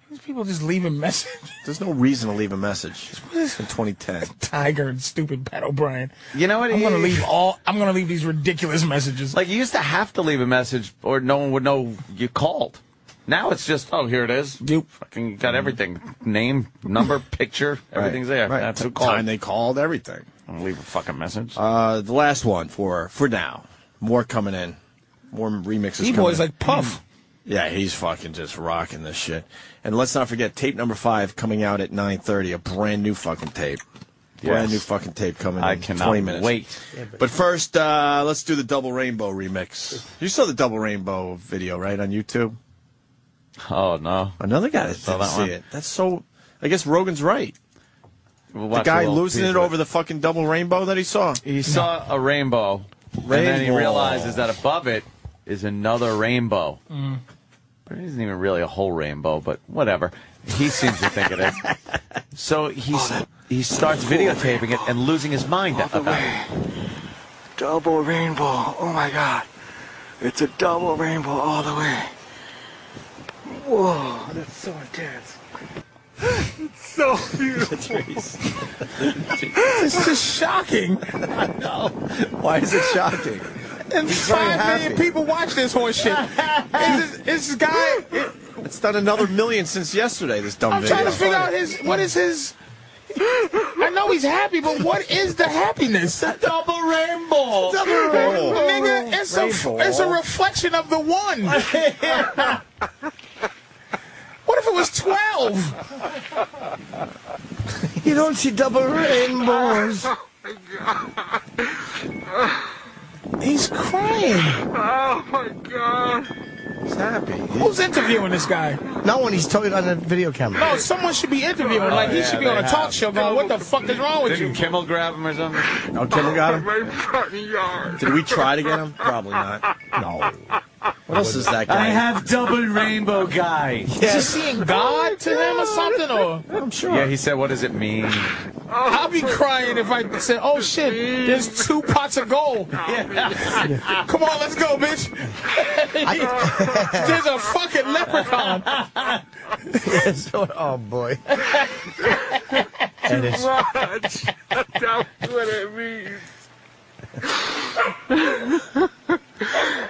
These people just leaving messages.
There's no reason to leave a message in 2010.
Tiger and stupid Pat O'Brien.
You know what?
I'm gonna
he-
leave all. I'm gonna leave these ridiculous messages.
Like you used to have to leave a message, or no one would know you called. Now it's just, oh, here it is. You fucking got everything: name, number, picture, everything's there.
Right.
That's
T-
who called.
Time they called everything.
I'm gonna leave a fucking message.
Uh, the last one for for now. More coming in. More remixes.
D
coming
boy's
in. Mm.
like Puff.
yeah, he's fucking just rocking this shit. And let's not forget tape number five coming out at 9:30. A brand new fucking tape. Brand new fucking tape coming.
I
in
cannot
20 minutes.
wait. Yeah,
but, first, uh, let's do the Double Rainbow remix. You saw the Double Rainbow video, right, on YouTube?
Oh no!
Another guy that
saw
didn't
that
see
one.
it. That's so. I guess Rogan's right. The guy losing it over the fucking Double Rainbow that he saw.
He saw a rainbow, and then he
Rainbow.
realizes that above it is another rainbow.
Mm.
But it isn't even really a whole rainbow, but whatever. He seems to think it is. So he he starts videotaping it and losing his mind about it.
Double rainbow. Oh my god. It's a double rainbow all the way. Whoa, that's so intense. it's so beautiful.
It's just shocking. I know.
Why is it shocking?
And
He's very
five million
happy.
people watch this horse shit. It's this, it's this guy. it-
It's done another million since yesterday. This dumb
I'm
video.
trying to figure out his. What is his? I know he's happy, but what is the happiness?
Double rainbow.
Double rainbow. Nigga, it's
Rainbow.
a it's a reflection of the one. what if it was twelve?
You don't see double rainbows.
He's crying.
Oh my god.
He's happy.
Who's interviewing this guy?
No one. He's totally on the video camera.
No, someone should be interviewing. Like he
yeah,
should be on
they
Oh,
a talk
have.
show. Going, what the fuck is wrong with you?
Didn't Kimmel grab him or something?
Oh, Kimmel got him.
My fucking yard.
Did we try to get him? Probably not. No. What else is that guy?
I have double rainbow guy.
Is he seeing God to him or something? Or
I'm sure.
Yeah, he said, "What does it mean?"
Oh, I'll be crying if I said, "Oh shit, there's two pots of gold."
Oh,
Come on, let's go, bitch. there's a fucking leprechaun.
So- oh boy. That is-
Oh,
Watch. That's what it means.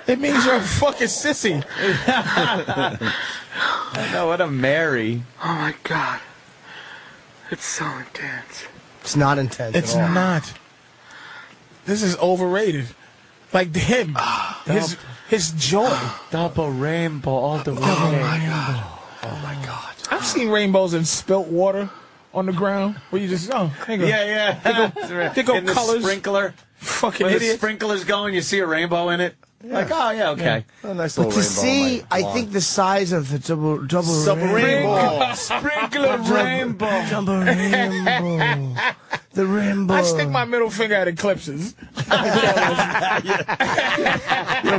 It means you're a fucking sissy.
No, what a Mary.
Oh my god. It's so intense.
it's not intense.
It's
at all.
not. This is overrated. Like him,
Ah,
his his joy. Oh,
Double rainbow all the way. Oh,
I've seen rainbows in spilt water on the ground where you just oh, hang on.
Yeah, yeah.
They go
In the
colors.
sprinkler.
fucking
When the
idiot.
sprinkler's going, you see a rainbow in it. Like, oh yeah, okay.
A nice
But
little
to
rainbow
see,
on my
I
lawn.
think the size of the double double
Double
rainbow.
rainbow.
Sprinkler rainbow.
Double rainbow. The rainbow.
I stick my middle finger at eclipses.
you don't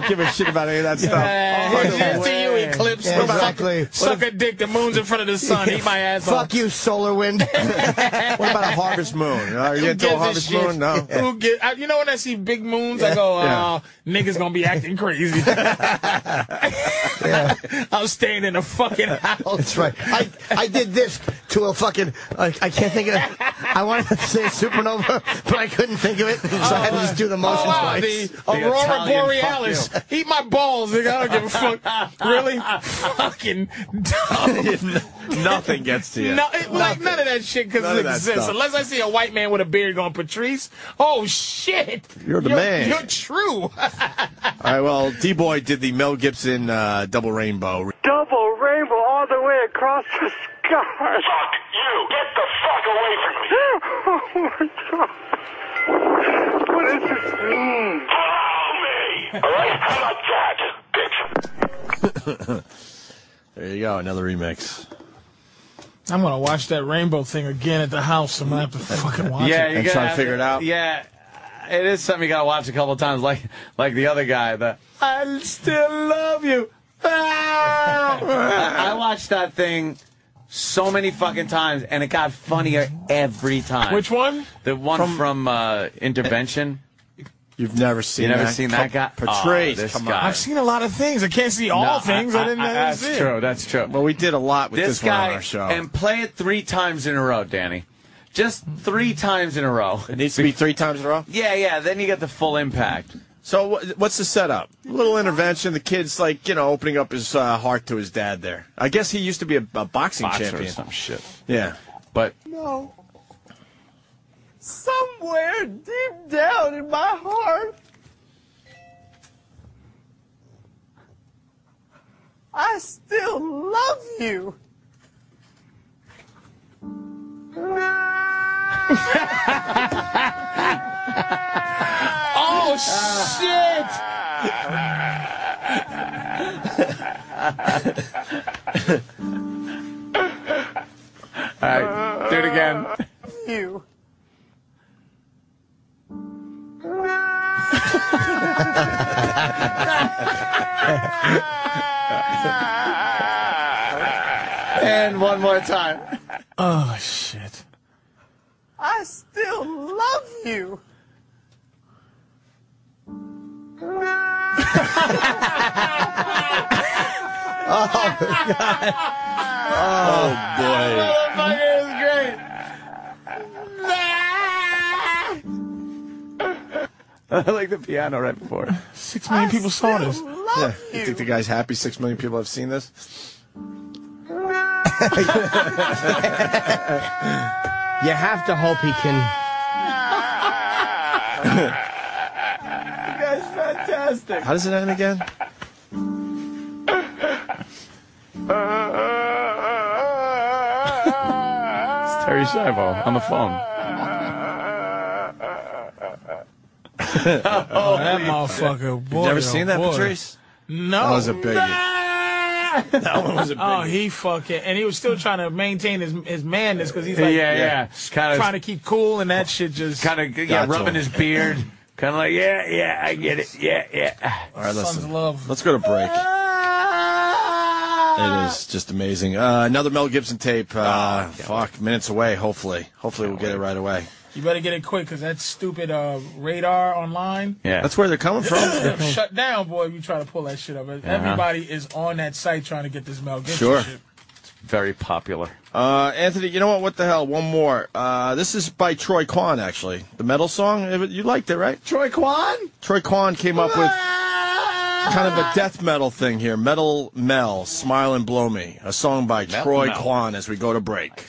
give a shit about any of that stuff.
Uh,
Fuck
here's
them.
to you, eclipse.
Yeah, exactly.
Suck a dick. The moon's in front of the sun. Eat my ass off.
Fuck you, solar wind.
What about a harvest moon? Are you
Who
getting to a
gives a
harvest
shit?
moon? No.
Who get, I, you know when I see big moons, I go, uh, niggas gonna be acting crazy. I'm staying in a fucking house.
That's right. I, I did this to a fucking. I, I can't think of. it. I wanted to say supernova, but I couldn't think of it, so I had to just do the motion
Oh, wow,
twice.
the, Aurora
Italian fuck
Borealis. Eat my balls, nigga. I don't give a fuck. really? Fucking dumb.
Nothing gets to you.
No, it, like none of that shit because
None
it
of that
exists.
stuff.
Unless I see a white man with a beard going, Patrice, oh shit.
You're the man.
You're true.
All right, well, D Boy did the Mel Gibson uh, Double Rainbow.
Double rainbow all the way across the sky.
Fuck you! Get the fuck away from me!
Oh my god. What does this mean?
Allow me! Alright, how about that, bitch?
There you go, another remix.
I'm gonna watch that rainbow thing again at the house. I'm gonna have to fucking watch
Yeah,
it.
you
And
gotta
try to
have
figure it out.
Yeah, it is something you gotta watch a couple times, like like the other guy. The I still love you. Ah! I watched that thing so many fucking times, and it got funnier every time.
Which one?
The one from, uh, Intervention.
You've never seen
You never
that?
seen that guy?
Come-
Oh,
Patrice,
this
come
guy.
on.
I've seen a lot of things. I can't see all
No,
things. I, didn't know
That's
see it.
true. That's true.
Well, we did a lot with
this
this, one on
guy
our show.
and play it three times in a row, Danny. Just three times in a row.
it needs to be three times in a row.
Yeah, yeah. Then you get the full impact.
So, wha- what's the setup? Little intervention. The kid's like, you know, opening up his uh, heart to his dad. There, I guess he used to be a, a boxing
Boxer or
champion.
some shit.
Yeah.
But
No. Somewhere deep down in my heart, I still love you.
oh shit!
All right, do it again.
Uh, You.
And one more time.
Oh shit!
I still love you.
Oh, God. Oh, boy.
Motherfucker is great. I like the piano right before.
Six million people saw this.
Yeah. You think the guy's happy? Six million people have seen this.
You have to hope he can.
That's fantastic.
How does it end again?
It's Terry Schiavo on the phone.
Oh, that motherfucker! Boy,
You've never
oh,
seen that,
boy.
Patrice?
No.
That was a big. That one was a big.
Oh, he fucking and he was still trying to maintain his his madness because he's
yeah,
like
yeah. Kind of,
trying to keep cool and that shit just
kind of, yeah,
Gotcha.
rubbing his beard. Kind of like, yeah, yeah, I get it. Yeah, yeah. Ah.
All right,
sons
listen.
love.
Let's go to break. It is just amazing. Uh, another Mel Gibson tape.
Ah,
Uh, fuck, minutes away. Hopefully, hopefully we'll get it right away.
You better get it quick because that stupid uh, radar online
Yeah.
That's where they're coming from. Uh-huh.
shut down, boy. If you try to pull that shit up, everybody is on that site trying to get this Mel Gibson
Sure.
shit.
very popular.
Uh, Anthony, you know what? What the hell? One more. Uh, this is by Troy Kwan, actually. The metal song. You liked it, right?
Troy Kwan? Ah!
Troy Kwan came up with kind of a death metal thing here. Metal Mel, Smile and Blow Me, a song by Troy
Mel.
Kwan as we go to break.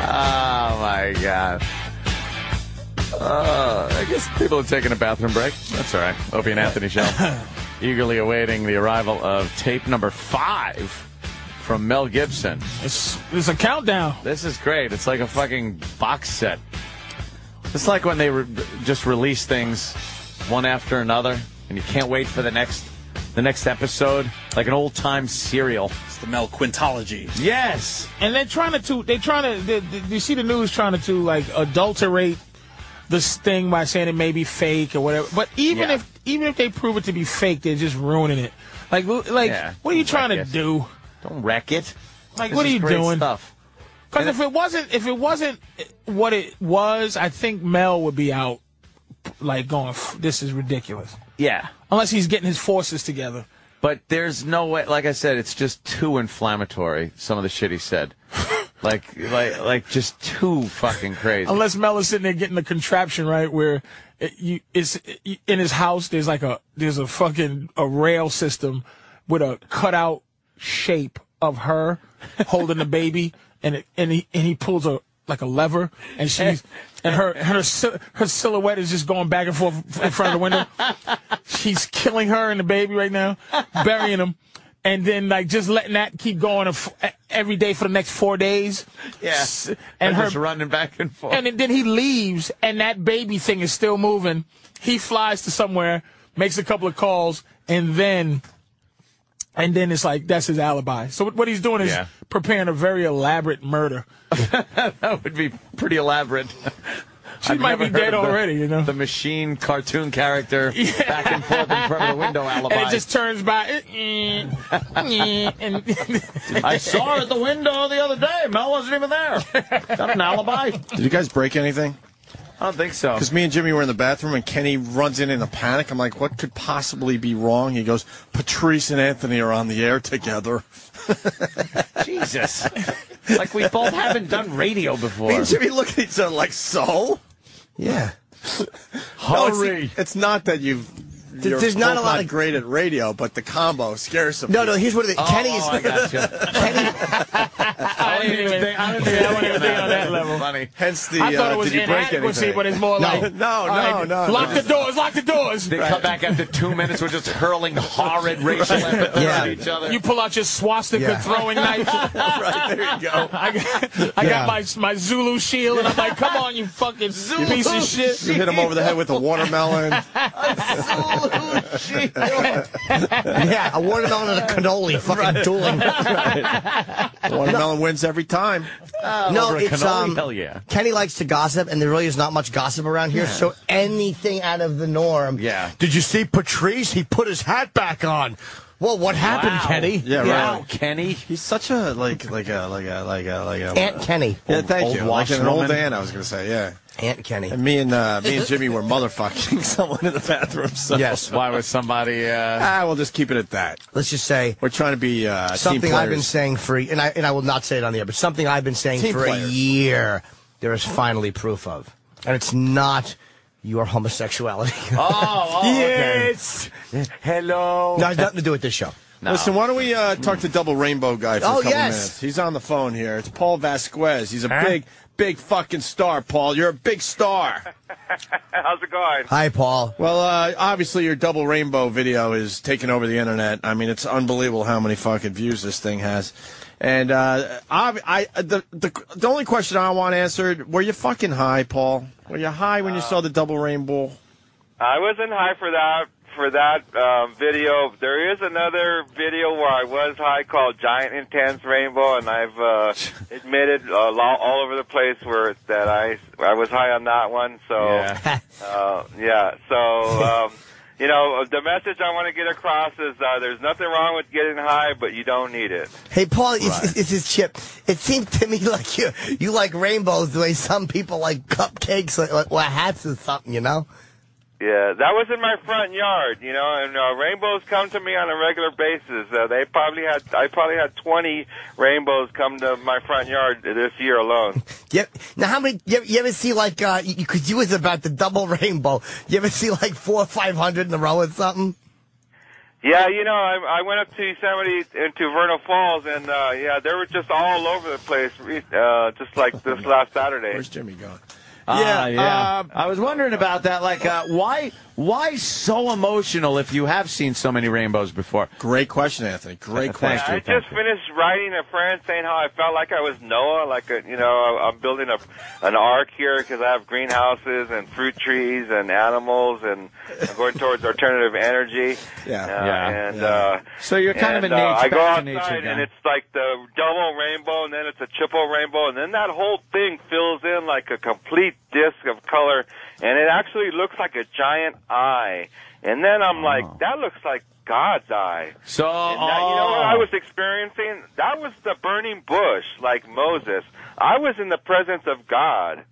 Oh my god. Uh, I guess people are taking a bathroom break. That's all right. Opie and Anthony show. Eagerly awaiting the arrival of tape number five from Mel Gibson.
It's it's a countdown.
This is great. It's like a fucking box set. It's like when they re- just release things one after another, and you can't wait for the next the next episode, like an old time serial.
It's the Mel Quintology.
Yes.
and they're trying to, to they're trying to they, they, you see the news trying to, to like adulterate this thing by saying it may be fake or whatever but even
Yeah.
if even if they prove it to be fake they're just ruining it like l- like
Yeah,
what are you
like
trying to
this.
do
Don't wreck it.
like
This
what are
is
you
great
doing
Stuff.
because if it wasn't if it wasn't what it was i think mel would be out like going "F- this is ridiculous
Yeah.
unless he's getting his forces together
But there's no way. Like I said, it's just too inflammatory. Some of the shit he said, like, like, like, just too fucking crazy.
Unless Mel is sitting there getting the contraption right where it, you it's it, in his house. There's like a there's a fucking a rail system with a cutout shape of her holding the baby, and it, and he and he pulls a like a lever, and she's and her her sil- her silhouette is just going back and forth in front of the window. She's killing her and the baby right now, burying him. And then, like, just letting that keep going f- every day for the next four days. S-
yeah.
And her,
just running back and forth.
and then- then he leaves, and that baby thing is still moving. He flies to somewhere, makes a couple of calls, and then, and then it's like that's his alibi. So what- what he's doing is
Yeah.
preparing a very elaborate murder.
that would be pretty elaborate.
She might
never
be
heard
dead
of the-
already, you know.
The machine cartoon character back and forth in front of the window alibi.
And it just turns by, eh, eh, eh, and
I saw her at the window the other day. Mel wasn't even there. Got an alibi?
Did you guys break anything?
I don't think so.
Because me and Jimmy were in the bathroom, and Kenny runs in in a panic. I'm like, what could possibly be wrong? He goes, Patrice and Anthony are on the air together.
Jesus. like we both haven't done radio
Me
before.
and Jimmy look at each other like, so? Yeah. No, it's-
Hurry.
it's, not that you've. You're
there's not
both
a lot
not
of-
great at radio, but the combo scares some
No, no,
people.
here's what it is. Kenny's.
Oh, I got you.
Kenny,
I didn't even think. I didn't think I wouldn't even think on that level. Funny.
Hence uh,
I thought it was inadequacy, but it's more like all right, Lock the doors, lock the doors.
They come back after two minutes. We're just hurling horrid racial epithets
Yeah.
at each other.
You pull out your swastika
Yeah.
throwing knife.
Ah,
Right, there you go.
I got, I
Yeah.
got my my Zulu shield, and I'm like, come on, you fucking Zulu piece of shit.
You hit him over the head with a watermelon.
yeah, a watermelon and a cannoli, fucking dueling.
Watermelon wins every time.
no,
Over a
it's
cannoli?
um,
Hell yeah.
Kenny likes to gossip, and there really is not much gossip around here.
Yeah.
So anything out of the norm.
Yeah.
Did you see Patrice? He put his hat back on. Well, what happened, Kenny?
Yeah, right.
Kenny.
He's such a like like a like a like a like a
Aunt Kenny.
Yeah,
Old-
thank
old
you.
wash
Like an old
woman.
aunt, I was gonna say. Yeah.
Aunt Kenny.
And me and uh, me and Jimmy were motherfucking someone in the bathroom. So.
Yes.
Why was somebody? Uh...
Ah, we'll just keep it at that.
Let's just say
we're trying to be uh, team
something I've been
players.
saying for and I and I will not say it on the air, but something I've been saying
Team
for a
players.
year. There is finally proof of, and it's not your homosexuality.
Oh, oh, okay.
yes.
Hello.
No, it has nothing to do with this show.
Listen, why don't we uh, talk to Double Rainbow guy for
Oh,
a couple
yes.
minutes? He's on the phone here. It's Paul Vasquez. He's a
Huh?
big, big fucking star, Paul. You're a big star.
How's it going?
Hi, Paul.
Well, uh, obviously, your Double Rainbow video is taking over the internet. I mean, it's unbelievable how many fucking views this thing has. And uh, I, I the, the the only question I want answered: Were you fucking high, Paul? Were you high
Uh,
when you saw the Double Rainbow?
I wasn't high for that for that um, video. There is another video where I was high called Giant Intense Rainbow, and I've uh, admitted uh, lo- all over the place where that I I was high on that one. So
Yeah.
uh, yeah. So um, you know, the message I want to get across is uh, there's nothing wrong with getting high, but you don't need it.
Hey, Paul, it's, it's his chip. It seemed to me like you you like rainbows the way some people like cupcakes or, or hats or something, you know?
Yeah, that was in my front yard, you know, and uh, rainbows come to me on a regular basis. Uh, they probably had, I probably had 20 rainbows come to my front yard this year alone.
Yep. Now, how many? You, you ever see like uh? Because you, was about the double rainbow. You ever see like four or five hundred in a row or something?
Yeah, you know, I, I went up to Yosemite into Vernal Falls, and uh, yeah, they were just all over the place, re- uh, just like this last Saturday. Where's
Jimmy going?
Yeah, yeah. I was wondering about that. Like, uh, why, why so emotional if you have seen so many rainbows before?
Great question, Anthony. Great
Yeah, I just finished writing a friend saying how I felt like I was Noah, like a, you know, I'm building a an ark here because I have greenhouses and fruit trees and animals, and I'm going towards alternative energy.
Yeah,
uh,
yeah,
And uh,
So you're kind of
and,
a nature-
uh, I go
back to
outside
nature guy.
and it's like the double rainbow, and then it's a triple rainbow, and then that whole thing fills in like a complete disc of color, and it actually looks like a giant eye. And then I'm like, that looks like God's eye.
Oh. So oh.
And that, you know what I was experiencing? That was the burning bush, like Moses. I was in the presence of God.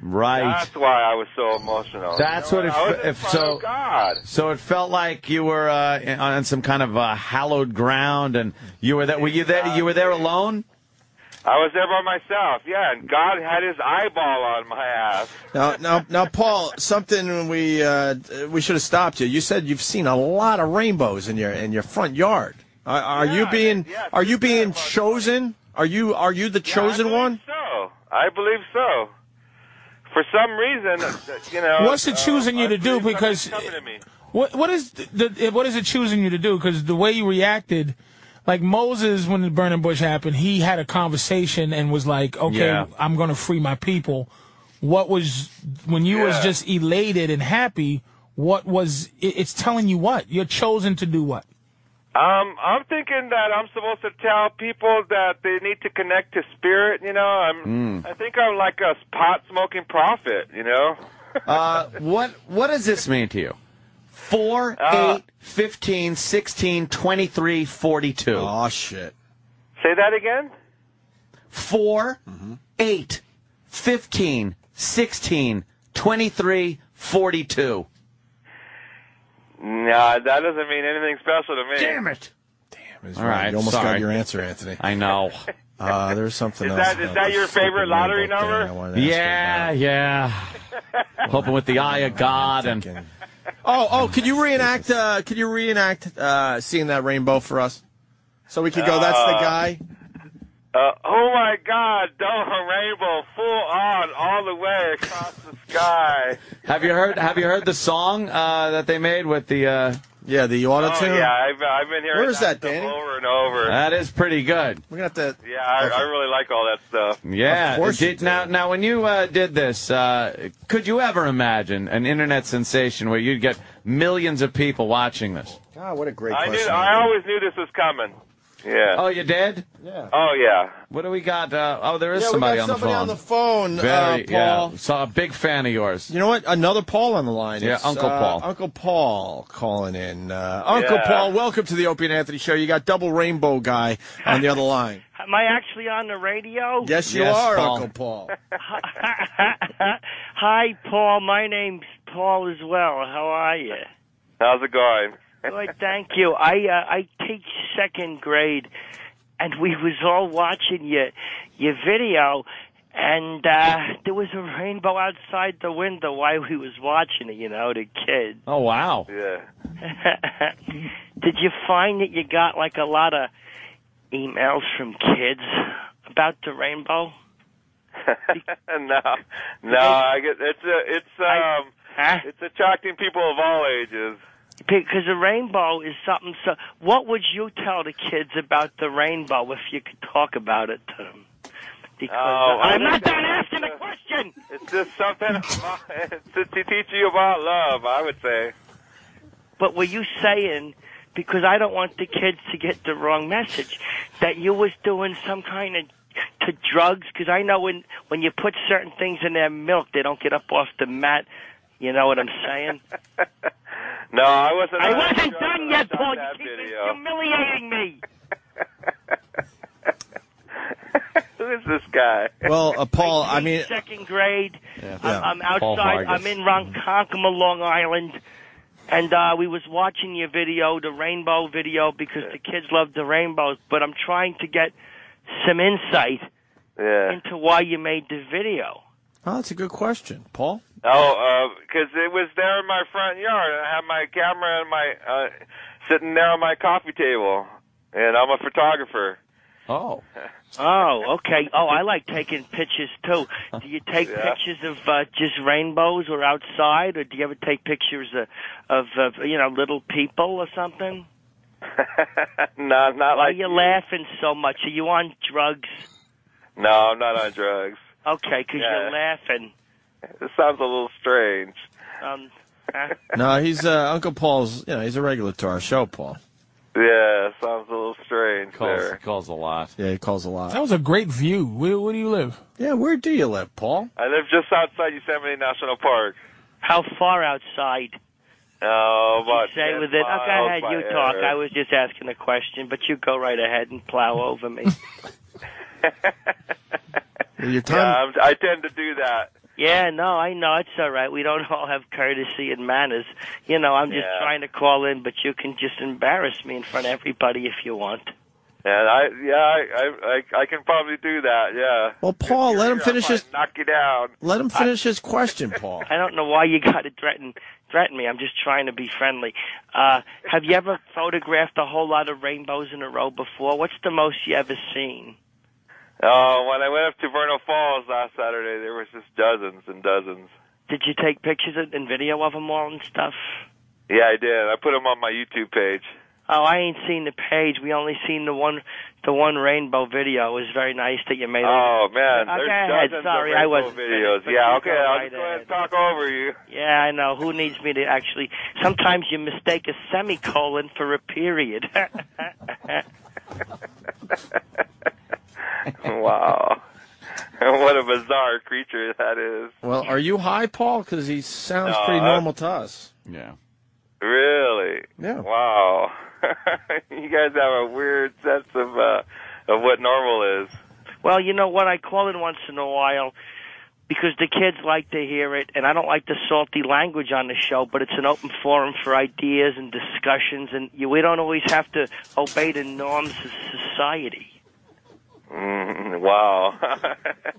right.
That's why I was so emotional.
That's
You know
what it
I Oh, was
fe-
in
if
front
so-
of God.
So it felt like you were uh, in- on some kind of uh, hallowed ground, and you were that. Were you there? You were there alone?
I was there by myself. Yeah, and God had His eyeball on my ass.
Now, now, now, Paul, something we uh, we should have stopped you. You said you've seen a lot of rainbows in your in your front yard. Are, are you being are you being chosen? Are you are you the chosen one?
So I believe so. For some reason, you know. uh,
What's it choosing you to do? Because
coming to me.
what what is the, the what is it choosing you to do? Because the way you reacted, like Moses when the burning bush happened, he had a conversation and was like, "Okay,
Yeah.
I'm going to free my people." What was when you was
Yeah.
just elated and happy? What was it, it's telling you what you're chosen to do? What
Um, I'm thinking that I'm supposed to tell people that they need to connect to spirit. You know, I'm.
Hmm.
I think I'm like a pot smoking prophet. You know.
Uh, what What does this mean to you? 4,
Uh,
8, 15, 16, 23, 42.
Oh, shit.
Say that again?
4,
Mm-hmm.
8, 15, 16, 23, 42.
Nah, that doesn't mean anything special to me.
Damn it!
Damn,
All right,
you almost
sorry.
got your answer, Anthony.
I know.
Uh, there's something
Is
else.
that is
about
that
this
your
fucking
favorite
rainbow
lottery
thing I
number?
wanted to ask
Yeah, yeah. Hoping with the eye of God and
you. Oh, oh, could you reenact? Uh, could you reenact uh, seeing that rainbow for us? So we could go. That's the
Uh,
guy.
Uh, oh my God, Double Rainbow, full on, all the way across the sky.
Have you heard? Have you heard the song uh, that they made with the? Uh,
yeah, the auto
Oh yeah, I've, I've been hearing
Where is that,
stuff
Danny?
over and over.
That is pretty good.
We're gonna have to.
Yeah, I, I really like all that stuff.
Yeah. Did- now, now, when you uh, did this, uh, could you ever imagine an internet sensation where you'd get millions of people watching this?
God, what a great
I knew.
question.
I always knew this was coming. Yeah.
Oh, you did?
Yeah.
Oh yeah.
What do we got? Uh, oh, there is
Yeah, we
somebody,
got
on, the
somebody
phone.
on the phone, uh, Paul.
Yeah, so a big fan of yours.
You know what? Another Paul on the line.
Yeah,
It's,
Uncle
uh,
Paul.
Uncle Paul calling in. Uh, Uncle
Yeah.
Paul, welcome to the Opie and Anthony show. You got Double Rainbow Guy on the other line.
Am I actually on the radio?
Yes, you Yes, are, Paul. Uncle Paul.
Hi, Paul. My name's Paul as well. How are you?
How's it going?
Good, thank you. I uh, I teach second grade, and we was all watching your your video, and uh, there was a rainbow outside the window while we was watching it. You know, the kids.
Oh wow.
Yeah.
Did you find that you got like a lot of emails from kids about the rainbow?
no, no. I get it's a, it's um it's attracting people of all ages.
Because the rainbow is something. So, what would you tell the kids about the rainbow if you could talk about it to them? Because
Oh,
I'm
I think-
not done asking the question.
It's just something about, it's to to teach you about love. I would say.
But were you saying? Because I don't want the kids to get the wrong message that you was doing some kind of to drugs. Because I know when when you put certain things in their milk, they don't get up off the mat. You know what I'm saying?
No, I wasn't.
I
on
wasn't
drugs when
done
I
yet,
shot
Paul. You
that
keep
video.
humiliating me.
Who is this guy?
Well, uh, Paul, I mean,
second grade.
Yeah.
I'm, I'm
Yeah. Paul
outside. I'm
Vargas.
in Ronkonkoma, Long Island, and uh, we was watching your video, the rainbow video, because the kids love the rainbows. But I'm trying to get some insight
Yeah.
into why you made the video.
oh, that's a good question, Paul.
Oh, because it was there in my front yard, and I had my camera and my uh, sitting there on my coffee table, and I'm a photographer.
Oh.
Oh, okay. Oh, I like taking pictures too. Do you take
Yeah.
pictures of uh, just rainbows or outside, or do you ever take pictures of, of, of you know little people or something?
no, not
Why
like
are you laughing so much? Are you on drugs?
No, I'm not on drugs.
Okay, 'cause
Yeah.
you're laughing.
This sounds a little strange.
Um, huh?
No, he's uh, Uncle Paul's. You know, he's a regular to our show, Paul.
Yeah, sounds a little strange
Calls-
there.
Calls a lot.
Yeah, he calls a lot.
That was a great view. Where, where do you live?
Yeah, where do you live, Paul?
I live just outside Yosemite National Park.
How far outside?
Oh, about
Say
10
with it.
miles
Okay, I had
by
you talk.
air.
I was just asking a question, but you go right ahead and plow over me.
Your
Yeah, I'm, I tend to do that.
yeah, no, I know it's all right. We don't all have courtesy and manners. You know, I'm just
Yeah.
trying to call in, but you can just embarrass me in front of everybody if you want.
And I, yeah, I, I, I, I can probably do that. Yeah.
Well, Paul, let him
I
finish
might
his
Knock you down.
let him finish his question, Paul.
I don't know why you got to threaten threaten me. I'm just trying to be friendly. Uh, have you ever photographed a whole lot of rainbows in a row before? What's the most you ever seen?
Oh, when I went up to Vernal Falls last Saturday, there was just dozens and dozens.
Did you take pictures of- and video of them all and stuff?
Yeah, I did. I put them on my YouTube page.
Oh, I ain't seen the page. We only seen the one, the one rainbow video. It was very nice that you made. it.
Oh man,
Uh,
there's
go ahead.
dozens
Sorry,
of
I
rainbow
wasn't
videos.
finished, but
yeah,
you
okay,
go
I'll
right
just go ahead and talk over you.
Yeah, I know. Who needs me to actually? Sometimes you mistake a semicolon for a period.
wow, what a bizarre creature that is.
Well, are you high, Paul? Because he sounds
No,
Uh,
pretty
I-
normal to us.
Yeah.
Really?
Yeah.
Wow. you guys have a weird sense of uh, of what normal is.
well, you know what? I call in once in a while because the kids like to hear it, and I don't like the salty language on the show. But it's an open forum for ideas and discussions, and you, we don't always have to obey the norms of society.
Mm, wow.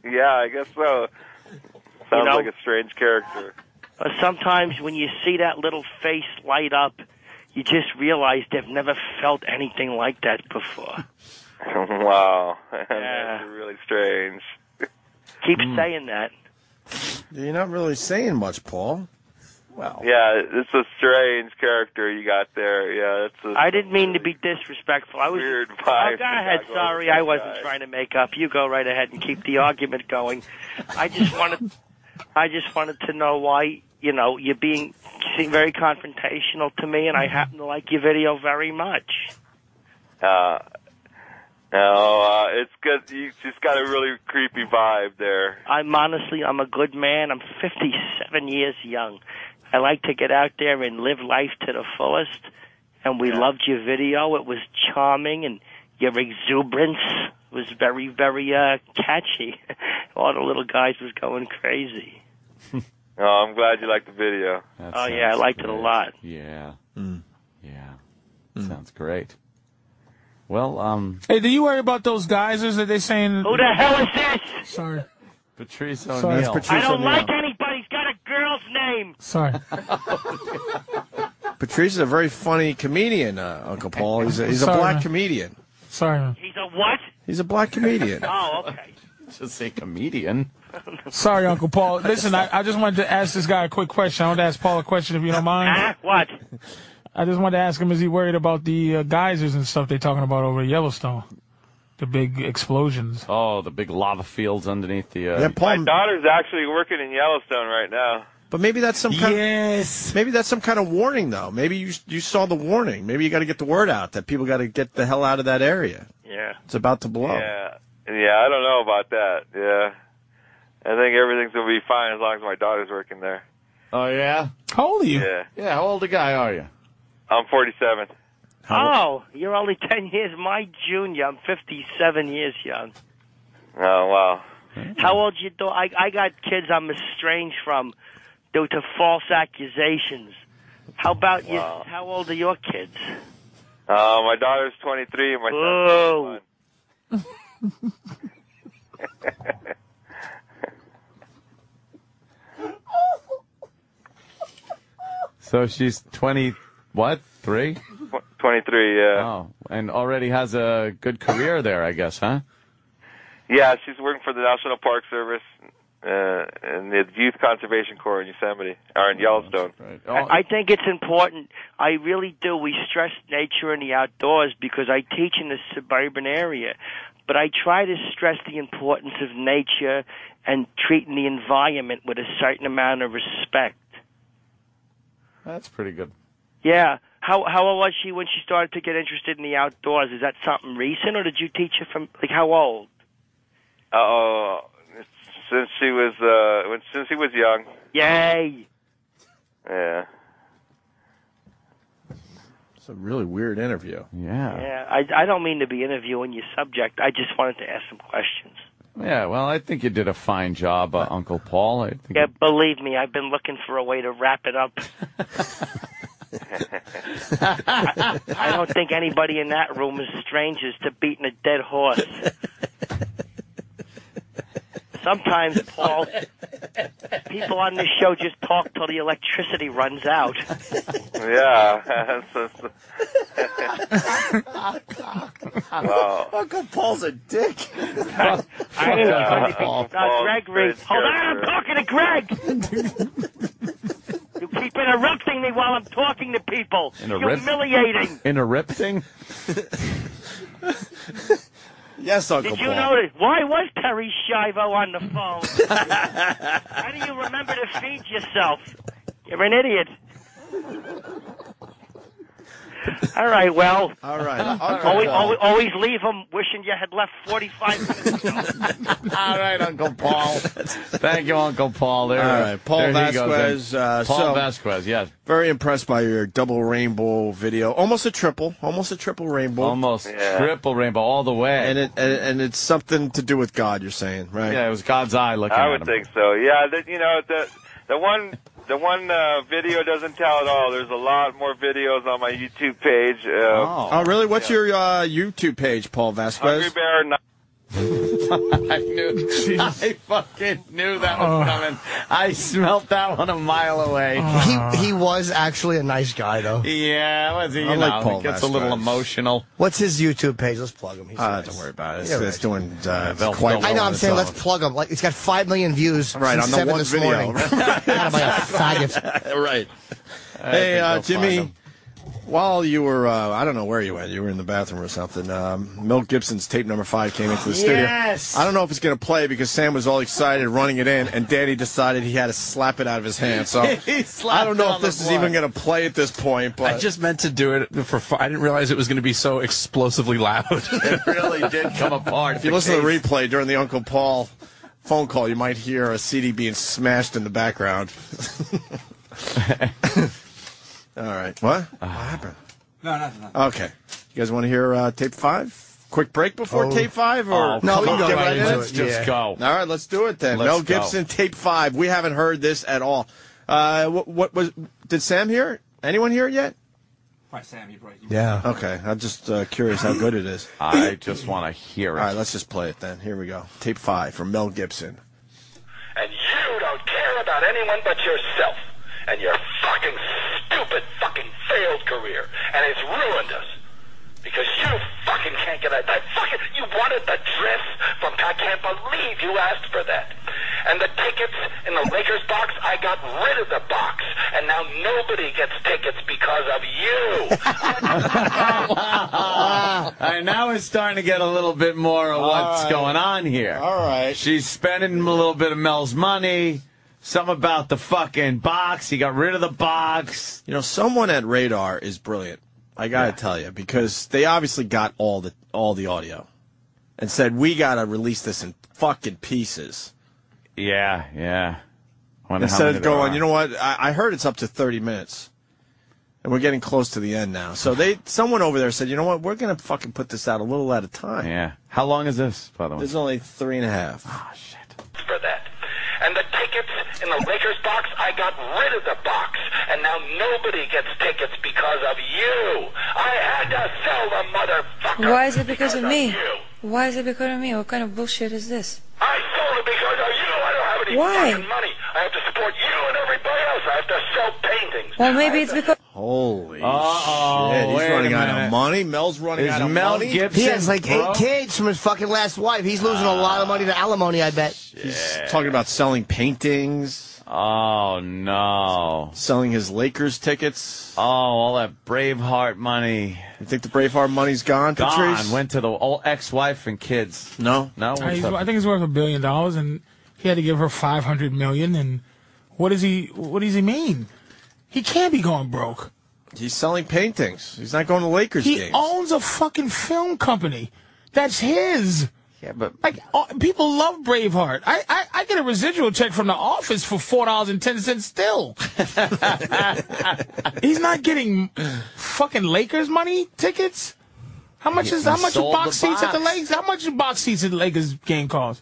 yeah, I guess so. Sounds
know-
like a strange character.
But sometimes when you see that little face light up, you just realize they've never felt anything like that before.
wow.
Yeah.
That's really strange.
Keep
Mm.
saying that.
You're not really saying much, Paul.
Yeah, it's a strange character you got there. Yeah, it's a
I didn't mean to be disrespectful. I was
weird
Oh,
vibe.
go ahead.
Chicago
Sorry,
with
I
that
wasn't
guy.
trying to make up. You go right ahead and keep the argument going. I just wanted, I just wanted to know why you know you're being you seem very confrontational to me, and I happen to like your video very much.
Uh, no, uh, it's good. You just got a really creepy vibe there.
I'm honestly, I'm a good man. I'm 57 years young. I like to get out there and live life to the fullest. And we loved your video. It was charming, and your exuberance was very, very uh, catchy. All the little guys was going crazy.
Oh, I'm glad you liked the video.
oh yeah, I liked it a lot.
Yeah. Yeah. Hmm. Sounds great. Well, um,
Hey, do you worry about those geysers that they're saying?
Who the hell is this?
Sorry.
Patrice
Sorry.
O'Neill.
That's Patrice
I don't like anybody. He's got a girl's name.
Sorry.
Patrice is a very funny comedian, uh, Uncle Paul. He's a, he's a
Sorry,
black
man.
comedian.
Sorry, man.
He's a what?
He's a black comedian.
Oh, okay.
Just say comedian.
Sorry, Uncle Paul. Listen, I, I just wanted to ask this guy a quick question. I want to ask Paul a question if you don't mind.
What?
I just wanted to ask him: Is he worried about the uh, geysers and stuff they're talking about over at Yellowstone? The big explosions.
Oh, the big lava fields underneath the. Uh,
My daughter's actually working in Yellowstone right now.
But maybe that's some kind yes. maybe that's some kind of warning, though. Maybe you you saw the warning. Maybe you got to get the word out that people got to get the hell out of that area.
Yeah.
It's about to blow.
Yeah, yeah. I don't know about that. Yeah, I think everything's gonna be fine as long as my daughter's working there.
Oh yeah.
How old are you?
Yeah,
Yeah. How old a guy are you?
I'm 47.
Oh, you're only 10 years my junior. I'm 57 years young.
Oh wow.
Mm-hmm. How old you do? I I got kids I'm estranged from due to false accusations. How about
Wow.
you? How old are your kids?
Uh, my daughter's 23 and my
Whoa.
son's 21.
So she's twenty. What? Three.
Twenty-three. Yeah.
Oh, and already has a good career there, I guess, huh?
yeah, she's working for the National Park Service uh, and the Youth Conservation Corps in Yosemite or
Oh,
in Yellowstone.
I I think it's important. I really do. We stress nature and the outdoors because I teach in a suburban area, but I try to stress the importance of nature and treating the environment with a certain amount of respect.
That's pretty good.
Yeah. How how old was she when she started to get interested in the outdoors? Is that something recent, or did you teach her from like how old?
Oh, since she was uh, when since he was young.
Yay!
Yeah.
It's a really weird interview.
Yeah.
Yeah. I I don't mean to be interviewing your subject. I just wanted to ask some questions.
Yeah. Well, I think you did a fine job, uh, Uncle Paul. I think.
Yeah, believe me, I've been looking for a way to wrap it up. I, I don't think anybody in that room is strangers to beating a dead horse. Sometimes, Paul, people on this show just talk till the electricity runs out.
Yeah. wow.
Uncle Paul's a dick.
I didn't know.
Yeah.
Uh,
Paul's
Gregory,
great
hold on, I'm
character.
talking to Greg. you keep interrupting me while I'm talking to people. Humiliating.
Interrupting.
yes, Uncle
Did you
Paul.
notice? Why was Terry Shivo on the phone? How do you remember to feed yourself? You're an idiot. All right, well.
All right. Uncle
Always,
Paul.
always, always leave them wishing you had left 45 minutes ago.
All right, Uncle Paul. Thank you, Uncle Paul. There.
All right, Paul
there he goes.
Vasquez, uh,
Paul
so-
Vasquez. Yes.
Very impressed by your double rainbow video. Almost a triple. Almost a triple rainbow.
Almost triple rainbow all the way.
And it and, and it's something to do with God. You're saying, right?
Yeah, it was God's eye looking
I
at
would
him.
think so. Yeah, the, you know the the one the one uh, video doesn't tell at all. There's a lot more videos on my YouTube page. Uh,
Oh.
Oh,
Oh, really? What's your uh, YouTube page, Paul Vasquez?
Hungry Bear. Not-
I knew. I fucking knew that was coming. I smelt that one a mile away.
He he was actually a nice guy though.
Yeah, was he? You
I
know,
like Paul
it gets a little
Mascaro.
emotional.
What's his YouTube page? Let's plug him. He's
Uh,
nice.
don't worry about it. It's,
Yeah,
it's doing uh,
Velvet
quite
I know.
well on
I'm saying
its
let's plug him. Like it's got five million views
Right,
since
on the
seven
one
this
video.
morning. God, am I a faggot?
own. right.
I
hey,
can
uh,
go find
Jimmy.
him.
While you were, uh, I don't know where you went. You were in the bathroom or something. Um, Mel Gibson's tape number five came into the
Yes!
studio. I don't know if it's going to play because Sam was all excited running it in, and Danny decided he had to slap it out of his hand. So
He slapped
uh, I don't
it
know
on
if
the
this is
floor.
even going to play at this point. But
I just meant to do it for fun. I didn't realize it was going to be so explosively loud.
really did
come apart.
If you
the
listen to the replay during the Uncle Paul phone call, you might hear a CD being smashed in the background. All right. What? what happened?
No, nothing. nothing.
Okay. You guys want to hear uh, tape five? Quick break before
Oh.
tape five, or
Oh, No, we can come go on. right into it.
Let's
Yeah.
All right, let's do it then.
Let's
Mel
go.
Gibson, tape five. We haven't heard this at all. Uh, what, what was? Did Sam hear? it? Anyone hear it yet?
Right, Sam, you're right.
Yeah. Okay. I'm just uh, curious how good it is.
I just want to hear it.
All right, let's just play it then. Here we go. Tape five from Mel Gibson.
And you don't care about anyone but yourself and your fucking stupid fucking failed career. And it's ruined us. Because you fucking can't get out. That fucking, you wanted the dress from, I can't believe you asked for that. And the tickets in the Lakers box, I got rid of the box. And now nobody gets tickets because of you.
All right, now it's starting to get a little bit more of what's
right.
going on here.
All right.
She's spending a little bit of Mel's money. Some about the fucking box. He got rid of the box.
You know, someone at Radar is brilliant. I gotta tell you because they obviously got all the all the audio, and said we gotta release this in fucking pieces.
Yeah, yeah. I wonder how
Instead
many
of
there
going,
are.
you know what? I, I heard it's up to thirty minutes, and we're getting close to the end now. So they, someone over there said, you know what? We're gonna fucking put this out a little at a time.
Yeah. How long is this, by the way?
There's only three and a half.
for that. And the tickets in the Lakers box, I got rid of the box. And now nobody gets tickets because of you. I had to sell the motherfucker.
Why is it because of me? Why is it because of me? What kind of bullshit is this?
I sold it because of you. I don't have any
Why?
fucking money. I have to support you and everybody else. I have to sell paintings.
Well, maybe it's because.
Holy
Oh.
Uh-oh,
shit! He's
wait a
running out
minute.
of money. Mel's running
Is
out of
Mel
money.
Gibson
He has like
broke?
eight kids from his fucking last wife. He's losing a lot of money to alimony. I bet.
He's talking about selling paintings.
Oh no!
Selling his Lakers tickets.
Oh, all that Braveheart money.
You think the Braveheart money's gone,
Gone.
Patrice?
Went to the old ex-wife and kids.
No,
no.
I,
What's
Uh, he's-
up?
I think he's worth a billion dollars, and he had to give her five hundred million. And what does he? What does he mean? He can't be going broke.
He's selling paintings. He's not going to Lakers
He
games.
owns a fucking film company. That's his.
Yeah, but
like uh, people love Braveheart. I, I I get a residual check from the office for four dollars and ten cents. Still, he's not getting fucking Lakers money tickets. How much
He-
is how
he
much
sold
box
the
seats at the
box.
Lakers? How much do box seats at the Lakers game cost?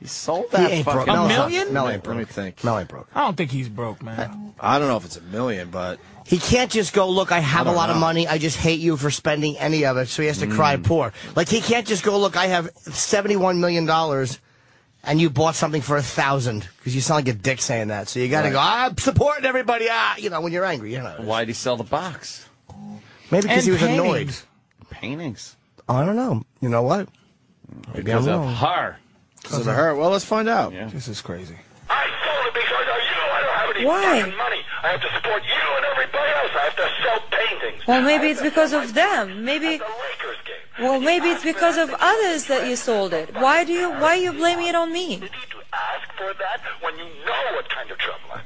He sold
He
that
ain't
fucking
broke. A million?
Mel ain't broke. Let me think.
Mel ain't broke.
I don't think he's broke, man.
I don't know if it's a million, but
He can't just go, look, I have
I
a
don't
lot of
know. Mm.
money. I just hate you for spending any of it. So he has to cry poor. Like, he can't just go, look, I have $71 million and you bought something for a thousand because you sound like a dick saying that. So you got to
Right.
go, I'm supporting everybody. Ah, you know, when you're angry, you know.
Why'd he sell the box?
Maybe because
And
he was annoyed.
paintings. Paintings.
I don't know. You know what? Maybe
Because
I'm
of
wrong.
her.
Because of her. Well, let's find out.
This is crazy.
Why?
Money. I have to support you and everybody else. I have to sell paintings.
Well, maybe it's because of them. Maybe. Well, maybe it's because of others that you sold it. Why do you? Why are you blaming it on me?
Ask for that when you know what kind of trouble I'm in.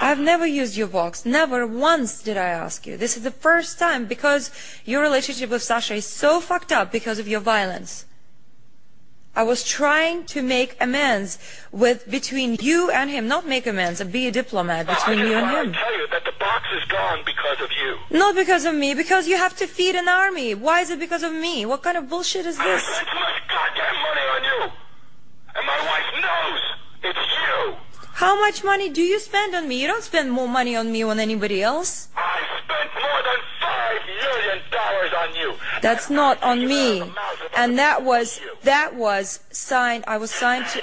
I've never used your box. Never once did I ask you. This is the first time because your relationship with Sasha is so fucked up because of your violence. I was trying to make amends with between you and him, not make amends, be a diplomat between you and him.
Tell you that the box is gone because of you.
Not because of me, because you have to feed an army. Why is it because of me? What kind of bullshit is this?
Goddamn money on you. And my wife knows it's you.
How much money do you spend on me? You don't spend more money on me than anybody else.
I spent more than five million dollars on you.
That's not on me. and that was that was signed. I was signed to.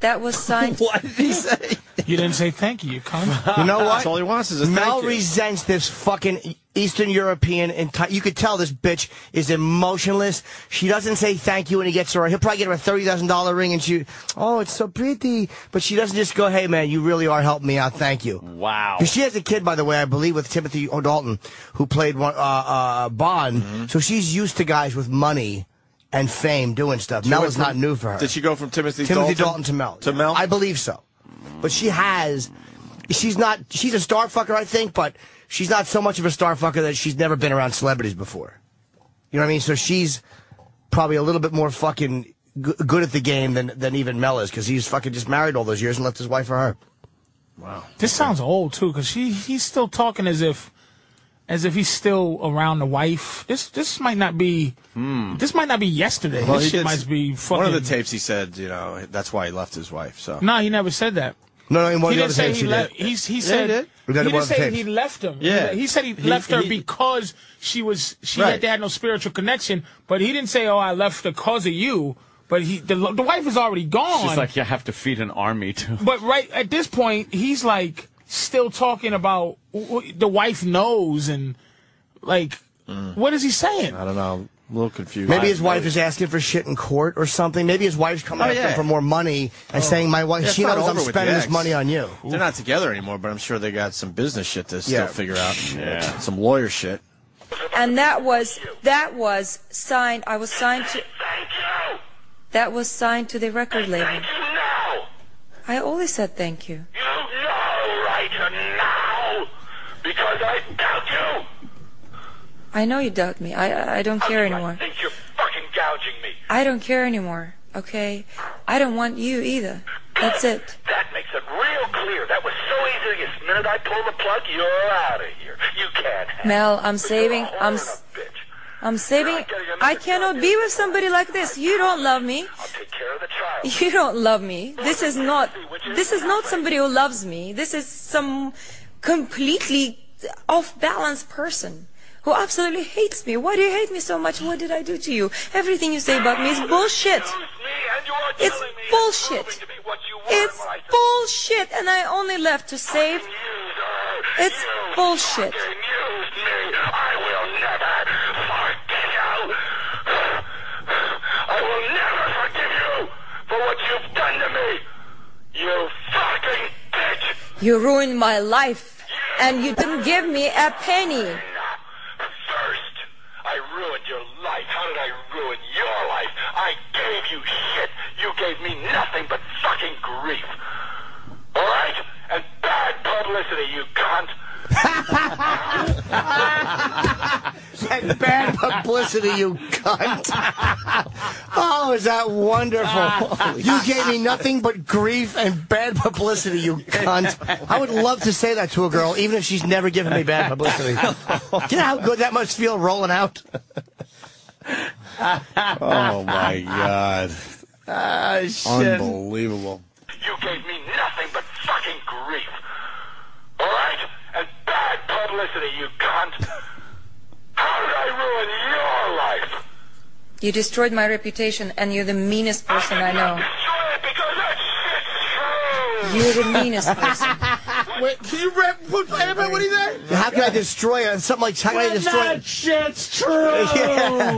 That was signed.
what did he say?
You didn't say thank you, you cunt.
You know what?
That's all he wants is a thank
Mel
you.
resents this fucking Eastern European. Enti- you could tell this bitch is emotionless. She doesn't say thank you when he gets her. He'll probably get her a thirty thousand dollar ring, and she, oh, it's so pretty. But she doesn't just go, hey man, you really are helping me out. Thank you.
Wow.
'Cause she has a kid, by the way, I believe, with Timothy O'Dalton, who played one, uh, uh, Bond.
Mm-hmm.
So she's used to guys with money and fame doing stuff.
She
Mel
went
is
from-
not new for her.
Did she go from Timothy,
Timothy
Dalton?
Dalton, to Mel. To Mel? I believe so. But she has. She's not. She's a star fucker, I think, but she's not so much of a star fucker that she's never been around celebrities before. You know what I mean? So she's probably a little bit more fucking g- good at the game than, than even Mel is because he's fucking just married all those years and left his wife for her.
This sounds old too, because she he's still talking as if as if he's still around the wife. This this might not be
Hmm.
this might not be yesterday.
Well,
this
he
shit
did
might
s-
be fucking.
One of the tapes he said, you know, that's why he left his wife. So
no, he never said that.
No, no, in one
he didn't
of the
say
other tapes
he
he
left.
did.
He, he
Yeah,
said
he did.
he
We did it
didn't
one of the
say
tapes.
he left him.
Yeah.
he said he,
He-
left her
he-
because she was she
Right.
had, they had no spiritual connection. But he didn't say, "Oh, I left because of you." But he the, the wife is already gone.
She's like, you have to feed an army to.
But right at this point, he's like still talking about w- w- the wife knows and like, what is he saying?
Mm. I don't know. I'm a little confused.
Maybe his wife is asking for shit in court or something. Maybe his wife's coming
Oh,
after
yeah. Oh.
him for more money and saying, "My wife,
Yeah, it's
she
not
knows I'm
over with the
spending this
ex.
money on you."
They're not together anymore, but I'm sure they got some business shit to
Yeah.
still figure out. Yeah. Some lawyer shit.
and that was that was signed. I was signed to. That was signed to the record label. I always said thank you.
Because I doubt you.
I know you doubt me. I I don't care anymore.
Think you're fucking gouging me.
I don't care anymore. Okay, I don't want you either. That's it.
That makes it real clear. That was so easy. The minute I pull the plug, you're out of here. You can't.
Mel, I'm saving. I'm. s- I'm saving. I cannot be with somebody like this. You don't love me. You don't love me. This is not. This is not somebody who loves me. This is some completely off balance person who absolutely hates me. Why do you hate me so much? What did I do to you? Everything you say about me is bullshit. It's bullshit. It's bullshit, and I only left to save. It's bullshit.
I will never forgive you for what you've done to me. You fucking bitch.
You ruined my life, and you didn't give me a penny.
I ruined your life. How did I ruin your life? I gave you shit. You gave me nothing but fucking grief. All right? And bad publicity, you cunt.
and bad publicity, you cunt. Oh, is that wonderful? You gave me nothing but grief and bad publicity, you cunt. I would love to say that to a girl, even if she's never given me bad publicity. You know how good that must feel rolling out?
Oh, my God.
Ah, shit.
Unbelievable.
You gave me nothing but fucking grief. All right? And bad publicity, you cunt. How did I ruin your life?
You destroyed my reputation, and you're the meanest person I know. You're the meanest person.
Wait, can you rep, what, what do you say?
How can I destroy it? Something like, how can I destroy it?
shit's true.
Yeah.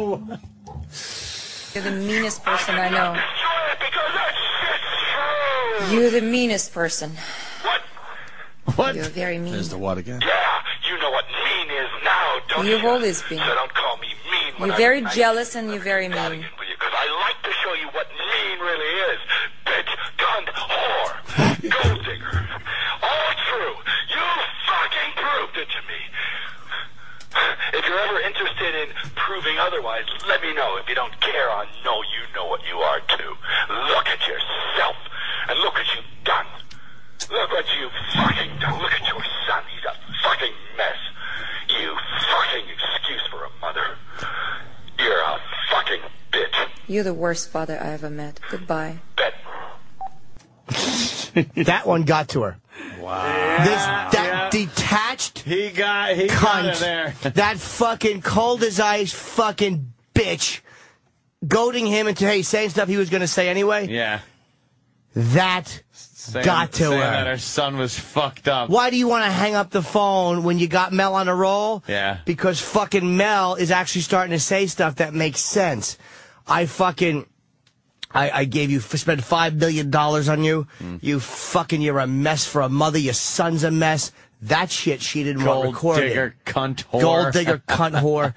You're the meanest person I know. You're the meanest person.
What?
You're very mean.
There's the what again?
You know what mean is now, don't you?
You've always been.
So don't call me mean when
You're
I'm
very
nice.
jealous, and you're very mean.
Because I like to show you what mean really is. Bitch, cunt, whore, gold digger. All true. You fucking proved it to me. If you're ever interested in proving otherwise, let me know. If you don't care, I know you know what you are too. Look at yourself and look what you've done. Look what you've fucking done. Look at your son. He's a fucking mess. You fucking excuse for a mother. You're a fucking bitch.
You're the worst father I ever met. Goodbye.
That one got to her.
Wow.
This that detached
He got he
cunt.
got her there.
that fucking cold as ice fucking bitch goading him into hey saying stuff he was going to say anyway.
Yeah.
That
Saying-
got to
saying
her.
that her son was fucked up.
Why do you want to hang up the phone when you got Mel on a roll?
Yeah.
Because fucking Mel is actually starting to say stuff that makes sense. I fucking. I, I gave you spent five million dollars on you.
Hmm.
You fucking, you're a mess for a mother. Your son's a mess. That shit she didn't want
Gold
recorded.
digger, cunt, whore.
Gold digger, cunt, whore.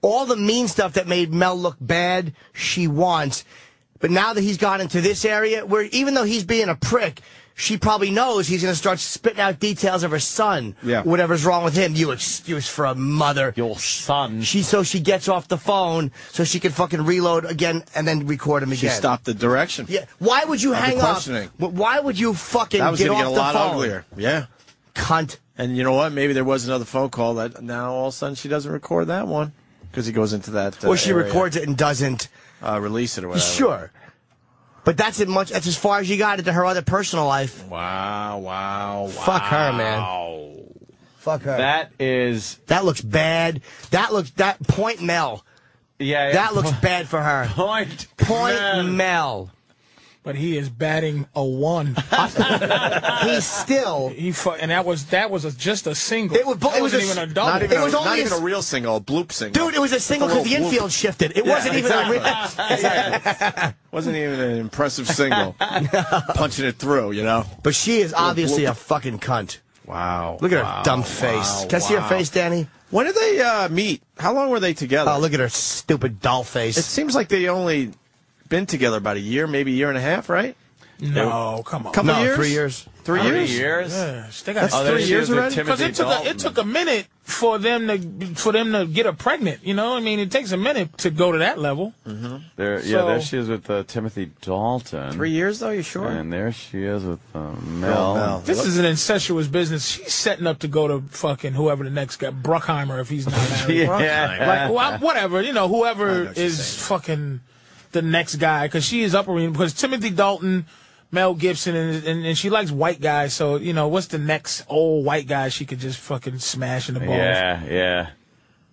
All the mean stuff that made Mel look bad, she wants. But now that he's gone into this area, where even though he's being a prick, she probably knows he's going to start spitting out details of her son.
Yeah.
Whatever's wrong with him, you excuse for a mother. Your
son.
She so she gets off the phone so she can fucking reload again and then record him
She
again.
stopped the direction.
Yeah. Why would you
Of the
hang up?
questioning.
Wh- Why would you fucking
that was
get off
gonna get a
the
lot
phone?
uglier. Yeah.
Cunt.
And you know what? Maybe there was another phone call that now all of a sudden she doesn't record that one because he goes into that. Uh,
Or she
area.
records it and doesn't
uh, release it or whatever.
Sure. But that's as much that's as far as you got into her other personal life.
Wow, wow, wow.
Fuck her, man. Fuck her.
That is
That looks bad. That looks that point Mel.
Yeah, yeah.
That looks bad for her.
Point
Point
Mel.
Mel.
But he is batting a one.
He's still
he fu- and that was that was a, just a single.
It was bo-
That
it was
wasn't
a s-
even a double.
Not even, a, not
only
even
a-
a real single, a bloop single.
Dude, it was a single
Just
because the
little bloop.
infield shifted. It
Yeah,
wasn't even
exactly.
a real
wasn't even an impressive single. Punching it through, you know.
But she is obviously
bloop.
a fucking cunt.
Wow.
Look at
wow,
her dumb
wow,
face. Can I see her
wow.
face, Danny?
When did they uh, meet? How long were they together?
Oh, look at her stupid doll face.
It seems like they only been together about a year, maybe a year and a half, right?
No, come on.
Couple
No,
years?
three years.
Three
How many
years?
years?
Yes, they got
That's three years already?
Because it took a, it took a minute for them to for them to get her pregnant. You know, I mean, it takes a minute to go to that level.
There, yeah,
So-
there she is with uh, Timothy Dalton.
Three years though, you sure?
And there she is with uh, Mel.
This is an incestuous business. She's setting up to go to fucking whoever the next guy, Bruckheimer, if he's not married.
Yeah.
Like, wha- whatever, you know, whoever is fucking the next guy, because she is upper because Timothy Dalton, Mel Gibson, and, and, and she likes white guys, so, you know, what's the next old white guy she could just fucking smash in the balls?
Yeah, yeah.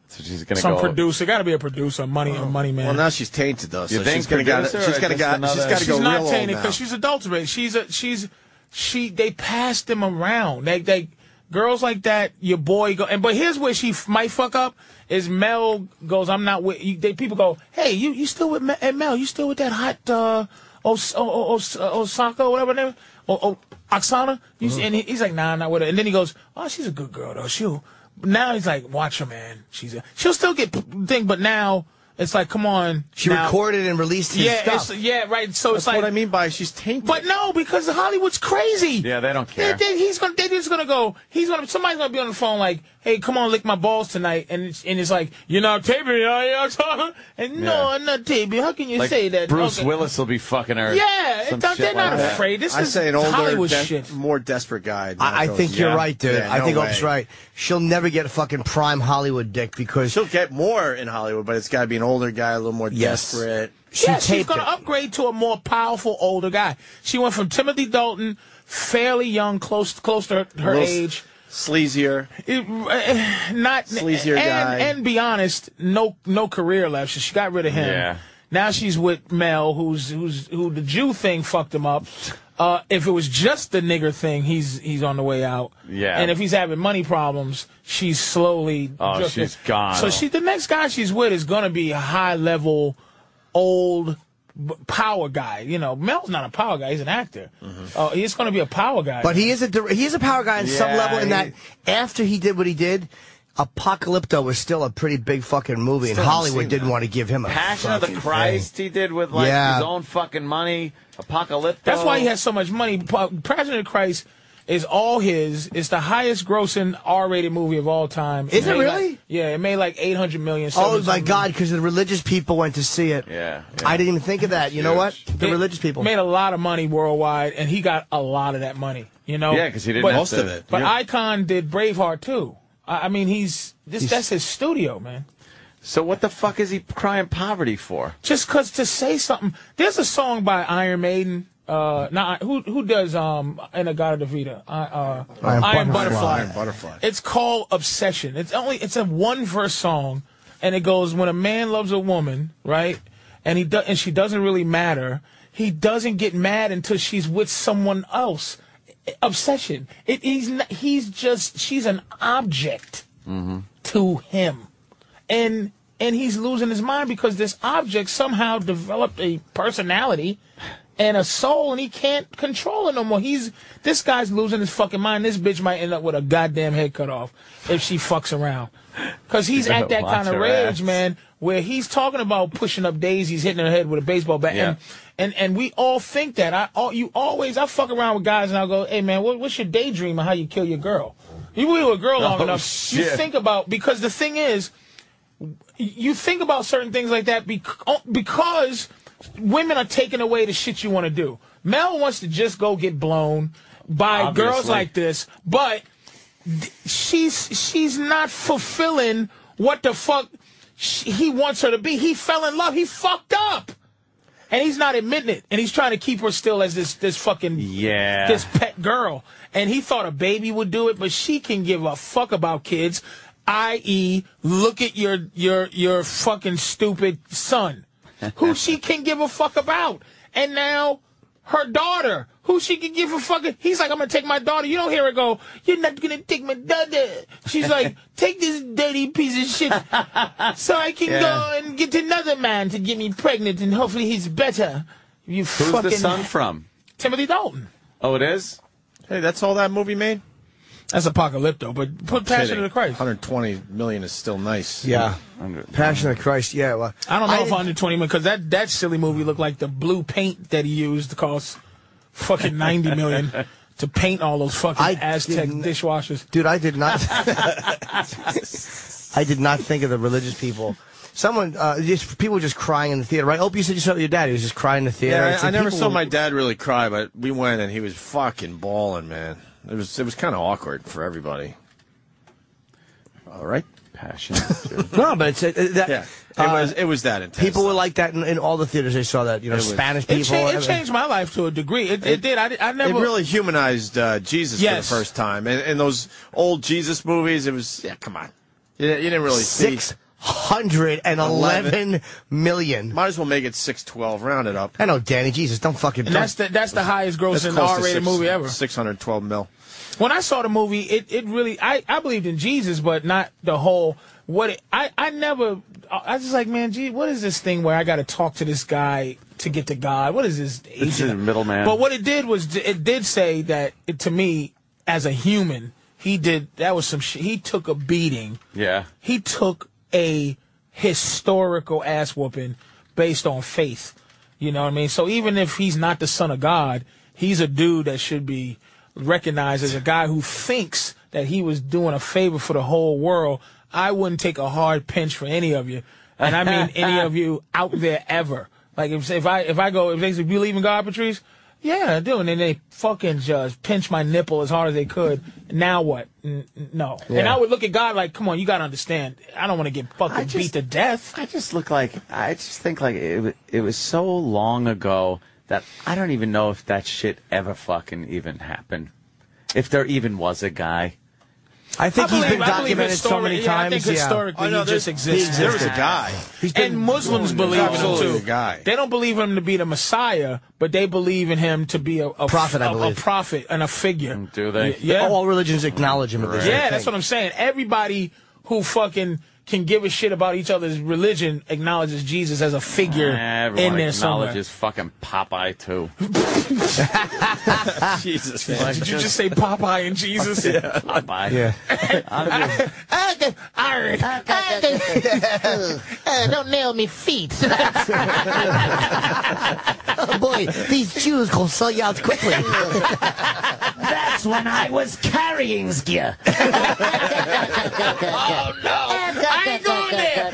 So she's gonna
Some
go. Oh.
producer, gotta be a producer, money, a money man.
Well, now she's tainted though, so
You think
she's gonna got.
producer
She's
or
gonna
just
got. She's
another-
got to go
she's
real
not
old
tainted
now.
because she's adulterated. She's a she's she. They passed them around. They they girls like that. Your boy go and but here's where she f- might fuck up is Mel goes. I'm not with you. They people go. Hey, you you still with Mel? Hey, Mel you still with that hot uh, Os- O- O- Os- uh, Osaka whatever her name? Oh, oh Oksana. You, see- And he- he's like, nah, I'm not with her. And then he goes, oh, she's a good girl though. She'll. Now he's like, watch her, man. She's a, she'll still get p- thing, but now it's like, come on.
She
now-
recorded and released his
yeah,
stuff.
it's, yeah, right. So
That's
it's like
what I mean by she's tainted.
but no, because Hollywood's crazy.
Yeah, they don't
They,
care.
they, he's gonna. They're just gonna go. He's gonna. Somebody's gonna be on the phone like, "Hey, come on, lick my balls tonight," and it's, and it's like, "You're not taping, me, are you?" Oksana?" And no,
Yeah.
I'm not taping. How can you
like,
say that?
Bruce
Okay.
Willis will be fucking her.
Yeah,
Some
they're-
shit
they're not
like that.
afraid. This
I
is
say an older,
Hollywood
des-
shit.
more desperate guy. than
I, I
goes-
think you're
Yeah.
right, dude.
Yeah,
I
no
think
way.
Ope's right. She'll never get a fucking prime Hollywood dick because
She'll get more in Hollywood, but it's got to be an older guy, a little more
Yes.
desperate.
she
yeah, she's
taped
going
it.
to upgrade to a more powerful older guy. She went from Timothy Dalton, fairly young, close close to her, her
Little s-
age.
sleazier.
It, uh, not
Sleazier
and,
guy.
And be honest, no no career left. She, she got rid of him.
Yeah.
Now she's with Mel, who's who's who the Jew thing fucked him up. Uh, if it was just the nigger thing, he's he's on the way out.
Yeah.
And if he's having money problems, she's slowly.
Oh,
drifting.
she's gone.
So she, the next guy she's with is gonna be a high level, old b- power guy. You know, Mel's not a power guy. He's an actor. Uh, he's gonna be a power guy.
But he is a dir- he is a power guy on some
Mm-hmm. Yeah,
level. In
he-
that, after he did what he did, Apocalypto was still a pretty big fucking movie, and
Still haven't
Hollywood
seen
didn't
that.
want to give him a
Passion of the
fucking
Christ he did with like
Yeah.
his own fucking money. Apocalypto.
That's why he
Oh.
has so much money. Pa- Passion of the Christ is all his. It's the highest grossing R-rated movie of all time.
Is it
made
really?
like- yeah, it made like 800 million.
Thing. Oh
700
my
million.
God! Because the religious people went to see it.
Yeah,
I didn't even think of that. You know what? The
It
religious people.
made a lot of money worldwide, and he got a lot of that money. You know?
Yeah, 'cause he didn't
But-
have Most to- of it,
But
yeah.
Icon did Braveheart too. I, I mean, he's this. that's his studio, man.
So what the fuck is he crying poverty for?
Just cause to say something. There's a song by Iron Maiden. Uh, not who who does um in a God of the Vita. I- Uh, Iron, Butterfly.
Iron butterfly.
It's called Obsession. It's only it's a one verse song, and it goes when a man loves a woman, right? and he do- and she doesn't really matter. He doesn't get mad until she's with someone else. Obsession. It, he's n he's just she's an object
Mm-hmm.
to him. And and he's losing his mind because this object somehow developed a personality and a soul and he can't control it no more. He's this guy's losing his fucking mind. This bitch might end up with a goddamn head cut off if she fucks around. Cause he's
You
at that
watch
kind of
her
rage,
ass.
man, where he's talking about pushing up daisies, hitting her head with a baseball bat.
Yeah.
And, and and we all think that. I all you always I fuck around with guys and I'll go, hey man, what, what's your daydream of how you kill your girl? You be with a girl long
Oh,
enough, you
shit.
think about because the thing is, you think about certain things like that bec- oh, because women are taking away the shit you want to do. Mel wants to just go get blown by
Obviously.
girls like this, but th- she's she's not fulfilling what the fuck sh he wants her to be. He fell in love. He fucked up. And he's not admitting it, and he's trying to keep her still as this this fucking
Yeah.
this pet girl. And he thought a baby would do it, but she can give a fuck about kids, i.e., look at your your your fucking stupid son, who she can give a fuck about. And now her daughter, who she can give a fucking. He's like, I'm gonna take my daughter. You don't hear her go. You're not gonna take my daughter. She's like, take this dirty piece of shit, so I can
Yeah.
go and get another man to get me pregnant, and hopefully he's better. You
Who's
fucking
the son from?
Timothy Dalton.
Oh, it is.
Hey, that's all that movie made.
That's Apocalypto, but put Passion of the Christ.
120 million is still nice.
Yeah. Passion of Oh, Christ. Yeah. Well,
I don't know if
didn't-
under twenty because that that silly movie looked like the blue paint that he used cost fucking ninety million to paint all those fucking
I
Aztec
didn't-
dishwashers.
Dude, I did not. I did not think of the religious people. Someone, uh, just people just crying in the theater, right? Hope you said you saw your dad. He was just crying in the theater.
Yeah,
It's
I, I
like
never
people-
saw my dad really cry, but we went and he was fucking bawling, man. It was it was kind of awkward for everybody. All right,
passion.
No, but it's uh, that.
yeah, it
uh,
was it was that intense.
people were like that in, in all the theaters. I saw that. You know,
It was-
Spanish
It,
people.
cha- it
everything.
changed my life to a degree. It, it, did. I, I never
It really humanized uh, Jesus
Yes.
for the first time, and, and those old Jesus movies. It was yeah, come on, you, you didn't really see.
Six hundred and eleven million.
Might as well make it six twelve. Round it up.
I know, Danny. Jesus, don't fucking.
And that's the that's the highest grossing R rated movie ever.
Six hundred twelve mil.
When I saw the movie, it, it really I, I believed in Jesus, but not the whole what it, I I never I was just like man, gee, what is this thing where I got to talk to this guy to get to God? What is this
This is
agent?
middleman.
But what it did was it did say that it, to me as a human, he did that was some shit. He took a beating.
Yeah.
He took a historical ass whooping based on faith. You know what I mean? So even if he's not the son of God, he's a dude that should be recognized as a guy who thinks that he was doing a favor for the whole world. I wouldn't take a hard pinch for any of you. And I mean any of you out there ever. Like if if I if I go if they say, believe in God, Patrice, yeah, I do. And then they fucking just pinch my nipple as hard as they could. Now what? N- n- no. And
Yeah.
I would look at God like, come on, you gotta understand. I don't want to get fucking beat to death.
I just look like I just think like it. wa- It was so long ago that I don't even know if that shit ever fucking even happened. If there even was a guy.
I
think he's been documented so many times, yeah. Oh, no, there's- he
There was a
existed.
guy.
and Muslims believe in him
Absolutely
too.
a guy.
They don't believe him to be the Messiah, but they believe in him to be a, a
Prophet, I
a- a
believe.
prophet and a figure.
Do
they? Yeah.
All religions acknowledge him. At this
Yeah, that's what I'm saying. Everybody who fucking can give a shit about each other's religion acknowledges Jesus as a figure
Everyone
in there somewhere.
acknowledges fucking Popeye too.
Jesus,
man.
Did you just say Popeye and Jesus?
Yeah. Popeye.
Yeah.
don't nail me feet. Oh, boy, these Jews gonna sell you out quickly. That's when I was carrying gear. oh no! I ain't going there.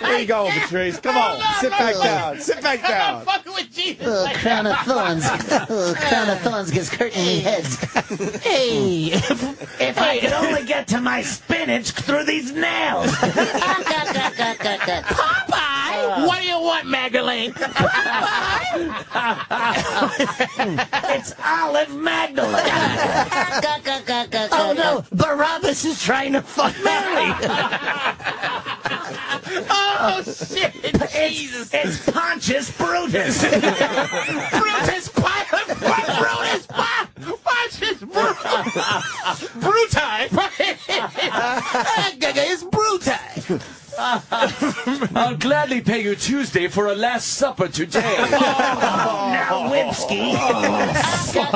Where you going, Patrice? Come on, sit back down. Sit back down.
fucking with Jesus. Oh, crown of thorns. Oh, crown of thorns gets curtain me heads. Hmm. Hey, if, if I could only get to my spinach through these nails.
Uh.
Popeye, what do you want, Magdalene? Popeye, it's Olive Magdalene. oh no, Barabbas is trying to fuck Mary. oh Oh, shit. Jesus. It's Pontius Brutus. Brutus, what? What? Brutus, what? Pontius Brutus. Brutai. it's Brutai.
I'll gladly pay you Tuesday for a Last Supper today.
now, Whipsky.
Oh,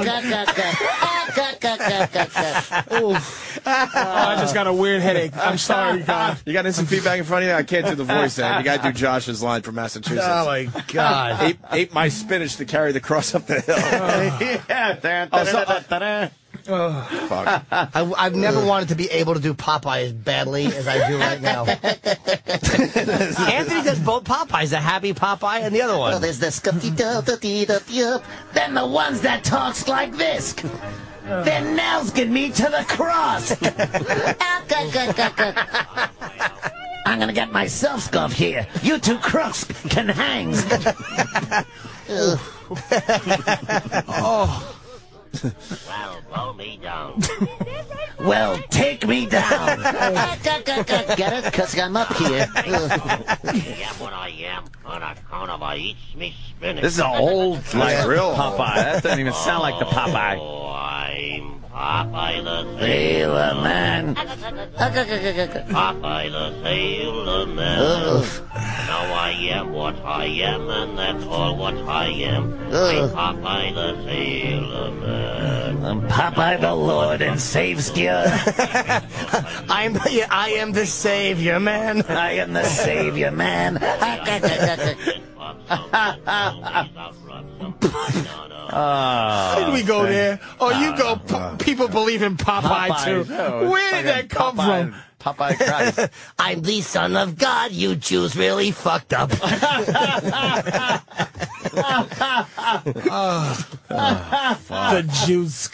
I just got a weird headache. I'm sorry, God.
You got instant feedback in front of you? I can't do the voice there. You got to do Josh's line from Massachusetts.
Oh, my God.
ate, ate my spinach to carry the cross up the hill.
yeah.
Oh, so- Fuck.
I, I've never wanted to be able to do Popeye as badly as I do right now. Anthony does both Popeyes, the happy Popeye and the other one.
Well, there's the scuffy Then the ones that talks like this. Then nails get me to the cross. I'm gonna get myself scuffed here. You two crooks can hang. oh. Well, blow me down. well, take me down. get it? Cause I'm up here.
This is an old like
Real
Oh,
old.
Popeye. That doesn't even sound like the
Oh.
Popeye.
Popeye the Sailor Man.
Popeye the Sailor Man. Now I am what I am, and that's all what I am.
Ugh.
I'm Popeye the Sailor Man.
I'm Popeye Um, the Lord and saves you.
I'm the, I am the savior, man.
I am the savior, man.
Where did we
Ah,
go there? Oh, you go. p- people believe in Popeye,
Popeye,
too.
no,
Where did
Oh, fucking
that come
Popeye-
from?
Popeye
Christ. I'm the son of God. You Jews really fucked up.
the Jews.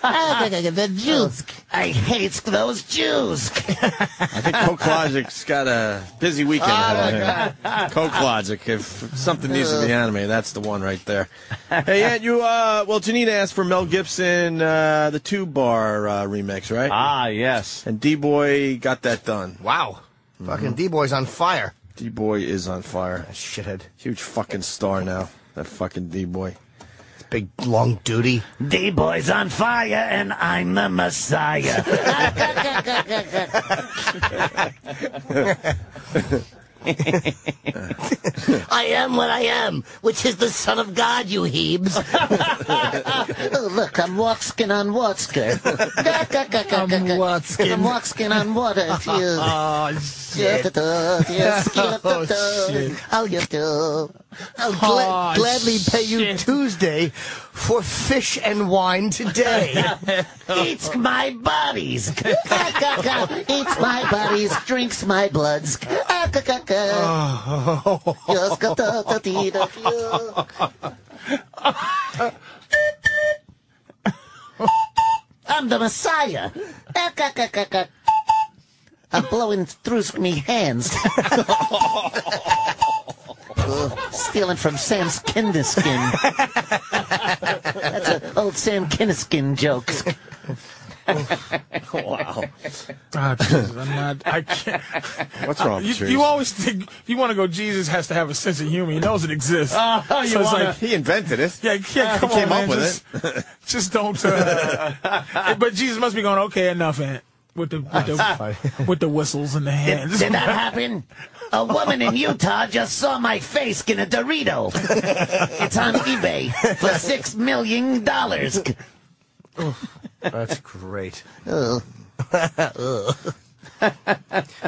the Jews. I hate those Jews.
I think Coke Logic's got a busy weekend
Oh,
ahead
my
of him. Coke Logic, if something needs to be animated, that's the one right there. Hey, Ant, you, uh, well, Janina asked for Mel Gibson, uh, the two bar uh, remix, right?
Ah, yes.
And D Boy got that done.
Wow. Fucking D Boy's on fire.
D Boy is on fire.
shithead.
Huge fucking star now. That fucking D Boy.
Big long duty.
D boy's on fire, and I'm the Messiah. I am what I am, which is the son of God, you heebs. oh, look, I'm walkskin on water. I'm walkskin. I'm walkskin on water. oh, shit.
Oh, shit.
I'll get to.
I'll gla-
Oh,
gladly pay you Tuesday for fish and wine today.
Eats my buddies. Eats my buddies, drinks my bloods. I'm the Messiah. I'm blowing through me hands. Uh, stealing from Sam's Kinderskin. That's an old Sam Kinderskin joke.
wow.
Oh, Jesus, I'm not. I can't.
What's wrong,
You,
Patrice?
you always think if you want to go. Jesus has to have a sense of humor. He knows it exists.
Oh, you
so it's
wanna-
like
he invented it.
Yeah, yeah.
He
Come
came
on, man,
up with
just, it. just don't. Uh, but Jesus must be going. Okay, enough, Aunt. With the with the, with the whistles and the
Did,
hands.
did that happen? A woman in Utah just saw my face in a Dorito. It's on eBay for six million dollars.
That's great.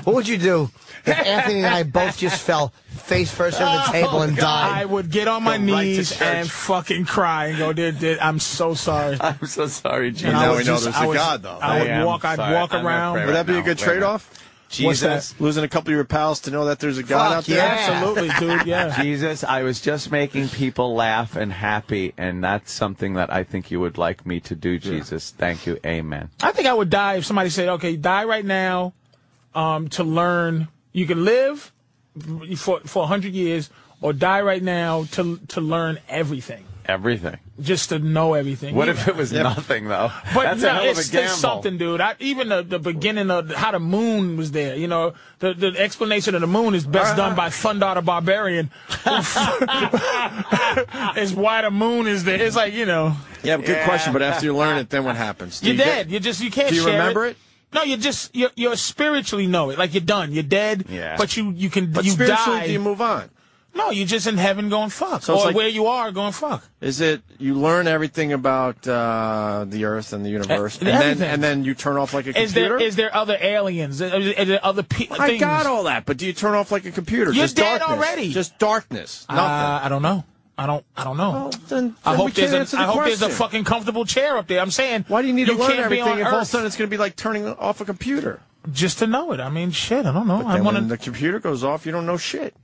what would you do if Anthony and I both just fell face first on the table and
Oh, God. I
died?
would get on my
Go right to
knees
church.
and fucking cry and go, "Dude, dude, I'm so sorry."
I'm so sorry, Jesus.
And I
now
would
we know
just-
there's
I
a
would-
God, though.
I would
I am
walk. I'd
sorry.
walk
I'm gonna
around.
pray
Would that be a
now.
good
Wait a minute.
trade off?
Jesus.
Losing a couple of your pals to know that there's a God
Fuck
out there?
yeah. Absolutely, dude. Yeah.
Jesus, I was just making people laugh and happy, and that's something that I think you would like me to do, Jesus. Thank you. Amen.
I think I would die if somebody said, "Okay, die right now, um, to learn you can live for for hundred years, or die right now to to learn everything."
Everything.
just to know everything.
What
You
if
know.
it was nothing though?
But
That's
no,
a hell of
it's
a
there's
gamble.
something, dude. I, even the, the beginning of how the moon was there, you know, the, the explanation of the moon is best done
Uh-huh.
by Thundar the Barbarian. it's why the moon is there. It's like you know.
Yeah, good question. But after you learn it, then what happens? Do
You're
you get-
dead. you just you can't.
Do you
share
remember it?
No, you just you you spiritually know it. Like you're done. You're dead.
Yeah.
But you you can
But
you
spiritually,
die.
do you move on?
No, you're just in heaven going fuck,
So it's
or
like-
where you are going fuck.
Is it you learn everything about uh, the Earth and the universe,
Eh,
and then
everything.
and then you turn off like a computer?
Is there is there other aliens? Is is there other people?
I got all that, but do you turn off like a computer?
You're
Just
dead
darkness.
already.
Just darkness. Nothing.
Uh, I don't know. I don't. I don't know.
then,
I
then we
hope
can't
there's a,
answer the
I hope there's a
question.
fucking comfortable chair up there. I'm saying. Why do
you need to learn
can't be
everything
on
if all of a
Earth
sudden it's going to be like turning off a computer?
just to know it? I mean, shit. I don't know.
But
I
then
want
when the computer goes off, you don't know shit.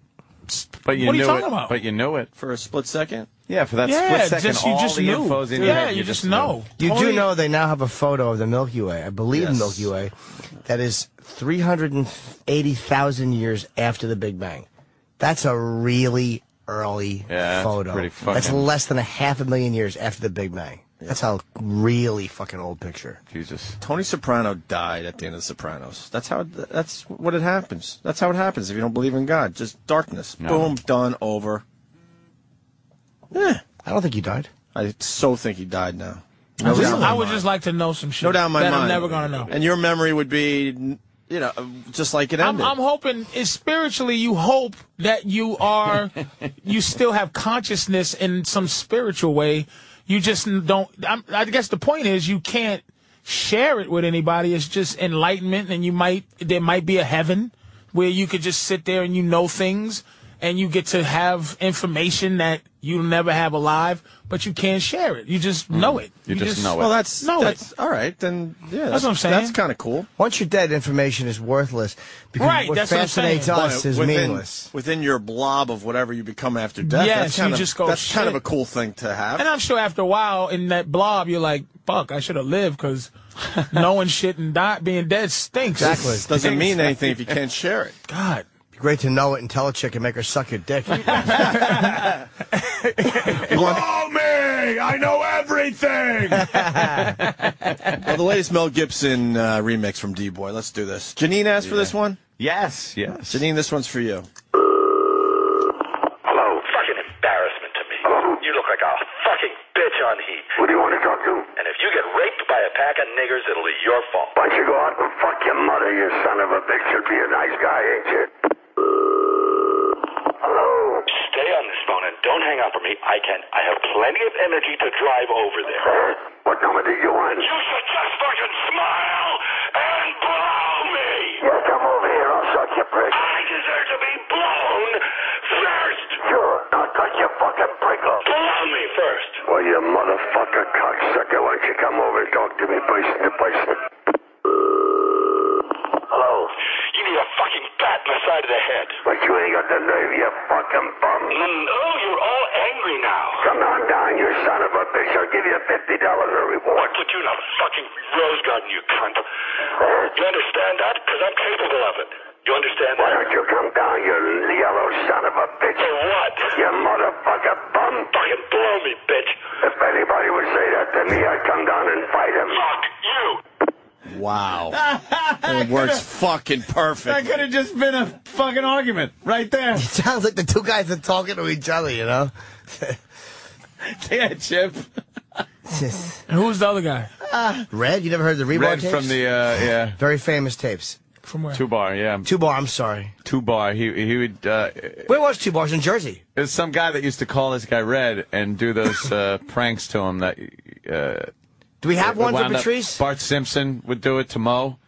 But you
What are you
knew
talking
it.
about?
But you knew it
for a split second.
Yeah, for that
Yeah,
split second,
just- you
all
just
the
knew.
info's in
Yeah,
your head.
you just know.
You
Only-
do know they now have a photo of the Milky Way, I believe
Yes.
Milky Way, that is 380,000 years after the Big Bang. That's a really early
Yeah, that's
photo.
pretty fucking-
That's less than a half a million years after the Big Bang. That's how really fucking old picture.
Jesus.
Tony Soprano died at the end of Sopranos. That's how. That's what it happens. That's how it happens if you don't believe in God. Just darkness.
No.
Boom. Done. Over. Yeah.
I don't think he died.
I so think he died now.
I, just-
doubt in my
I would
mind.
just like to know some shit.
No doubt in my
that
mind.
I'm never gonna know.
And your memory would be, you know, just like it
I'm,
ended.
I'm hoping is spiritually you hope that you are you still have consciousness in some spiritual way. You just n- don't. I'm, I guess the point is you can't share it with anybody. It's just enlightenment, and you might there might be a heaven where you could just sit there and you know things, and you get to have information that you never have alive, but you can't share it. Mm. You just know it.
Well, that's
know
that's
it.
all right. Then yeah,
That's what I'm saying.
That's kind of cool.
Once you're dead, information is worthless. Because
Right,
what
that's what I'm
fascinates
saying.
us
But
is
within-
meaningless.
Within your blob of whatever you become after death,
Yes,
that's kind
you
of
just go,
that's kind of
"Shit."
a cool thing to have.
And I'm sure after a while in that blob, you're like, fuck, I should have lived because knowing shit and die, being dead stinks.
Exactly.
Doesn't mean anything if you can't share it.
God.
Be great to know it and tell a chick and make her suck your dick.
Blow me! I know everything. well, the latest Mel Gibson uh, remix from D Boy. Let's do this. Janine asked for this one.
Yes, yes.
Janine, this one's for you.
Hello, fucking embarrassment to me. You look like a fucking bitch on heat. What do you want to talk to? And if you get raped by a pack of niggers, it'll be your fault.
Why don't you go out and fuck your mother, you son of a bitch? You'd be a nice guy, ain't you?
Hello? Stay on this phone and don't hang up for me. I can. I have plenty of energy to drive over there.
What number do you want?
You should just fucking smile and blow me.
Yeah, come over here. I'll suck your prick.
I deserve to be blown first.
Sure. I'll cut your fucking prick off.
Blow me first.
Well, you motherfucker cocksucker. Why don't you come over and talk to me person to person? Hello?
You need a fucking bat in the side of the head.
But you ain't got the nerve, you fucking bum.
Oh, you're all angry now.
Come on down, you son of a bitch. I'll give you $50 a reward.
Put you in a fucking rose garden, you cunt. You understand that? Because I'm capable of it. You understand that?
Why don't you come down, you yellow son of a bitch?
For what?
You motherfucker bum.
Fucking blow me, bitch.
If anybody would say that to me, I'd come down and fight him.
Fuck you.
Wow. it works fucking
That
perfect.
could have just been a fucking argument right there. It
sounds like the two guys are talking to each other, you know?
yeah, Chip.
who's the other guy?
Uh, Red? You never heard the Rebar
Red
tapes?
from the uh, yeah
Very famous tapes.
From where?
two bar. Yeah,
two bar. I'm sorry.
Two bar. He he would. Uh,
Where was two bars in Jersey?
It was some guy that used to call this guy Red and do those uh, pranks to him. That uh,
do we have one for
Patrice? Bart Simpson would do it to Mo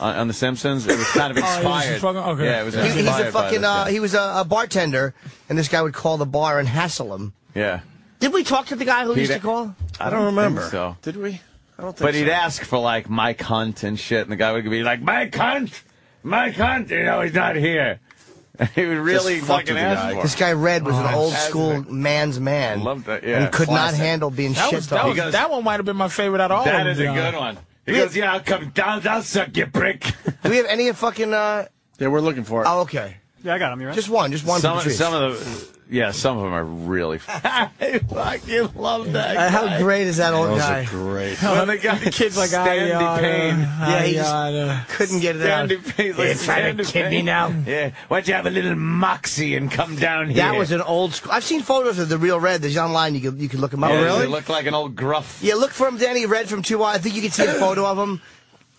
on, on The Simpsons. It was kind
Oh, he
of
was
inspired.
just fucking- okay.
Yeah, it was
He-
inspired.
he's a
by
fucking.
this
Uh,
guy.
he was a, a bartender, and this guy would call the bar and hassle him.
yeah.
Did we talk to the guy who used to call?
I don't remember. so.
Did we? I don't think
But
so.
he'd ask for like Mike Hunt and shit, and the guy would be like, Mike Hunt, Mike Hunt, you know he's not here. he would really
Just
fucking
fucked with the
ask
guy.
for it.
This guy Red was
Oh,
an old
fantastic.
school man's man.
Love that, yeah,
And could
classic.
not handle being
That,
shit
was, that,
talked.
was- that one might have been my favorite out of all
That
of
is a
them, John.
good one. He goes, yeah, I'll come down, I'll suck your prick.
Do we have any fucking? uh
Yeah, we're looking for it.
Oh, okay.
Yeah, I got him. You're right.
Just one, just one.
some,
for Patrice.
some of the, yeah, some of them are really.
I fucking love that.
Uh, how
guy.
great is that old
Those
guy?
are great.
When they got the
kids
like, I, Standy uh, Payne.
Yeah, he
I,
just
uh,
couldn't get it out.
Standy Payne's like,
It's trying to
Standy
kid me
Payne.
now.
Yeah. Why don't you have a little moxie and come down here?
That was oh, an old school. I've seen photos of the real Red. There's online. You can you can look him up.
Yeah, They look like an old gruff.
Yeah, look for him, Danny Red from Two Y. I think you can see a photo of him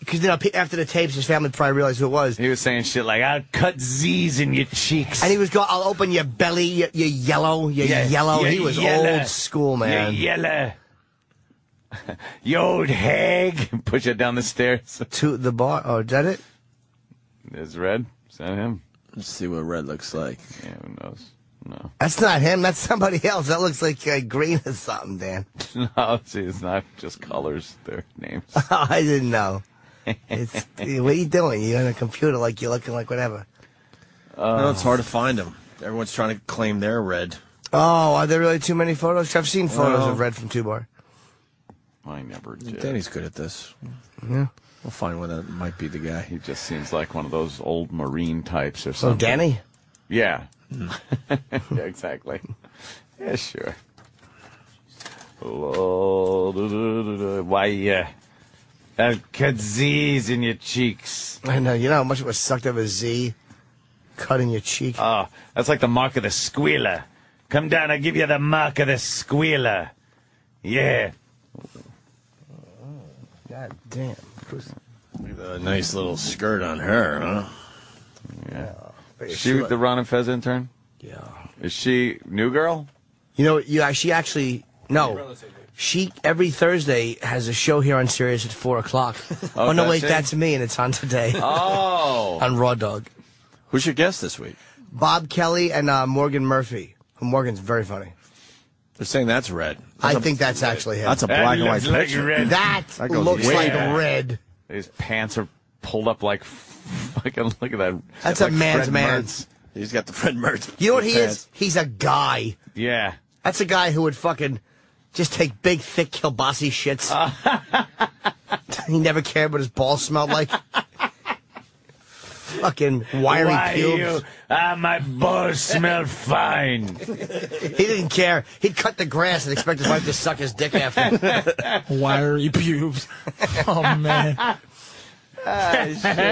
because you know pe- after the tapes, his family probably realized who it was.
He was saying shit like, "I'll cut Z's in your cheeks,"
and he was going, "I'll open your belly, your, your yellow, your
Yeah,
yellow."
yeah,
he was
yellow.
old school,
Yeah,
man.
yellow. You old hag. Push it down the stairs.
To the bar. Oh, is that it?
There's Red. Is that him?
Let's see what Red looks like.
Yeah, who knows? No.
That's not him. That's somebody else. That looks like uh, green or something, Dan.
No, see, it's not just colors, they're names.
I didn't know. It's, what are you doing? You're on a computer like you're looking like whatever.
no, it's hard to find them. Everyone's trying to claim their Red.
Oh, are there really too many photos? I've seen photos
Well-
of Red from Two Bar.
I never did.
Danny's good at this.
Yeah.
We'll find one that might be the guy.
He just seems like one of those old Marine types or
Oh,
something.
Danny?
Yeah.
Hmm.
yeah, exactly. Yeah, sure. Hello, da, da, da, da. Why, uh, yeah. I'll cut Z's in your cheeks.
I know. You know how much it was sucked up a Z? Cutting your cheek.
Oh, that's like the mark of the squealer. Come down, I'll give you the mark of the squealer. Yeah.
God damn.
A nice little skirt on her, huh?
Yeah.
Oh, but
Is
it's
she
too-
the Ron and Fez intern?
Yeah.
Is she new girl?
You know, you she actually no. She every Thursday has a show here on Sirius at four o'clock.
Oh,
oh no,
does
wait,
she?
that's me, and it's on today.
Oh.
on Raw Dog.
Who's your guest this week?
Bob Kelly and uh, Morgan Murphy. Who Morgan's very funny.
They're saying that's Red.
I think that's actually him.
That's a black and white picture.
That,
That goes
looks
way
like
back.
red.
His pants are pulled up like fucking. Look at that.
That's
like
a man's
Fred
man.
Mertz.
He's got the Fred Mertz.
You know what he
pants.
is? He's a guy.
Yeah.
That's a guy who would fucking just take big, thick kielbasi shits.
Uh.
he never cared what his balls smelled like. fucking wiry
Why
pubes.
you? Ah, my balls smell fine.
He didn't care. He'd cut the grass and expect his wife to suck his dick after.
Wiry pubes. Oh man.
Patrice,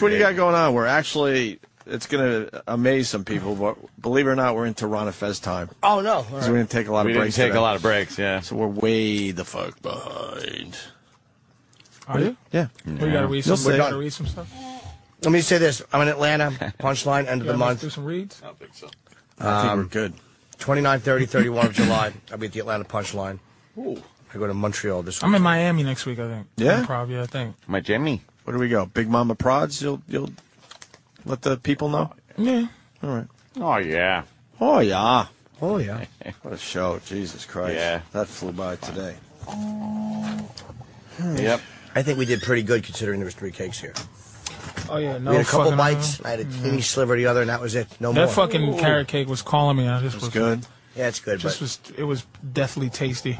what do you got going on? We're actually, it's going to amaze some people, but believe it or not, we're into Ron and Fez time.
oh no! All
'Cause
right.
We're going to take a lot
We
of
didn't
breaks.
take
today.
a lot of breaks. Yeah.
So we're way the fuck behind.
Are you?
Yeah.
We gotta read
You'll
some. We
see.
gotta read some stuff.
Let me say this: I'm in Atlanta. Punchline end of the
Gotta
month. Um,
Do some reads.
I don't think so.
I think we're good.
29, 30, 31 of July. I'll be at the Atlanta Punchline. I go to Montreal this week.
I'm in Miami next week. I think.
Yeah?
Improv, yeah, I think.
My Jimmy.
Where do we go? Big Mama Prods? You'll, you'll let the people know?
Yeah.
All right.
Oh yeah.
Oh, yeah.
Oh yeah.
What a show. Jesus Christ.
Yeah.
That flew by today.
Ah.
Yep.
I think we did pretty good considering there was three cakes here.
Oh yeah. No
we had a couple
fucking- uh, mm.
bites. I had a teeny sliver of the other, and that was it. No more.
That fucking carrot cake was calling me. I just
It was
was
good.
yeah, it's good.
Just
But Hmm.
was it was deathly tasty.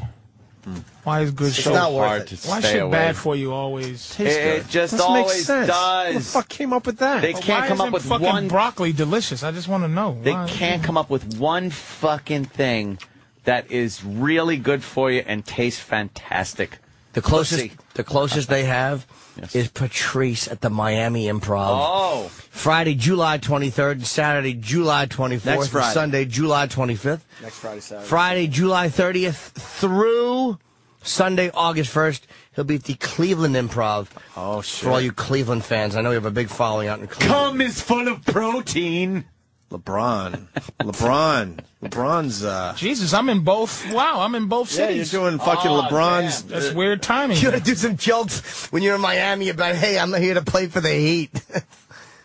Why is good
it's
so?
not worth
hard
it.
to
why
stay
should
away.
bad for you always?
Tastes
It
good.
just
Doesn't make
always
sense. Who the
does.
fuck came up with that?
They can't
Why
come up
isn't
with
fucking
one.
broccoli delicious. I just want to know.
They
Why-
can't come up with one fucking thing that is really good for you and tastes fantastic.
the closest,
Pussy.
the closest they have is Patrice at the Miami Improv.
Oh.
Friday, July 23rd, and Saturday, July 24th,
Next Friday.
and Sunday, July 25th.
Next Friday, Saturday.
Friday, July 30th through Sunday, August 1st. He'll be at the Cleveland Improv.
Oh, shit.
For all you Cleveland fans, I know you have a big following out in Cleveland.
Cum is full of protein.
LeBron. LeBron. LeBron's. uh
Jesus, I'm in both. Wow, I'm in both
Yeah, you're
cities.
doing fucking LeBron's.
That's weird timing.
uh, You gotta do some jokes when you're in Miami about, hey, I'm here to play for the Heat.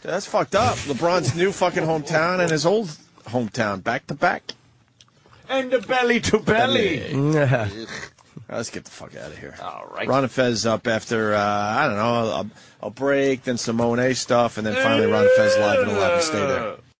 That's fucked up. LeBron's new fucking hometown and his old hometown back to back.
And the belly to belly.
Let's get the fuck out of here.
All right.
Ron and Fez up after uh, I don't know a, a break, then some Monet stuff, and then finally Ron and Fez live at eleven. Stay there.